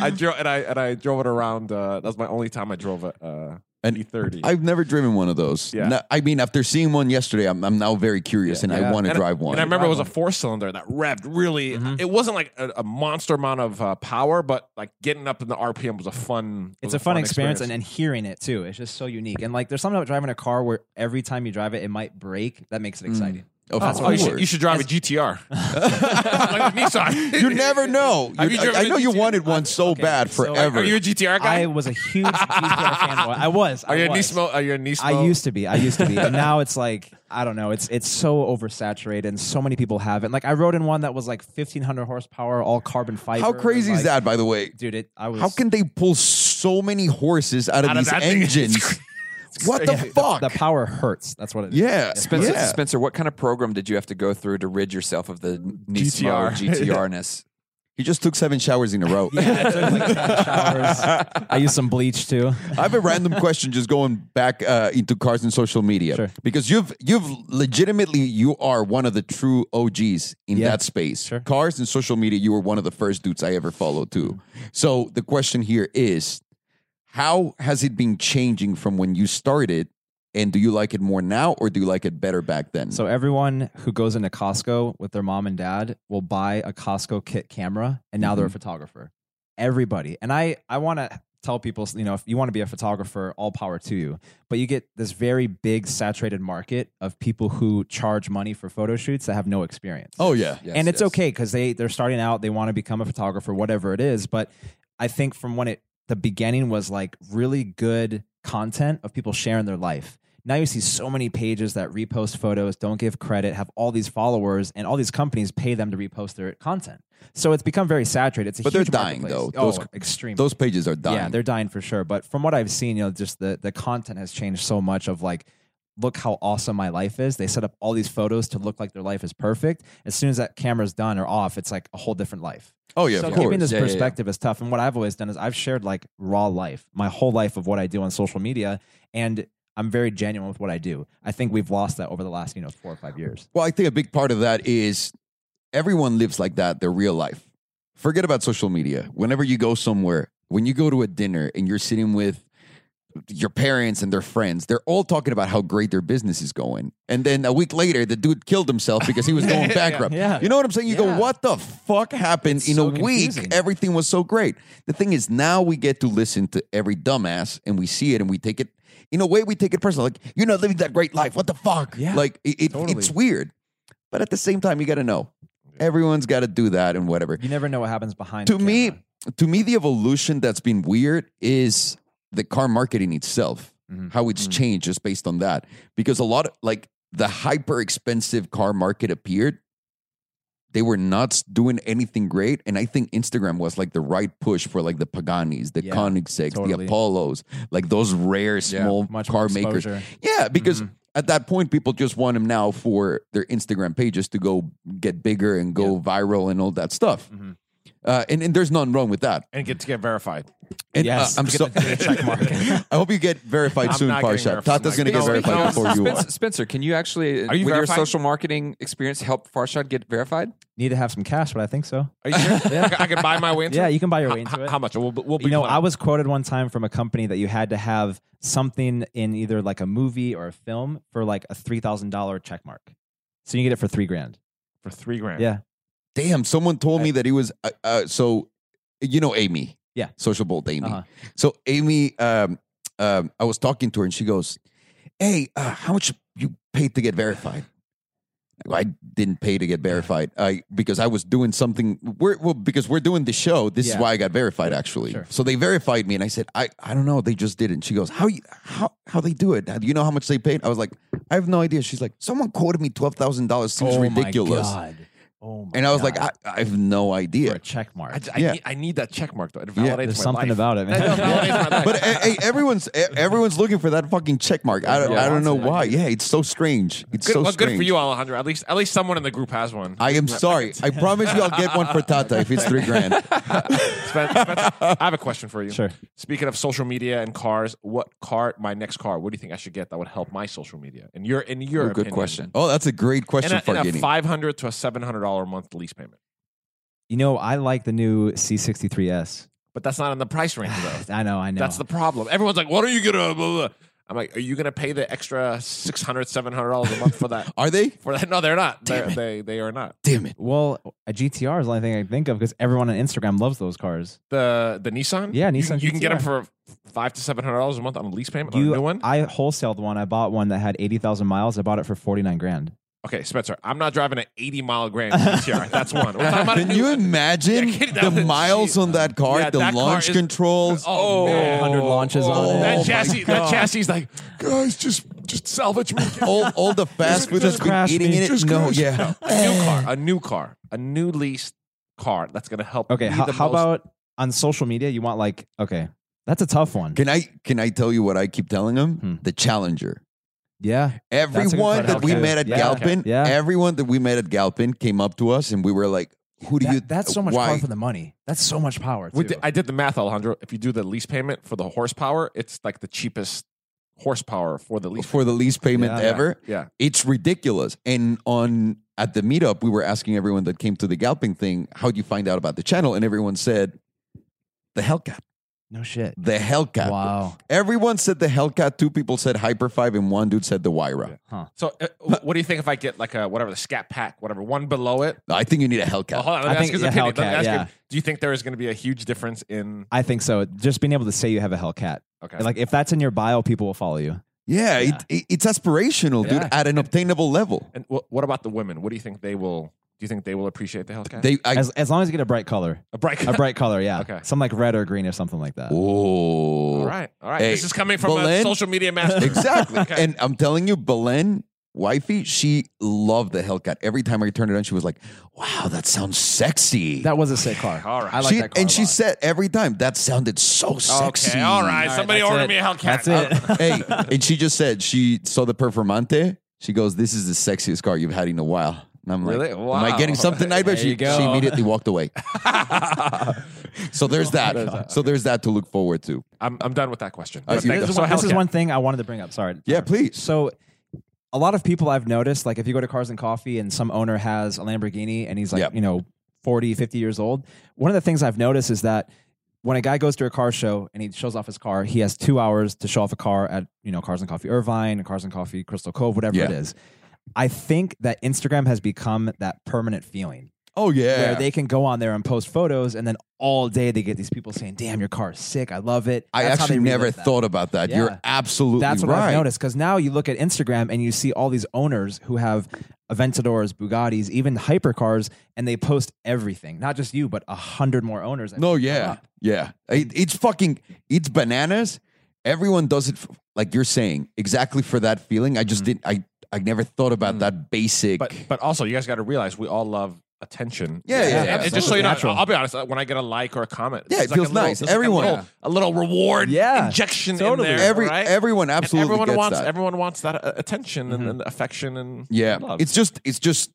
Speaker 2: I drove and I and I drove it around. Uh, that was my only time I drove a uh,
Speaker 1: An
Speaker 2: an E30.
Speaker 1: I've never driven one of those.
Speaker 2: Yeah.
Speaker 1: No- I mean, after seeing one yesterday, I'm, I'm now very curious and I
Speaker 5: Yeah.
Speaker 1: want to
Speaker 2: And I-
Speaker 1: drive one. Mm-hmm.
Speaker 2: and I remember it was a four cylinder that revved really. It wasn't like a, a monster amount of uh, power, but like getting up in the RPM was a fun.
Speaker 5: it's
Speaker 2: was
Speaker 5: a fun, experience, And, and hearing it too it's just so unique and like there's something about driving a car where every time you drive it it might break that makes it exciting
Speaker 1: Of
Speaker 5: that's
Speaker 2: Oh, you,
Speaker 1: course.
Speaker 2: should, you should drive a GTR. like a Nissan.
Speaker 1: You never know.
Speaker 2: Have
Speaker 1: You-
Speaker 2: you driven
Speaker 1: I, I
Speaker 2: a
Speaker 1: know you
Speaker 2: GTR?
Speaker 1: wanted one so bad
Speaker 5: so-
Speaker 1: forever.
Speaker 2: Are you a GTR guy?
Speaker 5: i was a huge GTR fanboy i
Speaker 1: Oh,
Speaker 5: was
Speaker 2: are
Speaker 5: I
Speaker 2: you a
Speaker 5: was.
Speaker 2: Nismo? Are you a Nismo?
Speaker 5: I used to be. I used to be. and now it's like I don't know. It's it's so oversaturated, and so many people have it. Like I rode in one that was like fifteen hundred horsepower, all carbon fiber.
Speaker 1: How crazy
Speaker 5: and,
Speaker 1: is
Speaker 5: like,
Speaker 1: that, by the way?
Speaker 5: dude? It. I was.
Speaker 1: How can they pull so many horses out of
Speaker 2: Out of
Speaker 1: these
Speaker 2: that thing.
Speaker 1: engines? what the fuck?
Speaker 5: the power hurts? That's what it is.
Speaker 1: yeah.
Speaker 3: Spencer,
Speaker 1: yeah.
Speaker 3: Spencer, what kind of program did you have to go through to rid yourself of the
Speaker 2: GTR.
Speaker 3: Nismo GTR-ness?
Speaker 1: He just took seven showers in a row.
Speaker 5: Yeah, I took like 10 showers. I used some bleach too.
Speaker 1: I have a random question just going back uh, into cars and social media
Speaker 5: Sure.
Speaker 1: because you've you've legitimately you are one of the true OGs in
Speaker 5: Yeah.
Speaker 1: that space.
Speaker 5: Sure.
Speaker 1: Cars and social media, you were one of the first dudes I ever followed too. So the question here is how has it been changing from when you started and do you like it more now or do you like it better back then?
Speaker 5: So everyone who goes into Costco with their mom and dad will buy a Costco kit camera, and now they're a photographer. Everybody, and I, I want to tell people, you know, if you want to be a photographer, all power to you. But you get this very big saturated market of people who charge money for photo shoots that have no experience.
Speaker 1: Oh yeah.
Speaker 3: Yes,
Speaker 5: and it's
Speaker 3: yes.
Speaker 5: okay because they they're starting out they want to become a photographer whatever it is but i think from when it the beginning was like really good content of people sharing their life now you see so many pages that repost photos don't give credit have all these followers and all these companies pay them to repost their content so it's become very saturated it's a
Speaker 1: But they're
Speaker 5: huge
Speaker 1: dying,
Speaker 5: marketplace.
Speaker 1: though. Those-
Speaker 5: oh, extremely
Speaker 1: Those pages are dying.
Speaker 5: yeah, they're dying for sure. But from what I've seen, you know, just the the content has changed so much. Of like, look how awesome my life is. They set up all these photos to look like their life is perfect. As soon as that camera's done or off, it's like a whole different life.
Speaker 1: oh yeah.
Speaker 5: so
Speaker 1: of
Speaker 5: keeping
Speaker 1: course.
Speaker 5: this
Speaker 3: Yeah, yeah, yeah.
Speaker 5: perspective is tough. And what I've always done is I've shared like raw life, my whole life of what I do on social media, and I'm very genuine with what I do. I think we've lost that over the last you know four or five years.
Speaker 1: Well, I think a big part of that is everyone lives like that their real life. Forget about social media. Whenever you go somewhere, when you go to a dinner and you're sitting with your parents and their friends, they're all talking about how great their business is going. And then a week later, the dude killed himself because he was going bankrupt.
Speaker 5: Yeah.
Speaker 1: You know what I'm saying? You
Speaker 5: Yeah.
Speaker 1: go, what the fuck happened
Speaker 5: It's
Speaker 1: in
Speaker 5: so
Speaker 1: a week?
Speaker 5: confusing.
Speaker 1: Everything was so great. The thing is, now we get to listen to every dumbass and we see it and we take it. In a way, we take it personal. Like, you're not living that great life. What the fuck?
Speaker 5: Yeah.
Speaker 1: Like, it, it-
Speaker 5: Totally.
Speaker 1: it's weird. But at the same time, you got to know everyone's got to do that and whatever.
Speaker 5: You never know what happens behind.
Speaker 1: To
Speaker 5: the
Speaker 1: me,
Speaker 5: camera.
Speaker 1: to me, the evolution that's been weird is the car marketing itself,
Speaker 5: Mhm.
Speaker 1: how it's changed just based on that. Because a lot of like the hyper expensive car market appeared. They were not doing anything great. And I think Instagram was like the right push for like the Paganis, the
Speaker 5: Yeah,
Speaker 1: Koenigseggs,
Speaker 5: totally.
Speaker 1: the Apollos, like those rare small
Speaker 5: much
Speaker 1: car
Speaker 5: more
Speaker 1: makers.
Speaker 5: exposure. Mm-hmm.
Speaker 1: Yeah, because at that point, people just want them now for their Instagram pages to go get bigger and go viral and all that stuff.
Speaker 5: Mhm.
Speaker 1: Uh, and, and there's none wrong with that.
Speaker 2: and get to get verified.
Speaker 1: And,
Speaker 5: Yes,
Speaker 1: uh, I'm
Speaker 5: get
Speaker 1: so-
Speaker 5: the- get the check mark.
Speaker 1: I hope you get verified
Speaker 2: I'm
Speaker 1: soon,
Speaker 2: not getting
Speaker 1: Farshat.
Speaker 2: verified.
Speaker 1: Tata's going to get
Speaker 2: No,
Speaker 1: verified
Speaker 2: because-
Speaker 1: before you are.
Speaker 3: Spencer, Spencer, can you actually,
Speaker 2: Are you
Speaker 3: with your
Speaker 2: verified?
Speaker 3: social marketing experience, help Farshad get verified?
Speaker 5: Need to have some cash, but I think so.
Speaker 2: Are you sure? I, can, I can buy my way into
Speaker 5: Yeah,
Speaker 2: it?
Speaker 5: you can buy your way
Speaker 2: H-
Speaker 5: into it.
Speaker 2: How much? We'll, we'll be
Speaker 5: you know,
Speaker 2: blunt.
Speaker 5: I was quoted one time from a company that you had to have something in either like a movie or a film for like a three thousand dollar check mark. So you get it for three grand.
Speaker 2: for three grand.
Speaker 5: Yeah.
Speaker 1: Damn, someone told me that he was. Uh, uh, so, you know, Amy.
Speaker 5: Yeah.
Speaker 1: Social Bolt Amy.
Speaker 5: Uh-huh.
Speaker 1: So, Amy, um, um, I was talking to her and she goes, Hey, uh, how much you paid to get verified? I didn't pay to get verified I, because I was doing something. We're, well, because we're doing the show. This
Speaker 5: Yeah.
Speaker 1: is why I got verified, actually.
Speaker 5: Sure.
Speaker 1: So they verified me, and I said, I, I don't know. They just did it. And she goes, how you, how how they do it? Do you know how much they paid? I was like, I have no idea. She's like, someone quoted me twelve thousand dollars. Seems ridiculous.
Speaker 5: Oh My God. Oh my
Speaker 1: And I was
Speaker 5: God.
Speaker 1: like, I, I have no
Speaker 5: for
Speaker 1: idea.
Speaker 5: a check mark.
Speaker 2: I, j- I
Speaker 1: Yeah.
Speaker 2: need, I need that check mark though. It validates
Speaker 1: Yeah.
Speaker 2: my
Speaker 5: There's something
Speaker 2: life.
Speaker 5: about it, man.
Speaker 2: That validates my life.
Speaker 1: But eh, eh, everyone's eh, everyone's looking for that fucking check mark. I don't,
Speaker 3: Yeah,
Speaker 1: I don't know
Speaker 5: that's it.
Speaker 1: why. Yeah, it's so strange. It's
Speaker 2: good,
Speaker 1: so
Speaker 2: well,
Speaker 1: strange.
Speaker 2: good for you, Alejandro. At least at least someone in the group has one.
Speaker 1: I am sorry. I promise you, I'll get one for Tata if it's three grand.
Speaker 2: Spen- Spencer, I have a question for you.
Speaker 5: Sure.
Speaker 2: Speaking of social media and cars, what car? My next car. What do you think I should get that would help my social media? And your in your
Speaker 3: Ooh,
Speaker 2: opinion,
Speaker 3: good question.
Speaker 1: Oh, that's a great
Speaker 2: And
Speaker 1: question,
Speaker 2: a, and a
Speaker 1: Fargini.
Speaker 2: five hundred to a seven hundred dollar a month lease payment.
Speaker 5: you know, I like the new C63s.
Speaker 2: But that's not in the price range though.
Speaker 5: Ah, I know, I know.
Speaker 2: That's the problem. Everyone's like, "What are you gonna?" Blah, blah. I'm like, "Are you gonna pay the extra 600 700 dollars a month for that?"
Speaker 1: Are they?
Speaker 2: For that? No, they're not. They're,
Speaker 1: Damn it.
Speaker 2: they they are not.
Speaker 1: Damn it!
Speaker 5: well, a GTR is the only thing I can think of because everyone on Instagram loves those cars.
Speaker 2: The the Nissan.
Speaker 5: Yeah,
Speaker 2: you,
Speaker 5: Nissan
Speaker 2: You can get them
Speaker 5: GTR.
Speaker 2: for five to seven hundred dollars a month on a lease payment. on
Speaker 5: You,
Speaker 2: a new one.
Speaker 5: I wholesaled one. I bought one that had eighty thousand miles. I bought it for forty nine grand.
Speaker 2: Okay, Spencer, I'm not driving an 80 mile Grand GTR. That's one. We're talking about a
Speaker 1: Can
Speaker 2: new-
Speaker 1: you imagine
Speaker 2: Yeah, kid, that
Speaker 1: the
Speaker 2: was-
Speaker 1: miles on that car,
Speaker 2: Yeah,
Speaker 1: the
Speaker 2: that car
Speaker 1: launch
Speaker 2: is-
Speaker 1: controls?
Speaker 2: Oh, man.
Speaker 5: 100 launches on it.
Speaker 1: Oh, my
Speaker 2: that chassis, that
Speaker 1: God.
Speaker 2: chassis is like, guys, just just salvage me.
Speaker 5: Oh,
Speaker 2: Get
Speaker 1: all, all the fast food that's
Speaker 5: Just
Speaker 1: been
Speaker 5: crash
Speaker 1: eating
Speaker 5: me.
Speaker 1: in it.
Speaker 5: Just
Speaker 1: No,
Speaker 5: crash.
Speaker 1: yeah.
Speaker 2: a new car, a new car, a new lease car. That's gonna help.
Speaker 5: Okay,
Speaker 2: me
Speaker 5: how,
Speaker 2: the
Speaker 5: how
Speaker 2: most.
Speaker 5: about on social media? You want like okay, that's a tough one.
Speaker 1: Can I can I tell you what I keep telling them?
Speaker 5: Hmm.
Speaker 1: The Challenger.
Speaker 5: yeah, a good
Speaker 1: Everyone that
Speaker 5: question.
Speaker 1: we
Speaker 5: Okay.
Speaker 1: met at
Speaker 5: Yeah.
Speaker 1: Galpin,
Speaker 5: Okay. Yeah.
Speaker 1: everyone that we met at Galpin came up to us and we were like, "Who do
Speaker 5: That-
Speaker 1: you?
Speaker 5: that's so much
Speaker 1: why?
Speaker 5: power for the money. That's so much power.
Speaker 2: We
Speaker 5: too.
Speaker 2: did- I did the math, Alejandro. If you do the lease payment for the horsepower, it's like the cheapest horsepower for the lease.
Speaker 1: for the least payment
Speaker 5: Yeah.
Speaker 1: ever.
Speaker 2: Yeah.
Speaker 1: It's ridiculous. And on at the meetup, we were asking everyone that came to the Galpin thing, how do you find out about the channel? And everyone said, the Hellcat.
Speaker 5: No shit.
Speaker 1: The Hellcat.
Speaker 5: Wow.
Speaker 1: Everyone said the Hellcat. Two people said Hyper 5, and one dude said the Wyra.
Speaker 2: So, uh, what do you think if I get like a whatever the Scat Pack, whatever one below it?
Speaker 1: I think you need a Hellcat.
Speaker 2: Oh, hold on, let
Speaker 5: I
Speaker 2: me ask
Speaker 5: think
Speaker 2: his
Speaker 5: the
Speaker 2: opinion. Let me
Speaker 5: Hellcat,
Speaker 2: ask him,
Speaker 5: yeah.
Speaker 2: Do you think there is going to be a huge difference in?
Speaker 5: I think so. Just being able to say you have a Hellcat.
Speaker 2: Okay,
Speaker 5: Like if that's in your bio, people will follow you.
Speaker 1: Yeah,
Speaker 5: Yeah.
Speaker 1: It, it, it's aspirational, dude,
Speaker 2: Yeah.
Speaker 1: at an obtainable level.
Speaker 2: and wh- what about the women? What do you think they will? Do you think they will appreciate the Hellcat?
Speaker 1: They, I,
Speaker 5: As, as long as you get a bright color.
Speaker 2: a bright.
Speaker 5: A bright color, yeah.
Speaker 2: Okay.
Speaker 5: Some like red or green or something like that.
Speaker 1: oh,
Speaker 2: all right, all right.
Speaker 1: Hey,
Speaker 2: this is coming from a
Speaker 1: Belen-
Speaker 2: social media master.
Speaker 1: exactly.
Speaker 2: Okay.
Speaker 1: And I'm telling you, Belen, wifey, she loved the Hellcat. Every time I turned it on, she was like, "Wow, that sounds sexy."
Speaker 5: That was a sick car.
Speaker 2: All right.
Speaker 5: I like
Speaker 1: she,
Speaker 5: that car
Speaker 1: and
Speaker 5: a
Speaker 1: she
Speaker 5: lot.
Speaker 1: said every time that sounded so sexy.
Speaker 2: Okay, all right.
Speaker 5: All right,
Speaker 2: Somebody
Speaker 5: that's
Speaker 2: order
Speaker 5: it.
Speaker 2: me a Hellcat. Oh.
Speaker 5: That's it.
Speaker 1: hey, and she just said she saw the Performante. She goes, "This is the sexiest car you've had in a while." And I'm like,
Speaker 2: Really?
Speaker 1: "Am I
Speaker 2: Wow.
Speaker 1: getting something?" I
Speaker 5: There
Speaker 1: bet she,
Speaker 5: you go.
Speaker 1: she immediately walked away. so there's that. So there's that to look forward to.
Speaker 2: I'm, I'm done with that question.
Speaker 1: Uh,
Speaker 2: Thank
Speaker 5: Oh, this,
Speaker 2: you.
Speaker 5: is
Speaker 2: So
Speaker 5: one, this is
Speaker 2: Hellcat.
Speaker 5: one thing I wanted to bring up. Sorry.
Speaker 1: Yeah, please.
Speaker 5: So, a lot of people I've noticed, like if you go to Cars and Coffee and some owner has a Lamborghini and he's like,
Speaker 1: Yep.
Speaker 5: you know, 40, 50 years old, one of the things I've noticed is that when a guy goes to a car show and he shows off his car, he has two hours to show off a car at, you know, Cars and Coffee Irvine, Cars and Coffee Crystal Cove, whatever
Speaker 1: Yeah.
Speaker 5: it is. I think that Instagram has become that permanent feeling
Speaker 1: Oh
Speaker 5: where
Speaker 1: yeah.
Speaker 5: they can go on there and post photos and then all day they get these people saying, damn, your car is sick. I love it.
Speaker 1: I
Speaker 5: That's how
Speaker 1: actually
Speaker 5: they relive
Speaker 1: never
Speaker 5: that.
Speaker 1: thought about that. You're
Speaker 5: Yeah.
Speaker 1: absolutely
Speaker 5: That's what
Speaker 1: right.
Speaker 5: I've noticed because now you look at Instagram and you see all these owners who have Aventadors, Bugattis, even hypercars, and they post everything. Not just you, but a hundred more owners.
Speaker 1: No, yeah, yeah. It, it's fucking, it's bananas. Everyone does it, f like you're saying, exactly for that feeling. I just didn't. I I never thought about that basic.
Speaker 2: Mm-hmm. Mm. But but also, you guys got to realize we all love attention.
Speaker 1: Yeah, yeah,
Speaker 2: And-
Speaker 1: yeah,
Speaker 2: and just so you know,
Speaker 5: absolutely.
Speaker 2: I'll be honest. uh, When I get a like or a comment,
Speaker 1: Yeah,
Speaker 2: it's
Speaker 1: it
Speaker 2: like a
Speaker 1: feels
Speaker 2: little-
Speaker 1: nice.
Speaker 2: it's like
Speaker 1: Everyone-
Speaker 2: a little, a little reward,
Speaker 5: Yeah.
Speaker 2: injection
Speaker 5: Totally.
Speaker 2: in there.
Speaker 1: Every
Speaker 2: right?
Speaker 1: everyone
Speaker 2: And
Speaker 1: absolutely
Speaker 2: everyone
Speaker 1: gets
Speaker 2: wants
Speaker 1: that.
Speaker 2: everyone wants that uh, attention
Speaker 5: Mm-hmm.
Speaker 2: and, and affection and
Speaker 1: yeah,
Speaker 2: love.
Speaker 1: it's just it's just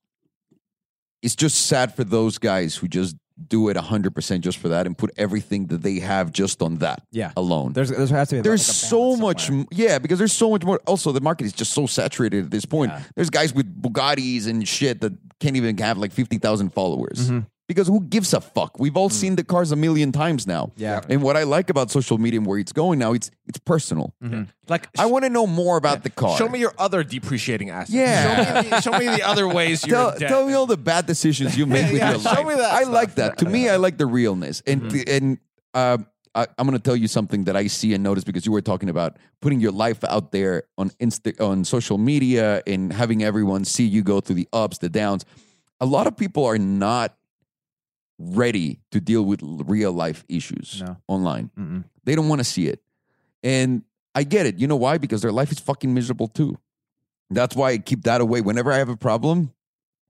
Speaker 1: it's just sad for those guys who just do it 100% just for that and put everything that they have just on that
Speaker 5: Yeah.
Speaker 1: alone.
Speaker 5: There's, there's has to be
Speaker 1: there's
Speaker 5: like, a
Speaker 1: so
Speaker 5: balance
Speaker 1: much
Speaker 5: somewhere.
Speaker 1: m- yeah because there's so much more also the market is just so saturated at this point
Speaker 5: Yeah.
Speaker 1: there's guys with bugattis and shit that can't even have like 50000 followers
Speaker 5: Mhm.
Speaker 1: because who gives a fuck we've all seen the cars a million times now
Speaker 5: Mm. Yeah.
Speaker 1: and what i like about social media and where it's going now it's it's personal
Speaker 5: Mm-hmm.
Speaker 2: like
Speaker 1: i want to know more about the car
Speaker 2: show me your other depreciating assets.
Speaker 1: Yeah.
Speaker 2: show me the, show me the other ways you're
Speaker 1: Tell,
Speaker 2: in debt.
Speaker 1: tell me all the bad decisions you make with
Speaker 2: Yeah,
Speaker 1: your
Speaker 2: show
Speaker 1: life.
Speaker 2: me that
Speaker 1: I
Speaker 2: stuff.
Speaker 1: like that. To me, I like the realness. And and uh, I, I'm going to tell you something that I see and notice because you were talking about putting your life out there on Insta, on social media, and having everyone see you go through the ups, the downs. A lot of people are not ready to deal with l- real life issues
Speaker 5: No.
Speaker 1: online.
Speaker 5: Mm-mm.
Speaker 1: They don't want to see it. And I get it. You know why? Because their life is fucking miserable too. That's why I keep that away. Whenever I have a problem,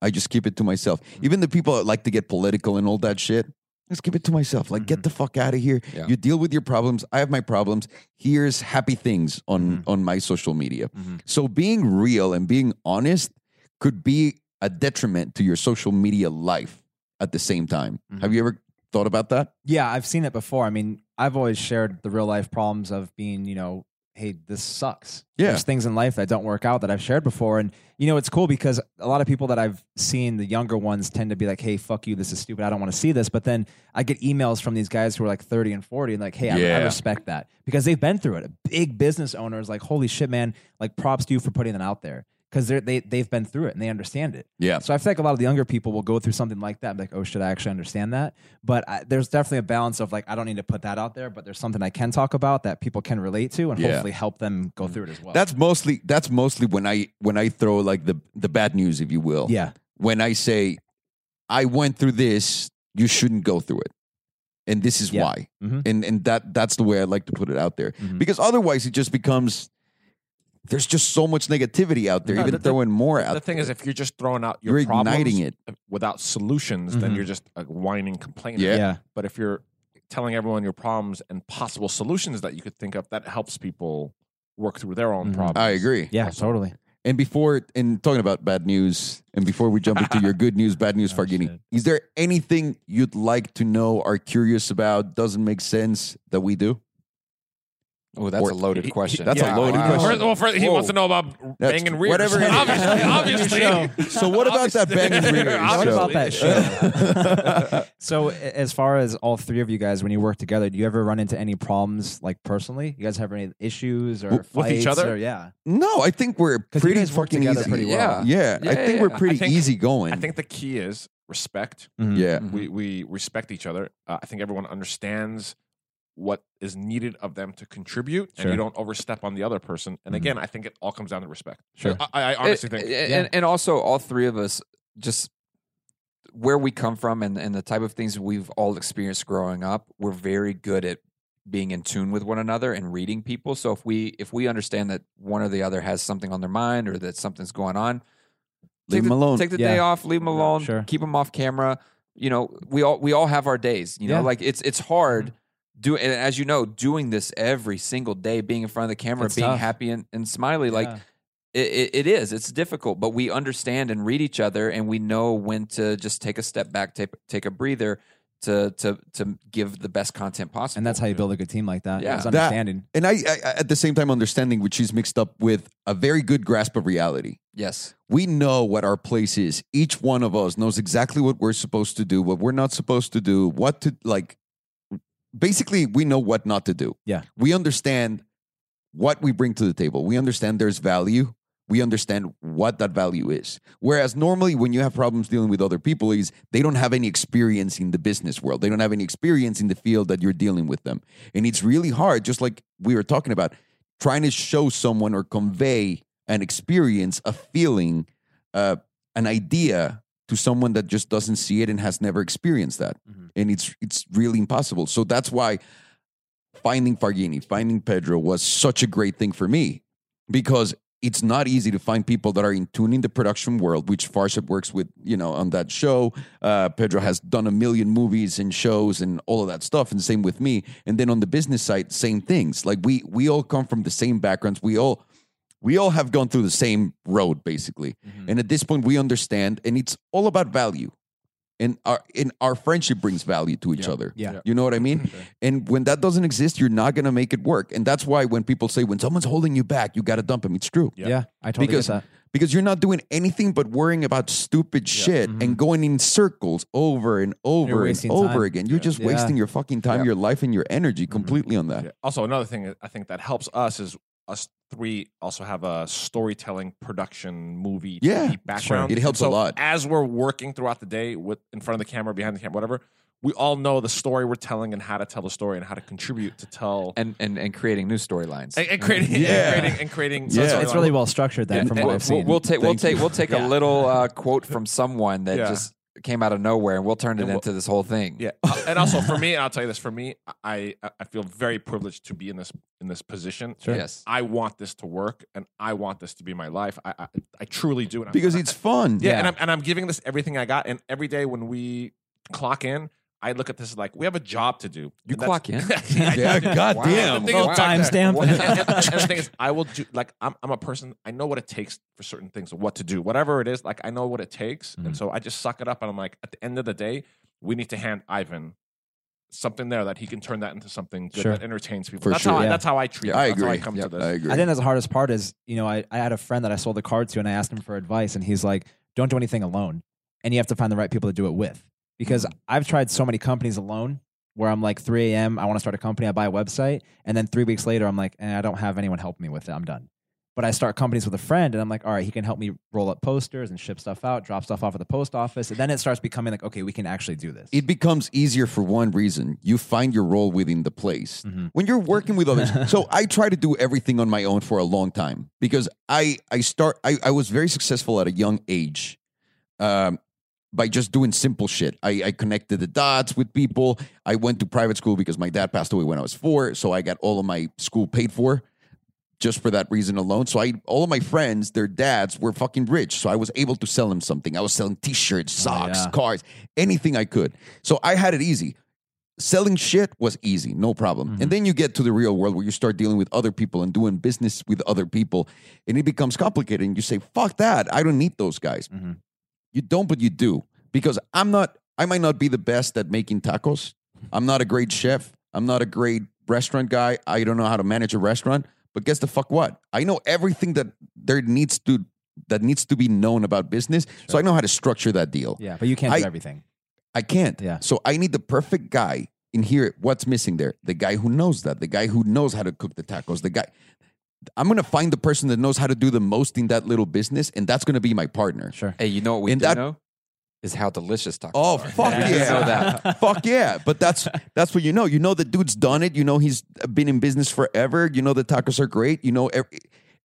Speaker 1: I just keep it to myself. Even the people that like to get political and all that shit, just keep it to myself. Like, get the fuck out of here.
Speaker 3: Yeah.
Speaker 1: You deal with your problems. I have my problems. Here's happy things on on my social media. So being real and being honest could be a detriment to your social media life at the same time. Have you ever thought about that?
Speaker 5: Yeah, I've seen it before. I mean, I've always shared the real life problems of being, you know, hey, this sucks.
Speaker 1: Yeah.
Speaker 5: There's things in life that don't work out that I've shared before. And, you know, it's cool because a lot of people that I've seen, the younger ones tend to be like, hey, fuck you. This is stupid. I don't want to see this. But then I get emails from these guys who are like 30 and 40 and like, hey, I, I
Speaker 1: Yeah.
Speaker 5: respect that because they've been through it. Big business owners, like, holy shit, man, like props to you for putting that out there because they're, they, they've been through it and they understand it.
Speaker 1: Yeah.
Speaker 5: So I feel like a lot of the younger people will go through something like that and be like, oh, should I actually understand that? But I, there's definitely a balance of like, I don't need to put that out there, but there's something I can talk about that people can relate to and
Speaker 1: Yeah. Mm.
Speaker 5: hopefully help them go through it as well.
Speaker 1: That's mostly that's mostly when I when I throw like the the bad news, if you will.
Speaker 5: yeah.
Speaker 1: when I say I went through this, you shouldn't go through it. And this is
Speaker 5: Yeah.
Speaker 1: why.
Speaker 2: Mm-hmm.
Speaker 5: Mhm.
Speaker 1: And and that that's the way I like to put it out there.
Speaker 5: Mhm.
Speaker 1: Because otherwise it just becomes there's just so much negativity out there,
Speaker 2: No,
Speaker 1: even
Speaker 2: the- the-
Speaker 1: throwing more out
Speaker 2: the thing is, if you're just throwing out your
Speaker 1: You're igniting
Speaker 2: problems without solutions, then
Speaker 5: Mhm.
Speaker 2: you're just a whining complainer.
Speaker 1: Yeah.
Speaker 5: Yeah.
Speaker 2: But if you're telling everyone your problems and possible solutions that you could think of, that helps people work through their own
Speaker 5: Mhm.
Speaker 2: problems.
Speaker 1: I agree.
Speaker 5: Yeah. Totally.
Speaker 1: And before and talking about bad news, and before we jump into your good news, bad news,
Speaker 5: Oh,
Speaker 1: Fargini,
Speaker 5: shit.
Speaker 1: is there anything you'd like to know, are curious about, doesn't make sense that we do?
Speaker 3: Oh, that's
Speaker 1: Or-
Speaker 3: a loaded question.
Speaker 1: that's a
Speaker 3: Yeah,
Speaker 1: loaded
Speaker 3: wow.
Speaker 1: question.
Speaker 2: First, well, first, he
Speaker 3: Whoa.
Speaker 2: wants to know about
Speaker 1: That's-
Speaker 2: banging rears.
Speaker 1: whatever it is.
Speaker 2: obviously, obviously.
Speaker 1: So what about that banging
Speaker 2: Obviously.
Speaker 1: rear?
Speaker 5: What
Speaker 2: Obviously.
Speaker 5: about that show? so, a- as far as all three of you guys, when you work together, do you ever run into any problems, like personally? You guys have any issues or
Speaker 1: W-
Speaker 2: with each
Speaker 5: fights
Speaker 2: other?
Speaker 5: or- yeah.
Speaker 1: No, I think we're
Speaker 5: you
Speaker 1: pretty
Speaker 5: guys work
Speaker 1: fucking
Speaker 5: together
Speaker 1: easy.
Speaker 5: pretty
Speaker 3: well.
Speaker 1: Yeah,
Speaker 3: Yeah,
Speaker 1: I
Speaker 3: yeah,
Speaker 1: think
Speaker 3: yeah.
Speaker 1: we're
Speaker 3: I
Speaker 1: pretty
Speaker 2: think-
Speaker 1: easy going.
Speaker 2: I think the key is respect.
Speaker 5: Mm-hmm.
Speaker 1: yeah.
Speaker 3: Mhm.
Speaker 2: We we respect each other. Uh, I think everyone understands what is needed of them to contribute, and
Speaker 5: Sure.
Speaker 2: you don't overstep on the other person. And
Speaker 5: Mhm.
Speaker 1: Mm-hmm.
Speaker 2: again, I think it all comes down to respect.
Speaker 5: Sure.
Speaker 2: I-
Speaker 1: Eh,
Speaker 2: I, I honestly
Speaker 3: It-
Speaker 2: think
Speaker 3: and, and- and also all three of us just where we come from and, and the type of things we've all experienced growing up we're very good at being in tune with one another and reading people so if we if we understand that one or the other has something on their mind or that something's going on
Speaker 1: Leave
Speaker 3: take
Speaker 1: them
Speaker 3: the,
Speaker 1: alone.
Speaker 3: take the
Speaker 5: Yeah.
Speaker 3: day off leave them alone
Speaker 5: Sure.
Speaker 3: keep them off camera you know we all we all have our days you know
Speaker 5: Yeah. Mm-hmm.
Speaker 3: like it's it's hard do and as you know doing this every single day being in front of the camera
Speaker 5: It's
Speaker 3: being
Speaker 5: tough.
Speaker 3: happy and, and smiley like
Speaker 5: Yeah.
Speaker 3: it, it, it is it's difficult but we understand and read each other and we know when to just take a step back take, take a breather to to to give the best content possible
Speaker 5: and that's how you build a good team like that.
Speaker 3: Yeah.
Speaker 5: It's
Speaker 1: That-
Speaker 5: understanding.
Speaker 1: and I, I, I- at the same time, understanding which is mixed up with a very good grasp of reality.
Speaker 3: yes
Speaker 1: We know what our place is. Each one of us knows exactly what we're supposed to do, what we're not supposed to do, what to like. Basically, we know what not to do.
Speaker 5: Yeah.
Speaker 1: We understand what we bring to the table. We understand there's value. We understand what that value is. Whereas normally, when you have problems dealing with other people, is they don't have any experience in the business world. They don't have any experience in the field that you're dealing with them, and it's really hard. Just like we were talking about, trying to show someone or convey an experience, a feeling, uh, an idea to someone that just doesn't see it and has never experienced that,
Speaker 5: Mhm.
Speaker 1: and it's it's really impossible. So that's why finding Fargini, finding Pedro was such a great thing for me because it's not easy to find people that are in tune in the production world, which Farship works with, you know, on that show. Uh, Pedro has done a million movies and shows and all of that stuff, and same with me. And then on the business side, same things. Like we we all come from the same backgrounds. We all we all have gone through the same road, basically. And at this point, we understand, and it's all about value. And our and our friendship brings value to each
Speaker 3: Yeah.
Speaker 1: other.
Speaker 5: Yeah.
Speaker 1: You know what I mean?
Speaker 5: Sure.
Speaker 1: And when that doesn't exist, you're not going to make it work. And that's why when people say, when someone's holding you back, you got to dump them, it's true.
Speaker 5: Yeah.
Speaker 2: Yeah.
Speaker 5: I totally
Speaker 1: Because-
Speaker 5: get that.
Speaker 1: Because you're not doing anything but worrying about stupid shit
Speaker 2: Mm-hmm.
Speaker 1: and going in circles over and over and
Speaker 5: wasting
Speaker 1: over
Speaker 5: time.
Speaker 1: again. You're
Speaker 2: Yeah. Mm-hmm.
Speaker 1: just
Speaker 5: Yeah.
Speaker 1: wasting your fucking time,
Speaker 3: Yeah.
Speaker 1: your life, and your energy completely on that.
Speaker 2: Yeah. Also, another thing that I think that helps us is us three also have a storytelling, production, movie,
Speaker 1: Yeah,
Speaker 2: TV background.
Speaker 1: It helps a
Speaker 2: So
Speaker 1: lot.
Speaker 2: As we're working throughout the day with in front of the camera, behind the camera, whatever, we all know the story we're telling and how to tell the story and how to contribute to tell
Speaker 3: and and and creating new storylines
Speaker 2: and, and creating,
Speaker 1: Yeah.
Speaker 2: and creating and creating.
Speaker 1: Yeah.
Speaker 5: It's,
Speaker 2: so
Speaker 5: it's really well structured then
Speaker 3: And-
Speaker 5: from
Speaker 3: and
Speaker 5: what
Speaker 3: we'll,
Speaker 5: I've seen.
Speaker 3: we'll take we'll
Speaker 1: Thank
Speaker 3: take
Speaker 1: you.
Speaker 3: we'll take
Speaker 5: Yeah.
Speaker 3: a little uh, quote from someone that
Speaker 2: Yeah.
Speaker 3: just came out of nowhere and we'll turn it
Speaker 2: And we'll-
Speaker 3: into this whole thing
Speaker 2: Yeah, Uh, and also for me, and I'll tell you this: for me, I I- I feel very privileged to be in this in this position.
Speaker 5: Sure.
Speaker 3: yes
Speaker 2: I want this to work, and I want this to be my life. I I, I truly do. And I'm-
Speaker 1: Because
Speaker 2: and I-
Speaker 1: it's fun.
Speaker 2: Yeah, and I'm and I'm giving this everything I got, and every day when we clock in, I look at this like we have a job to do.
Speaker 3: You
Speaker 2: And that's-
Speaker 3: clock in?
Speaker 2: yeah,
Speaker 1: Yeah,
Speaker 2: God
Speaker 1: goddamn.
Speaker 2: Ah, damn.
Speaker 5: Little timestamp.
Speaker 2: And, and- and the thing is, I will do like I'm I'm a person. I know what it takes for certain things, what to do, whatever it is. Like I know what it takes,
Speaker 5: Mhm.
Speaker 2: and so I just suck it up. And I'm like, at the end of the day, we need to hand Ivan something there that he can turn that into something good
Speaker 5: Sure.
Speaker 2: that entertains people.
Speaker 1: For
Speaker 2: that's
Speaker 1: sure.
Speaker 2: how I,
Speaker 5: Yeah.
Speaker 2: that's how I treat. it.
Speaker 1: I
Speaker 2: That's how I
Speaker 1: agree.
Speaker 2: come
Speaker 3: Yep.
Speaker 2: to this.
Speaker 1: I agree.
Speaker 5: I think that's the hardest part is, you know, I, I had a friend that I sold the card to and I asked him for advice and he's like, don't do anything alone. And you have to find the right people to do it with. Because
Speaker 1: Mm-hmm.
Speaker 5: I've tried so many companies alone where I'm like 3 a.m., I want to start a company, I buy a website. And then three weeks later, I'm like, eh, I don't have anyone helping me with it. I'm done. But I start companies with a friend and I'm like, all right, he can help me roll up posters and ship stuff out, drop stuff off at the post office. And then it starts becoming like, okay, we can actually do this.
Speaker 1: it becomes easier for one reason you find your role within the place
Speaker 5: Mhm.
Speaker 1: when you're working with others so i try to do everything on my own for a long time because i i start i, I was very successful at a young age um, by just doing simple shit I, I connected the dots with people i went to private school because my dad passed away when i was four so i got all of my school paid for just for that reason alone. So I, all of my friends, their dads were fucking rich, so I was able to sell them something. I was selling T-shirts, socks,
Speaker 5: yeah.
Speaker 1: cars, anything I could. So I had it easy. Selling shit was easy, no problem. And then you get to the real world where you start dealing with other people and doing business with other people, and it becomes complicated. And you say, "Fuck that! I don't need those guys."
Speaker 5: Mhm.
Speaker 1: You don't, but you do because I'm not. I might not be the best at making tacos. I'm not a great chef. I'm not a great restaurant guy. I don't know how to manage a restaurant, but guess the fuck what? I know everything that there needs to that needs to be known about business. So I know how to structure that deal.
Speaker 5: Yeah, but you can't do
Speaker 1: I-
Speaker 5: everything.
Speaker 1: I can't.
Speaker 5: Yeah.
Speaker 1: So I need the perfect guy in here. What's missing there? The guy who knows that. The guy who knows how to cook the tacos. The guy. I'm gonna find the person that knows how to do the most in that little business, and that's gonna be my partner.
Speaker 5: Sure.
Speaker 3: Hey, you know what we
Speaker 1: And
Speaker 3: do
Speaker 1: that-
Speaker 3: know is how delicious tacos
Speaker 1: Oh
Speaker 3: are.
Speaker 1: fuck
Speaker 3: We do know
Speaker 1: yeah!
Speaker 3: that.
Speaker 1: fuck yeah! But that's that's what you know. You know the dude's done it. You know he's been in business forever. You know the tacos are great. You know, every,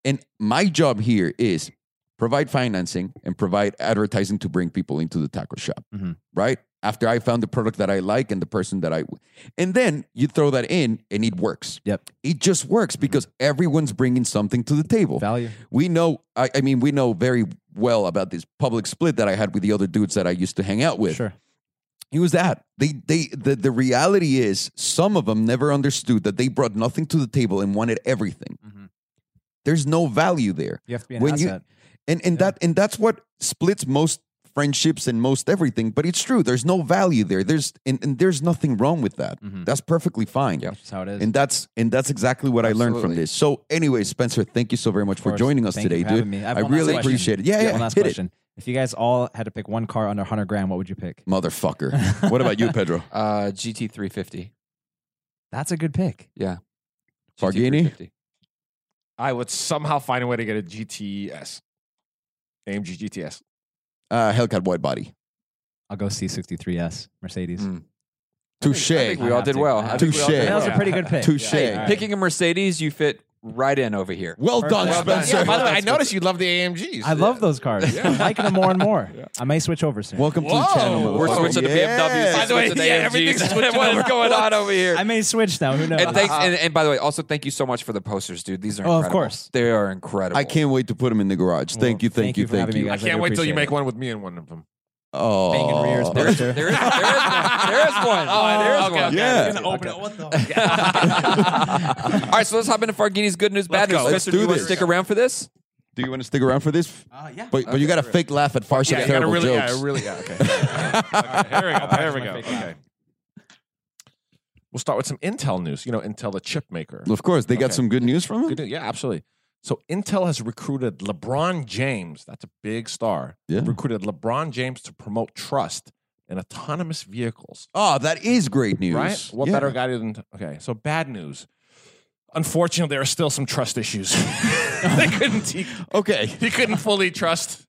Speaker 1: and my job here is provide financing and provide advertising to bring people into the taco shop.
Speaker 3: Mm-hmm.
Speaker 5: Mhm.
Speaker 1: Right after I found the product that I like and the person that I, and then you throw that in and it works.
Speaker 5: Yep.
Speaker 1: It just works
Speaker 3: Mm-hmm.
Speaker 1: because everyone's bringing something to the table
Speaker 5: Value.
Speaker 1: we know I, I mean we know very well about this public split that i had with the other dudes that i used to hang out with
Speaker 5: Sure.
Speaker 1: it was that they they the, the reality is some of them never understood that they brought nothing to the table and wanted everything
Speaker 5: Mhm.
Speaker 1: there's no value there
Speaker 5: You have to be an
Speaker 1: When you-
Speaker 5: asset.
Speaker 1: and and that and that's what splits most friendships and most everything but it's true there's no value there there's and, and there's nothing wrong with that
Speaker 5: Mhm.
Speaker 1: that's perfectly fine
Speaker 3: Yeah.
Speaker 5: That's how it is.
Speaker 1: and that's and that's exactly what I learned from
Speaker 3: Absolutely.
Speaker 1: this. So, anyway, Spencer, thank you so very much
Speaker 5: Of
Speaker 1: for
Speaker 5: course.
Speaker 1: joining us
Speaker 5: Thank you
Speaker 1: today,
Speaker 5: for
Speaker 1: dude.
Speaker 5: having me. I have
Speaker 1: I
Speaker 5: one last
Speaker 1: really
Speaker 5: question.
Speaker 1: appreciate it. Yeah, yeah,
Speaker 5: one last
Speaker 1: hit
Speaker 5: question. If you guys all had to pick one car under 100 grand, what would you pick?
Speaker 1: it, motherfucker. what about you, Pedro?
Speaker 3: Uh, GT 350.
Speaker 5: That's a good pick.
Speaker 3: Yeah.
Speaker 1: Farghini?
Speaker 3: GT350.
Speaker 2: I would somehow find a way to get a GTS. AMG GTS.
Speaker 1: Uh, Hellcat wide body.
Speaker 5: I'll go C63S Mercedes.
Speaker 3: Mm.
Speaker 1: Touche.
Speaker 3: I think we
Speaker 5: I
Speaker 3: all
Speaker 5: have
Speaker 3: did
Speaker 5: to.
Speaker 3: well. I
Speaker 5: I have
Speaker 3: think we
Speaker 1: to.
Speaker 3: all did
Speaker 5: That was a
Speaker 2: Yeah.
Speaker 5: pretty good pick.
Speaker 1: Touche.
Speaker 5: Yeah, all right.
Speaker 3: Picking a Mercedes, you fit right in over here.
Speaker 1: Well
Speaker 5: Perfect.
Speaker 1: done,
Speaker 5: Well done.
Speaker 1: Spencer.
Speaker 5: Yeah,
Speaker 2: by the way, I noticed you love the AMGs.
Speaker 5: I love those cars. I'm liking them more and more. I may switch over soon.
Speaker 1: Welcome to the
Speaker 2: Whoa.
Speaker 1: channel.
Speaker 3: We're
Speaker 1: motherfucker.
Speaker 3: switching to BMWs.
Speaker 2: By the way,
Speaker 3: Switching to
Speaker 2: yeah,
Speaker 3: AMGs.
Speaker 2: everything's switching
Speaker 3: what is
Speaker 2: over.
Speaker 3: going on over here?
Speaker 5: I may switch now. Who knows?
Speaker 3: and thanks, and, and by the way, also thank you so much for the posters, dude. These are
Speaker 5: Oh, of
Speaker 3: incredible.
Speaker 5: course.
Speaker 3: they are incredible.
Speaker 1: I can't wait to put him in the garage. Thank you, thank,
Speaker 5: thank
Speaker 1: you,
Speaker 5: you for
Speaker 1: thank
Speaker 5: having me,
Speaker 1: you.
Speaker 5: guys.
Speaker 2: I can't
Speaker 5: I
Speaker 2: wait till you make
Speaker 5: appreciate it.
Speaker 2: one with me in one of them.
Speaker 1: Oh,
Speaker 5: Bang and rears, poster.
Speaker 3: There is, there is one. There is one. Oh, there is
Speaker 2: okay,
Speaker 3: one.
Speaker 2: okay.
Speaker 1: Yeah.
Speaker 2: You're gonna open it. What the?
Speaker 3: All right, so let's hop into Farghini's good news, bad
Speaker 2: Let's
Speaker 3: news.
Speaker 2: go.
Speaker 1: Let's
Speaker 3: Spencer, do
Speaker 1: do
Speaker 3: you want
Speaker 1: this.
Speaker 3: to stick around for this?
Speaker 1: Do you want to stick around for this?
Speaker 5: Uh, yeah.
Speaker 1: But, but you got to fake laugh at Farshid's
Speaker 2: Yeah, you gotta
Speaker 1: terrible
Speaker 2: really,
Speaker 1: jokes.
Speaker 2: yeah, really, yeah. Okay. Okay, Here we go. Here we go. Okay. We'll start with some Intel news. You know, Intel, the chip maker.
Speaker 1: of course, they got
Speaker 2: Okay.
Speaker 1: some good news from him.
Speaker 2: Good news. Yeah, absolutely. So Intel has recruited LeBron James. That's a big star.
Speaker 1: Yeah.
Speaker 2: Recruited LeBron James to promote trust in autonomous vehicles.
Speaker 1: Oh, that is great news.
Speaker 2: Right? What
Speaker 1: Yeah.
Speaker 2: better guy than okay? So bad news. Unfortunately, there are still some trust issues. they couldn't. He,
Speaker 1: Okay,
Speaker 2: he couldn't fully trust.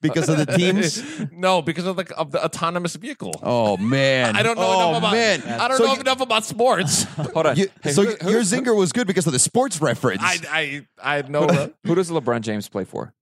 Speaker 1: because of the teams.
Speaker 2: no, because of the of the autonomous vehicle.
Speaker 1: Oh man,
Speaker 2: I don't know
Speaker 1: oh,
Speaker 2: enough about.
Speaker 1: man.
Speaker 2: I don't
Speaker 1: So
Speaker 2: know
Speaker 1: you-
Speaker 2: enough about sports.
Speaker 3: Hold on.
Speaker 1: You,
Speaker 3: Hey,
Speaker 1: so
Speaker 3: who, who-
Speaker 1: your zinger was good because of the sports reference.
Speaker 2: I I I know.
Speaker 3: who does LeBron James play for?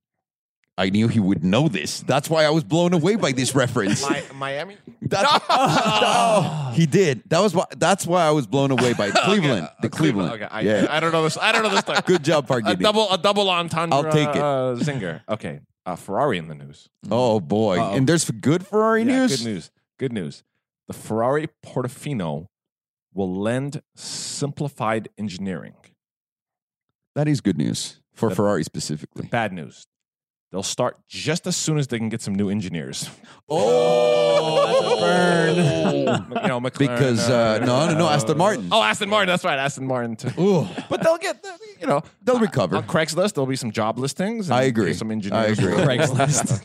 Speaker 1: I knew he would know this. That's why I was blown away by this reference.
Speaker 2: Mi- Miami.
Speaker 1: That's, no! he did. That was why. That's why I was blown away by Cleveland. The Cleveland.
Speaker 2: Oh, Okay, I,
Speaker 1: yeah.
Speaker 2: I don't know this. I don't know this. Story.
Speaker 1: Good job,
Speaker 2: A
Speaker 1: Farghini.
Speaker 2: double a double entendre.
Speaker 1: I'll take it.
Speaker 2: Uh, zinger. Okay. Uh, Ferrari in the news.
Speaker 1: oh boy! And there's good Ferrari
Speaker 2: Yeah,
Speaker 1: news.
Speaker 2: Good news. Good news. The Ferrari Portofino will lend simplified engineering.
Speaker 1: That is good news for Ferrari specifically.
Speaker 2: Bad news. They'll start just as soon as they can get some new engineers.
Speaker 1: Oh,
Speaker 2: you know, McLaren,
Speaker 1: Because uh, no, no, no, Aston Martin.
Speaker 2: Oh, Aston Martin. That's right, Aston Martin. Too.
Speaker 1: Ooh.
Speaker 2: But they'll get, the, you know,
Speaker 1: They'll recover.
Speaker 2: on Craigslist there'll be some job listings. and
Speaker 1: I agree.
Speaker 2: Some engineers.
Speaker 1: I agree.
Speaker 5: Craigslist.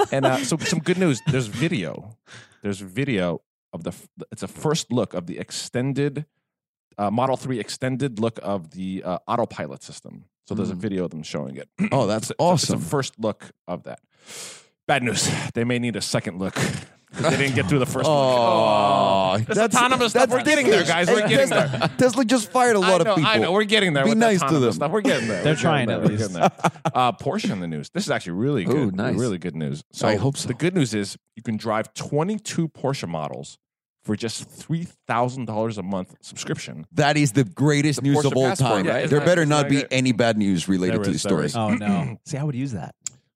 Speaker 2: Okay. And uh, so some good news. There's video. There's video of the. f- It's a first look of the extended uh, Model Three extended look of the uh, autopilot system. So
Speaker 1: Mm.
Speaker 2: there's a video of them showing it.
Speaker 1: Oh, that's
Speaker 2: It's a-
Speaker 1: awesome.
Speaker 2: It's a first look of that. Bad news. They may need a second look. 'cause They didn't get through the first look.
Speaker 1: Oh,
Speaker 2: That's autonomous stuff. We're getting there, guys. We're
Speaker 1: And
Speaker 2: getting
Speaker 1: Tesla,
Speaker 2: there.
Speaker 1: Tesla just fired a lot
Speaker 2: I know,
Speaker 1: of people.
Speaker 2: I know. We're getting there.
Speaker 1: Be
Speaker 2: with
Speaker 1: nice to
Speaker 2: autonomous
Speaker 1: them.
Speaker 2: Stuff. We're getting there.
Speaker 5: They're
Speaker 2: We're getting
Speaker 5: trying,
Speaker 2: there.
Speaker 5: at
Speaker 2: We're getting
Speaker 5: least.
Speaker 2: there. Uh, Porsche in the news. This is actually really good.
Speaker 3: Ooh, nice.
Speaker 2: Really good news. So
Speaker 1: I hope so.
Speaker 2: The good news is you can drive 22 Porsche models for just three thousand dollars a month subscription.
Speaker 1: That is the greatest news
Speaker 3: Porsche
Speaker 1: of all
Speaker 3: passport,
Speaker 1: time.
Speaker 2: right? Yeah,
Speaker 1: There
Speaker 2: it's
Speaker 1: better
Speaker 2: not-
Speaker 1: not
Speaker 2: it's
Speaker 1: be
Speaker 2: not good.
Speaker 1: any bad news related
Speaker 2: There
Speaker 1: to
Speaker 2: is,
Speaker 1: the
Speaker 2: there
Speaker 1: story.
Speaker 2: is.
Speaker 5: Oh no! See, I would use that.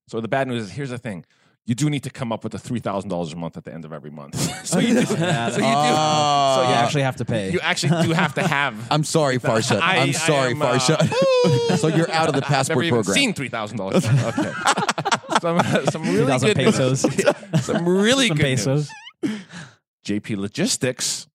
Speaker 2: So the bad news is here's the thing. You do need to come up with the three thousand dollars a month at the end of every month. so you do.
Speaker 5: Yeah,
Speaker 2: so you do.
Speaker 1: Ah.
Speaker 2: so
Speaker 5: You
Speaker 2: you
Speaker 5: actually have to pay.
Speaker 2: You actually do have to have.
Speaker 1: I'm sorry, Farshad.
Speaker 2: I-
Speaker 1: I'm
Speaker 2: I
Speaker 1: sorry,
Speaker 2: am, uh,
Speaker 1: Farshad. so you're out of the
Speaker 2: I've never
Speaker 1: passport
Speaker 2: even
Speaker 1: program.
Speaker 2: seen three thousand dollars. Okay. some, some really
Speaker 5: 3,000
Speaker 2: good news.
Speaker 5: pesos.
Speaker 2: Some really
Speaker 5: Some
Speaker 2: good news.
Speaker 5: pesos.
Speaker 2: JP Logistics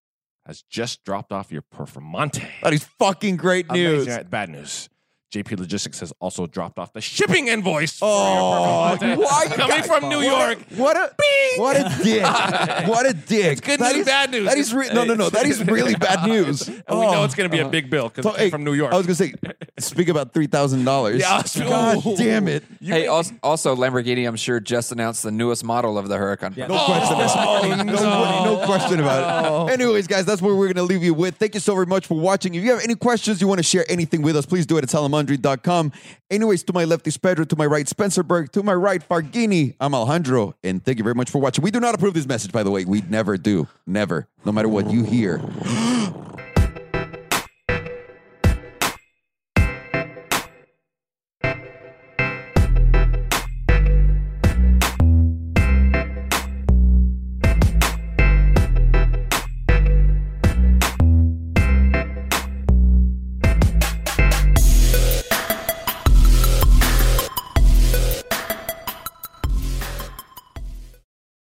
Speaker 2: has just dropped off your Performante.
Speaker 1: That is fucking great news.
Speaker 2: Amazing. All right, Bad news. JP Logistics has also dropped off the shipping invoice. for
Speaker 1: Oh,
Speaker 2: your Performante.
Speaker 1: why-
Speaker 2: Coming from New York.
Speaker 1: What a what a dick! What a dick!
Speaker 2: good
Speaker 1: That
Speaker 2: news,
Speaker 1: is-
Speaker 2: bad news.
Speaker 1: That is re- no, no, no. That is really bad news. Oh.
Speaker 2: And we know it's going to be a big bill because
Speaker 1: So, hey,
Speaker 2: from New York.
Speaker 1: I was gonna say, speak about three thousand dollars.
Speaker 2: Yeah, I was-
Speaker 1: God
Speaker 2: Ooh.
Speaker 1: damn it!
Speaker 2: You-
Speaker 3: hey, also, also Lamborghini, I'm sure just announced the newest model of the Huracan.
Speaker 5: Yeah.
Speaker 2: Oh.
Speaker 1: No question. about it. No, no. question about it. Anyways, guys, that's what we're going to leave you with. Thank you so very much for watching. If you have any questions, you want to share anything with us, please do it at salamandri.com. Anyways, to my left is Pedro, to my right, Spencer Berg, to my right, Fargini. I'm Alejandro, and thank you very much for watching. We do not approve this message, by the way. We never do. Never. No matter what you hear.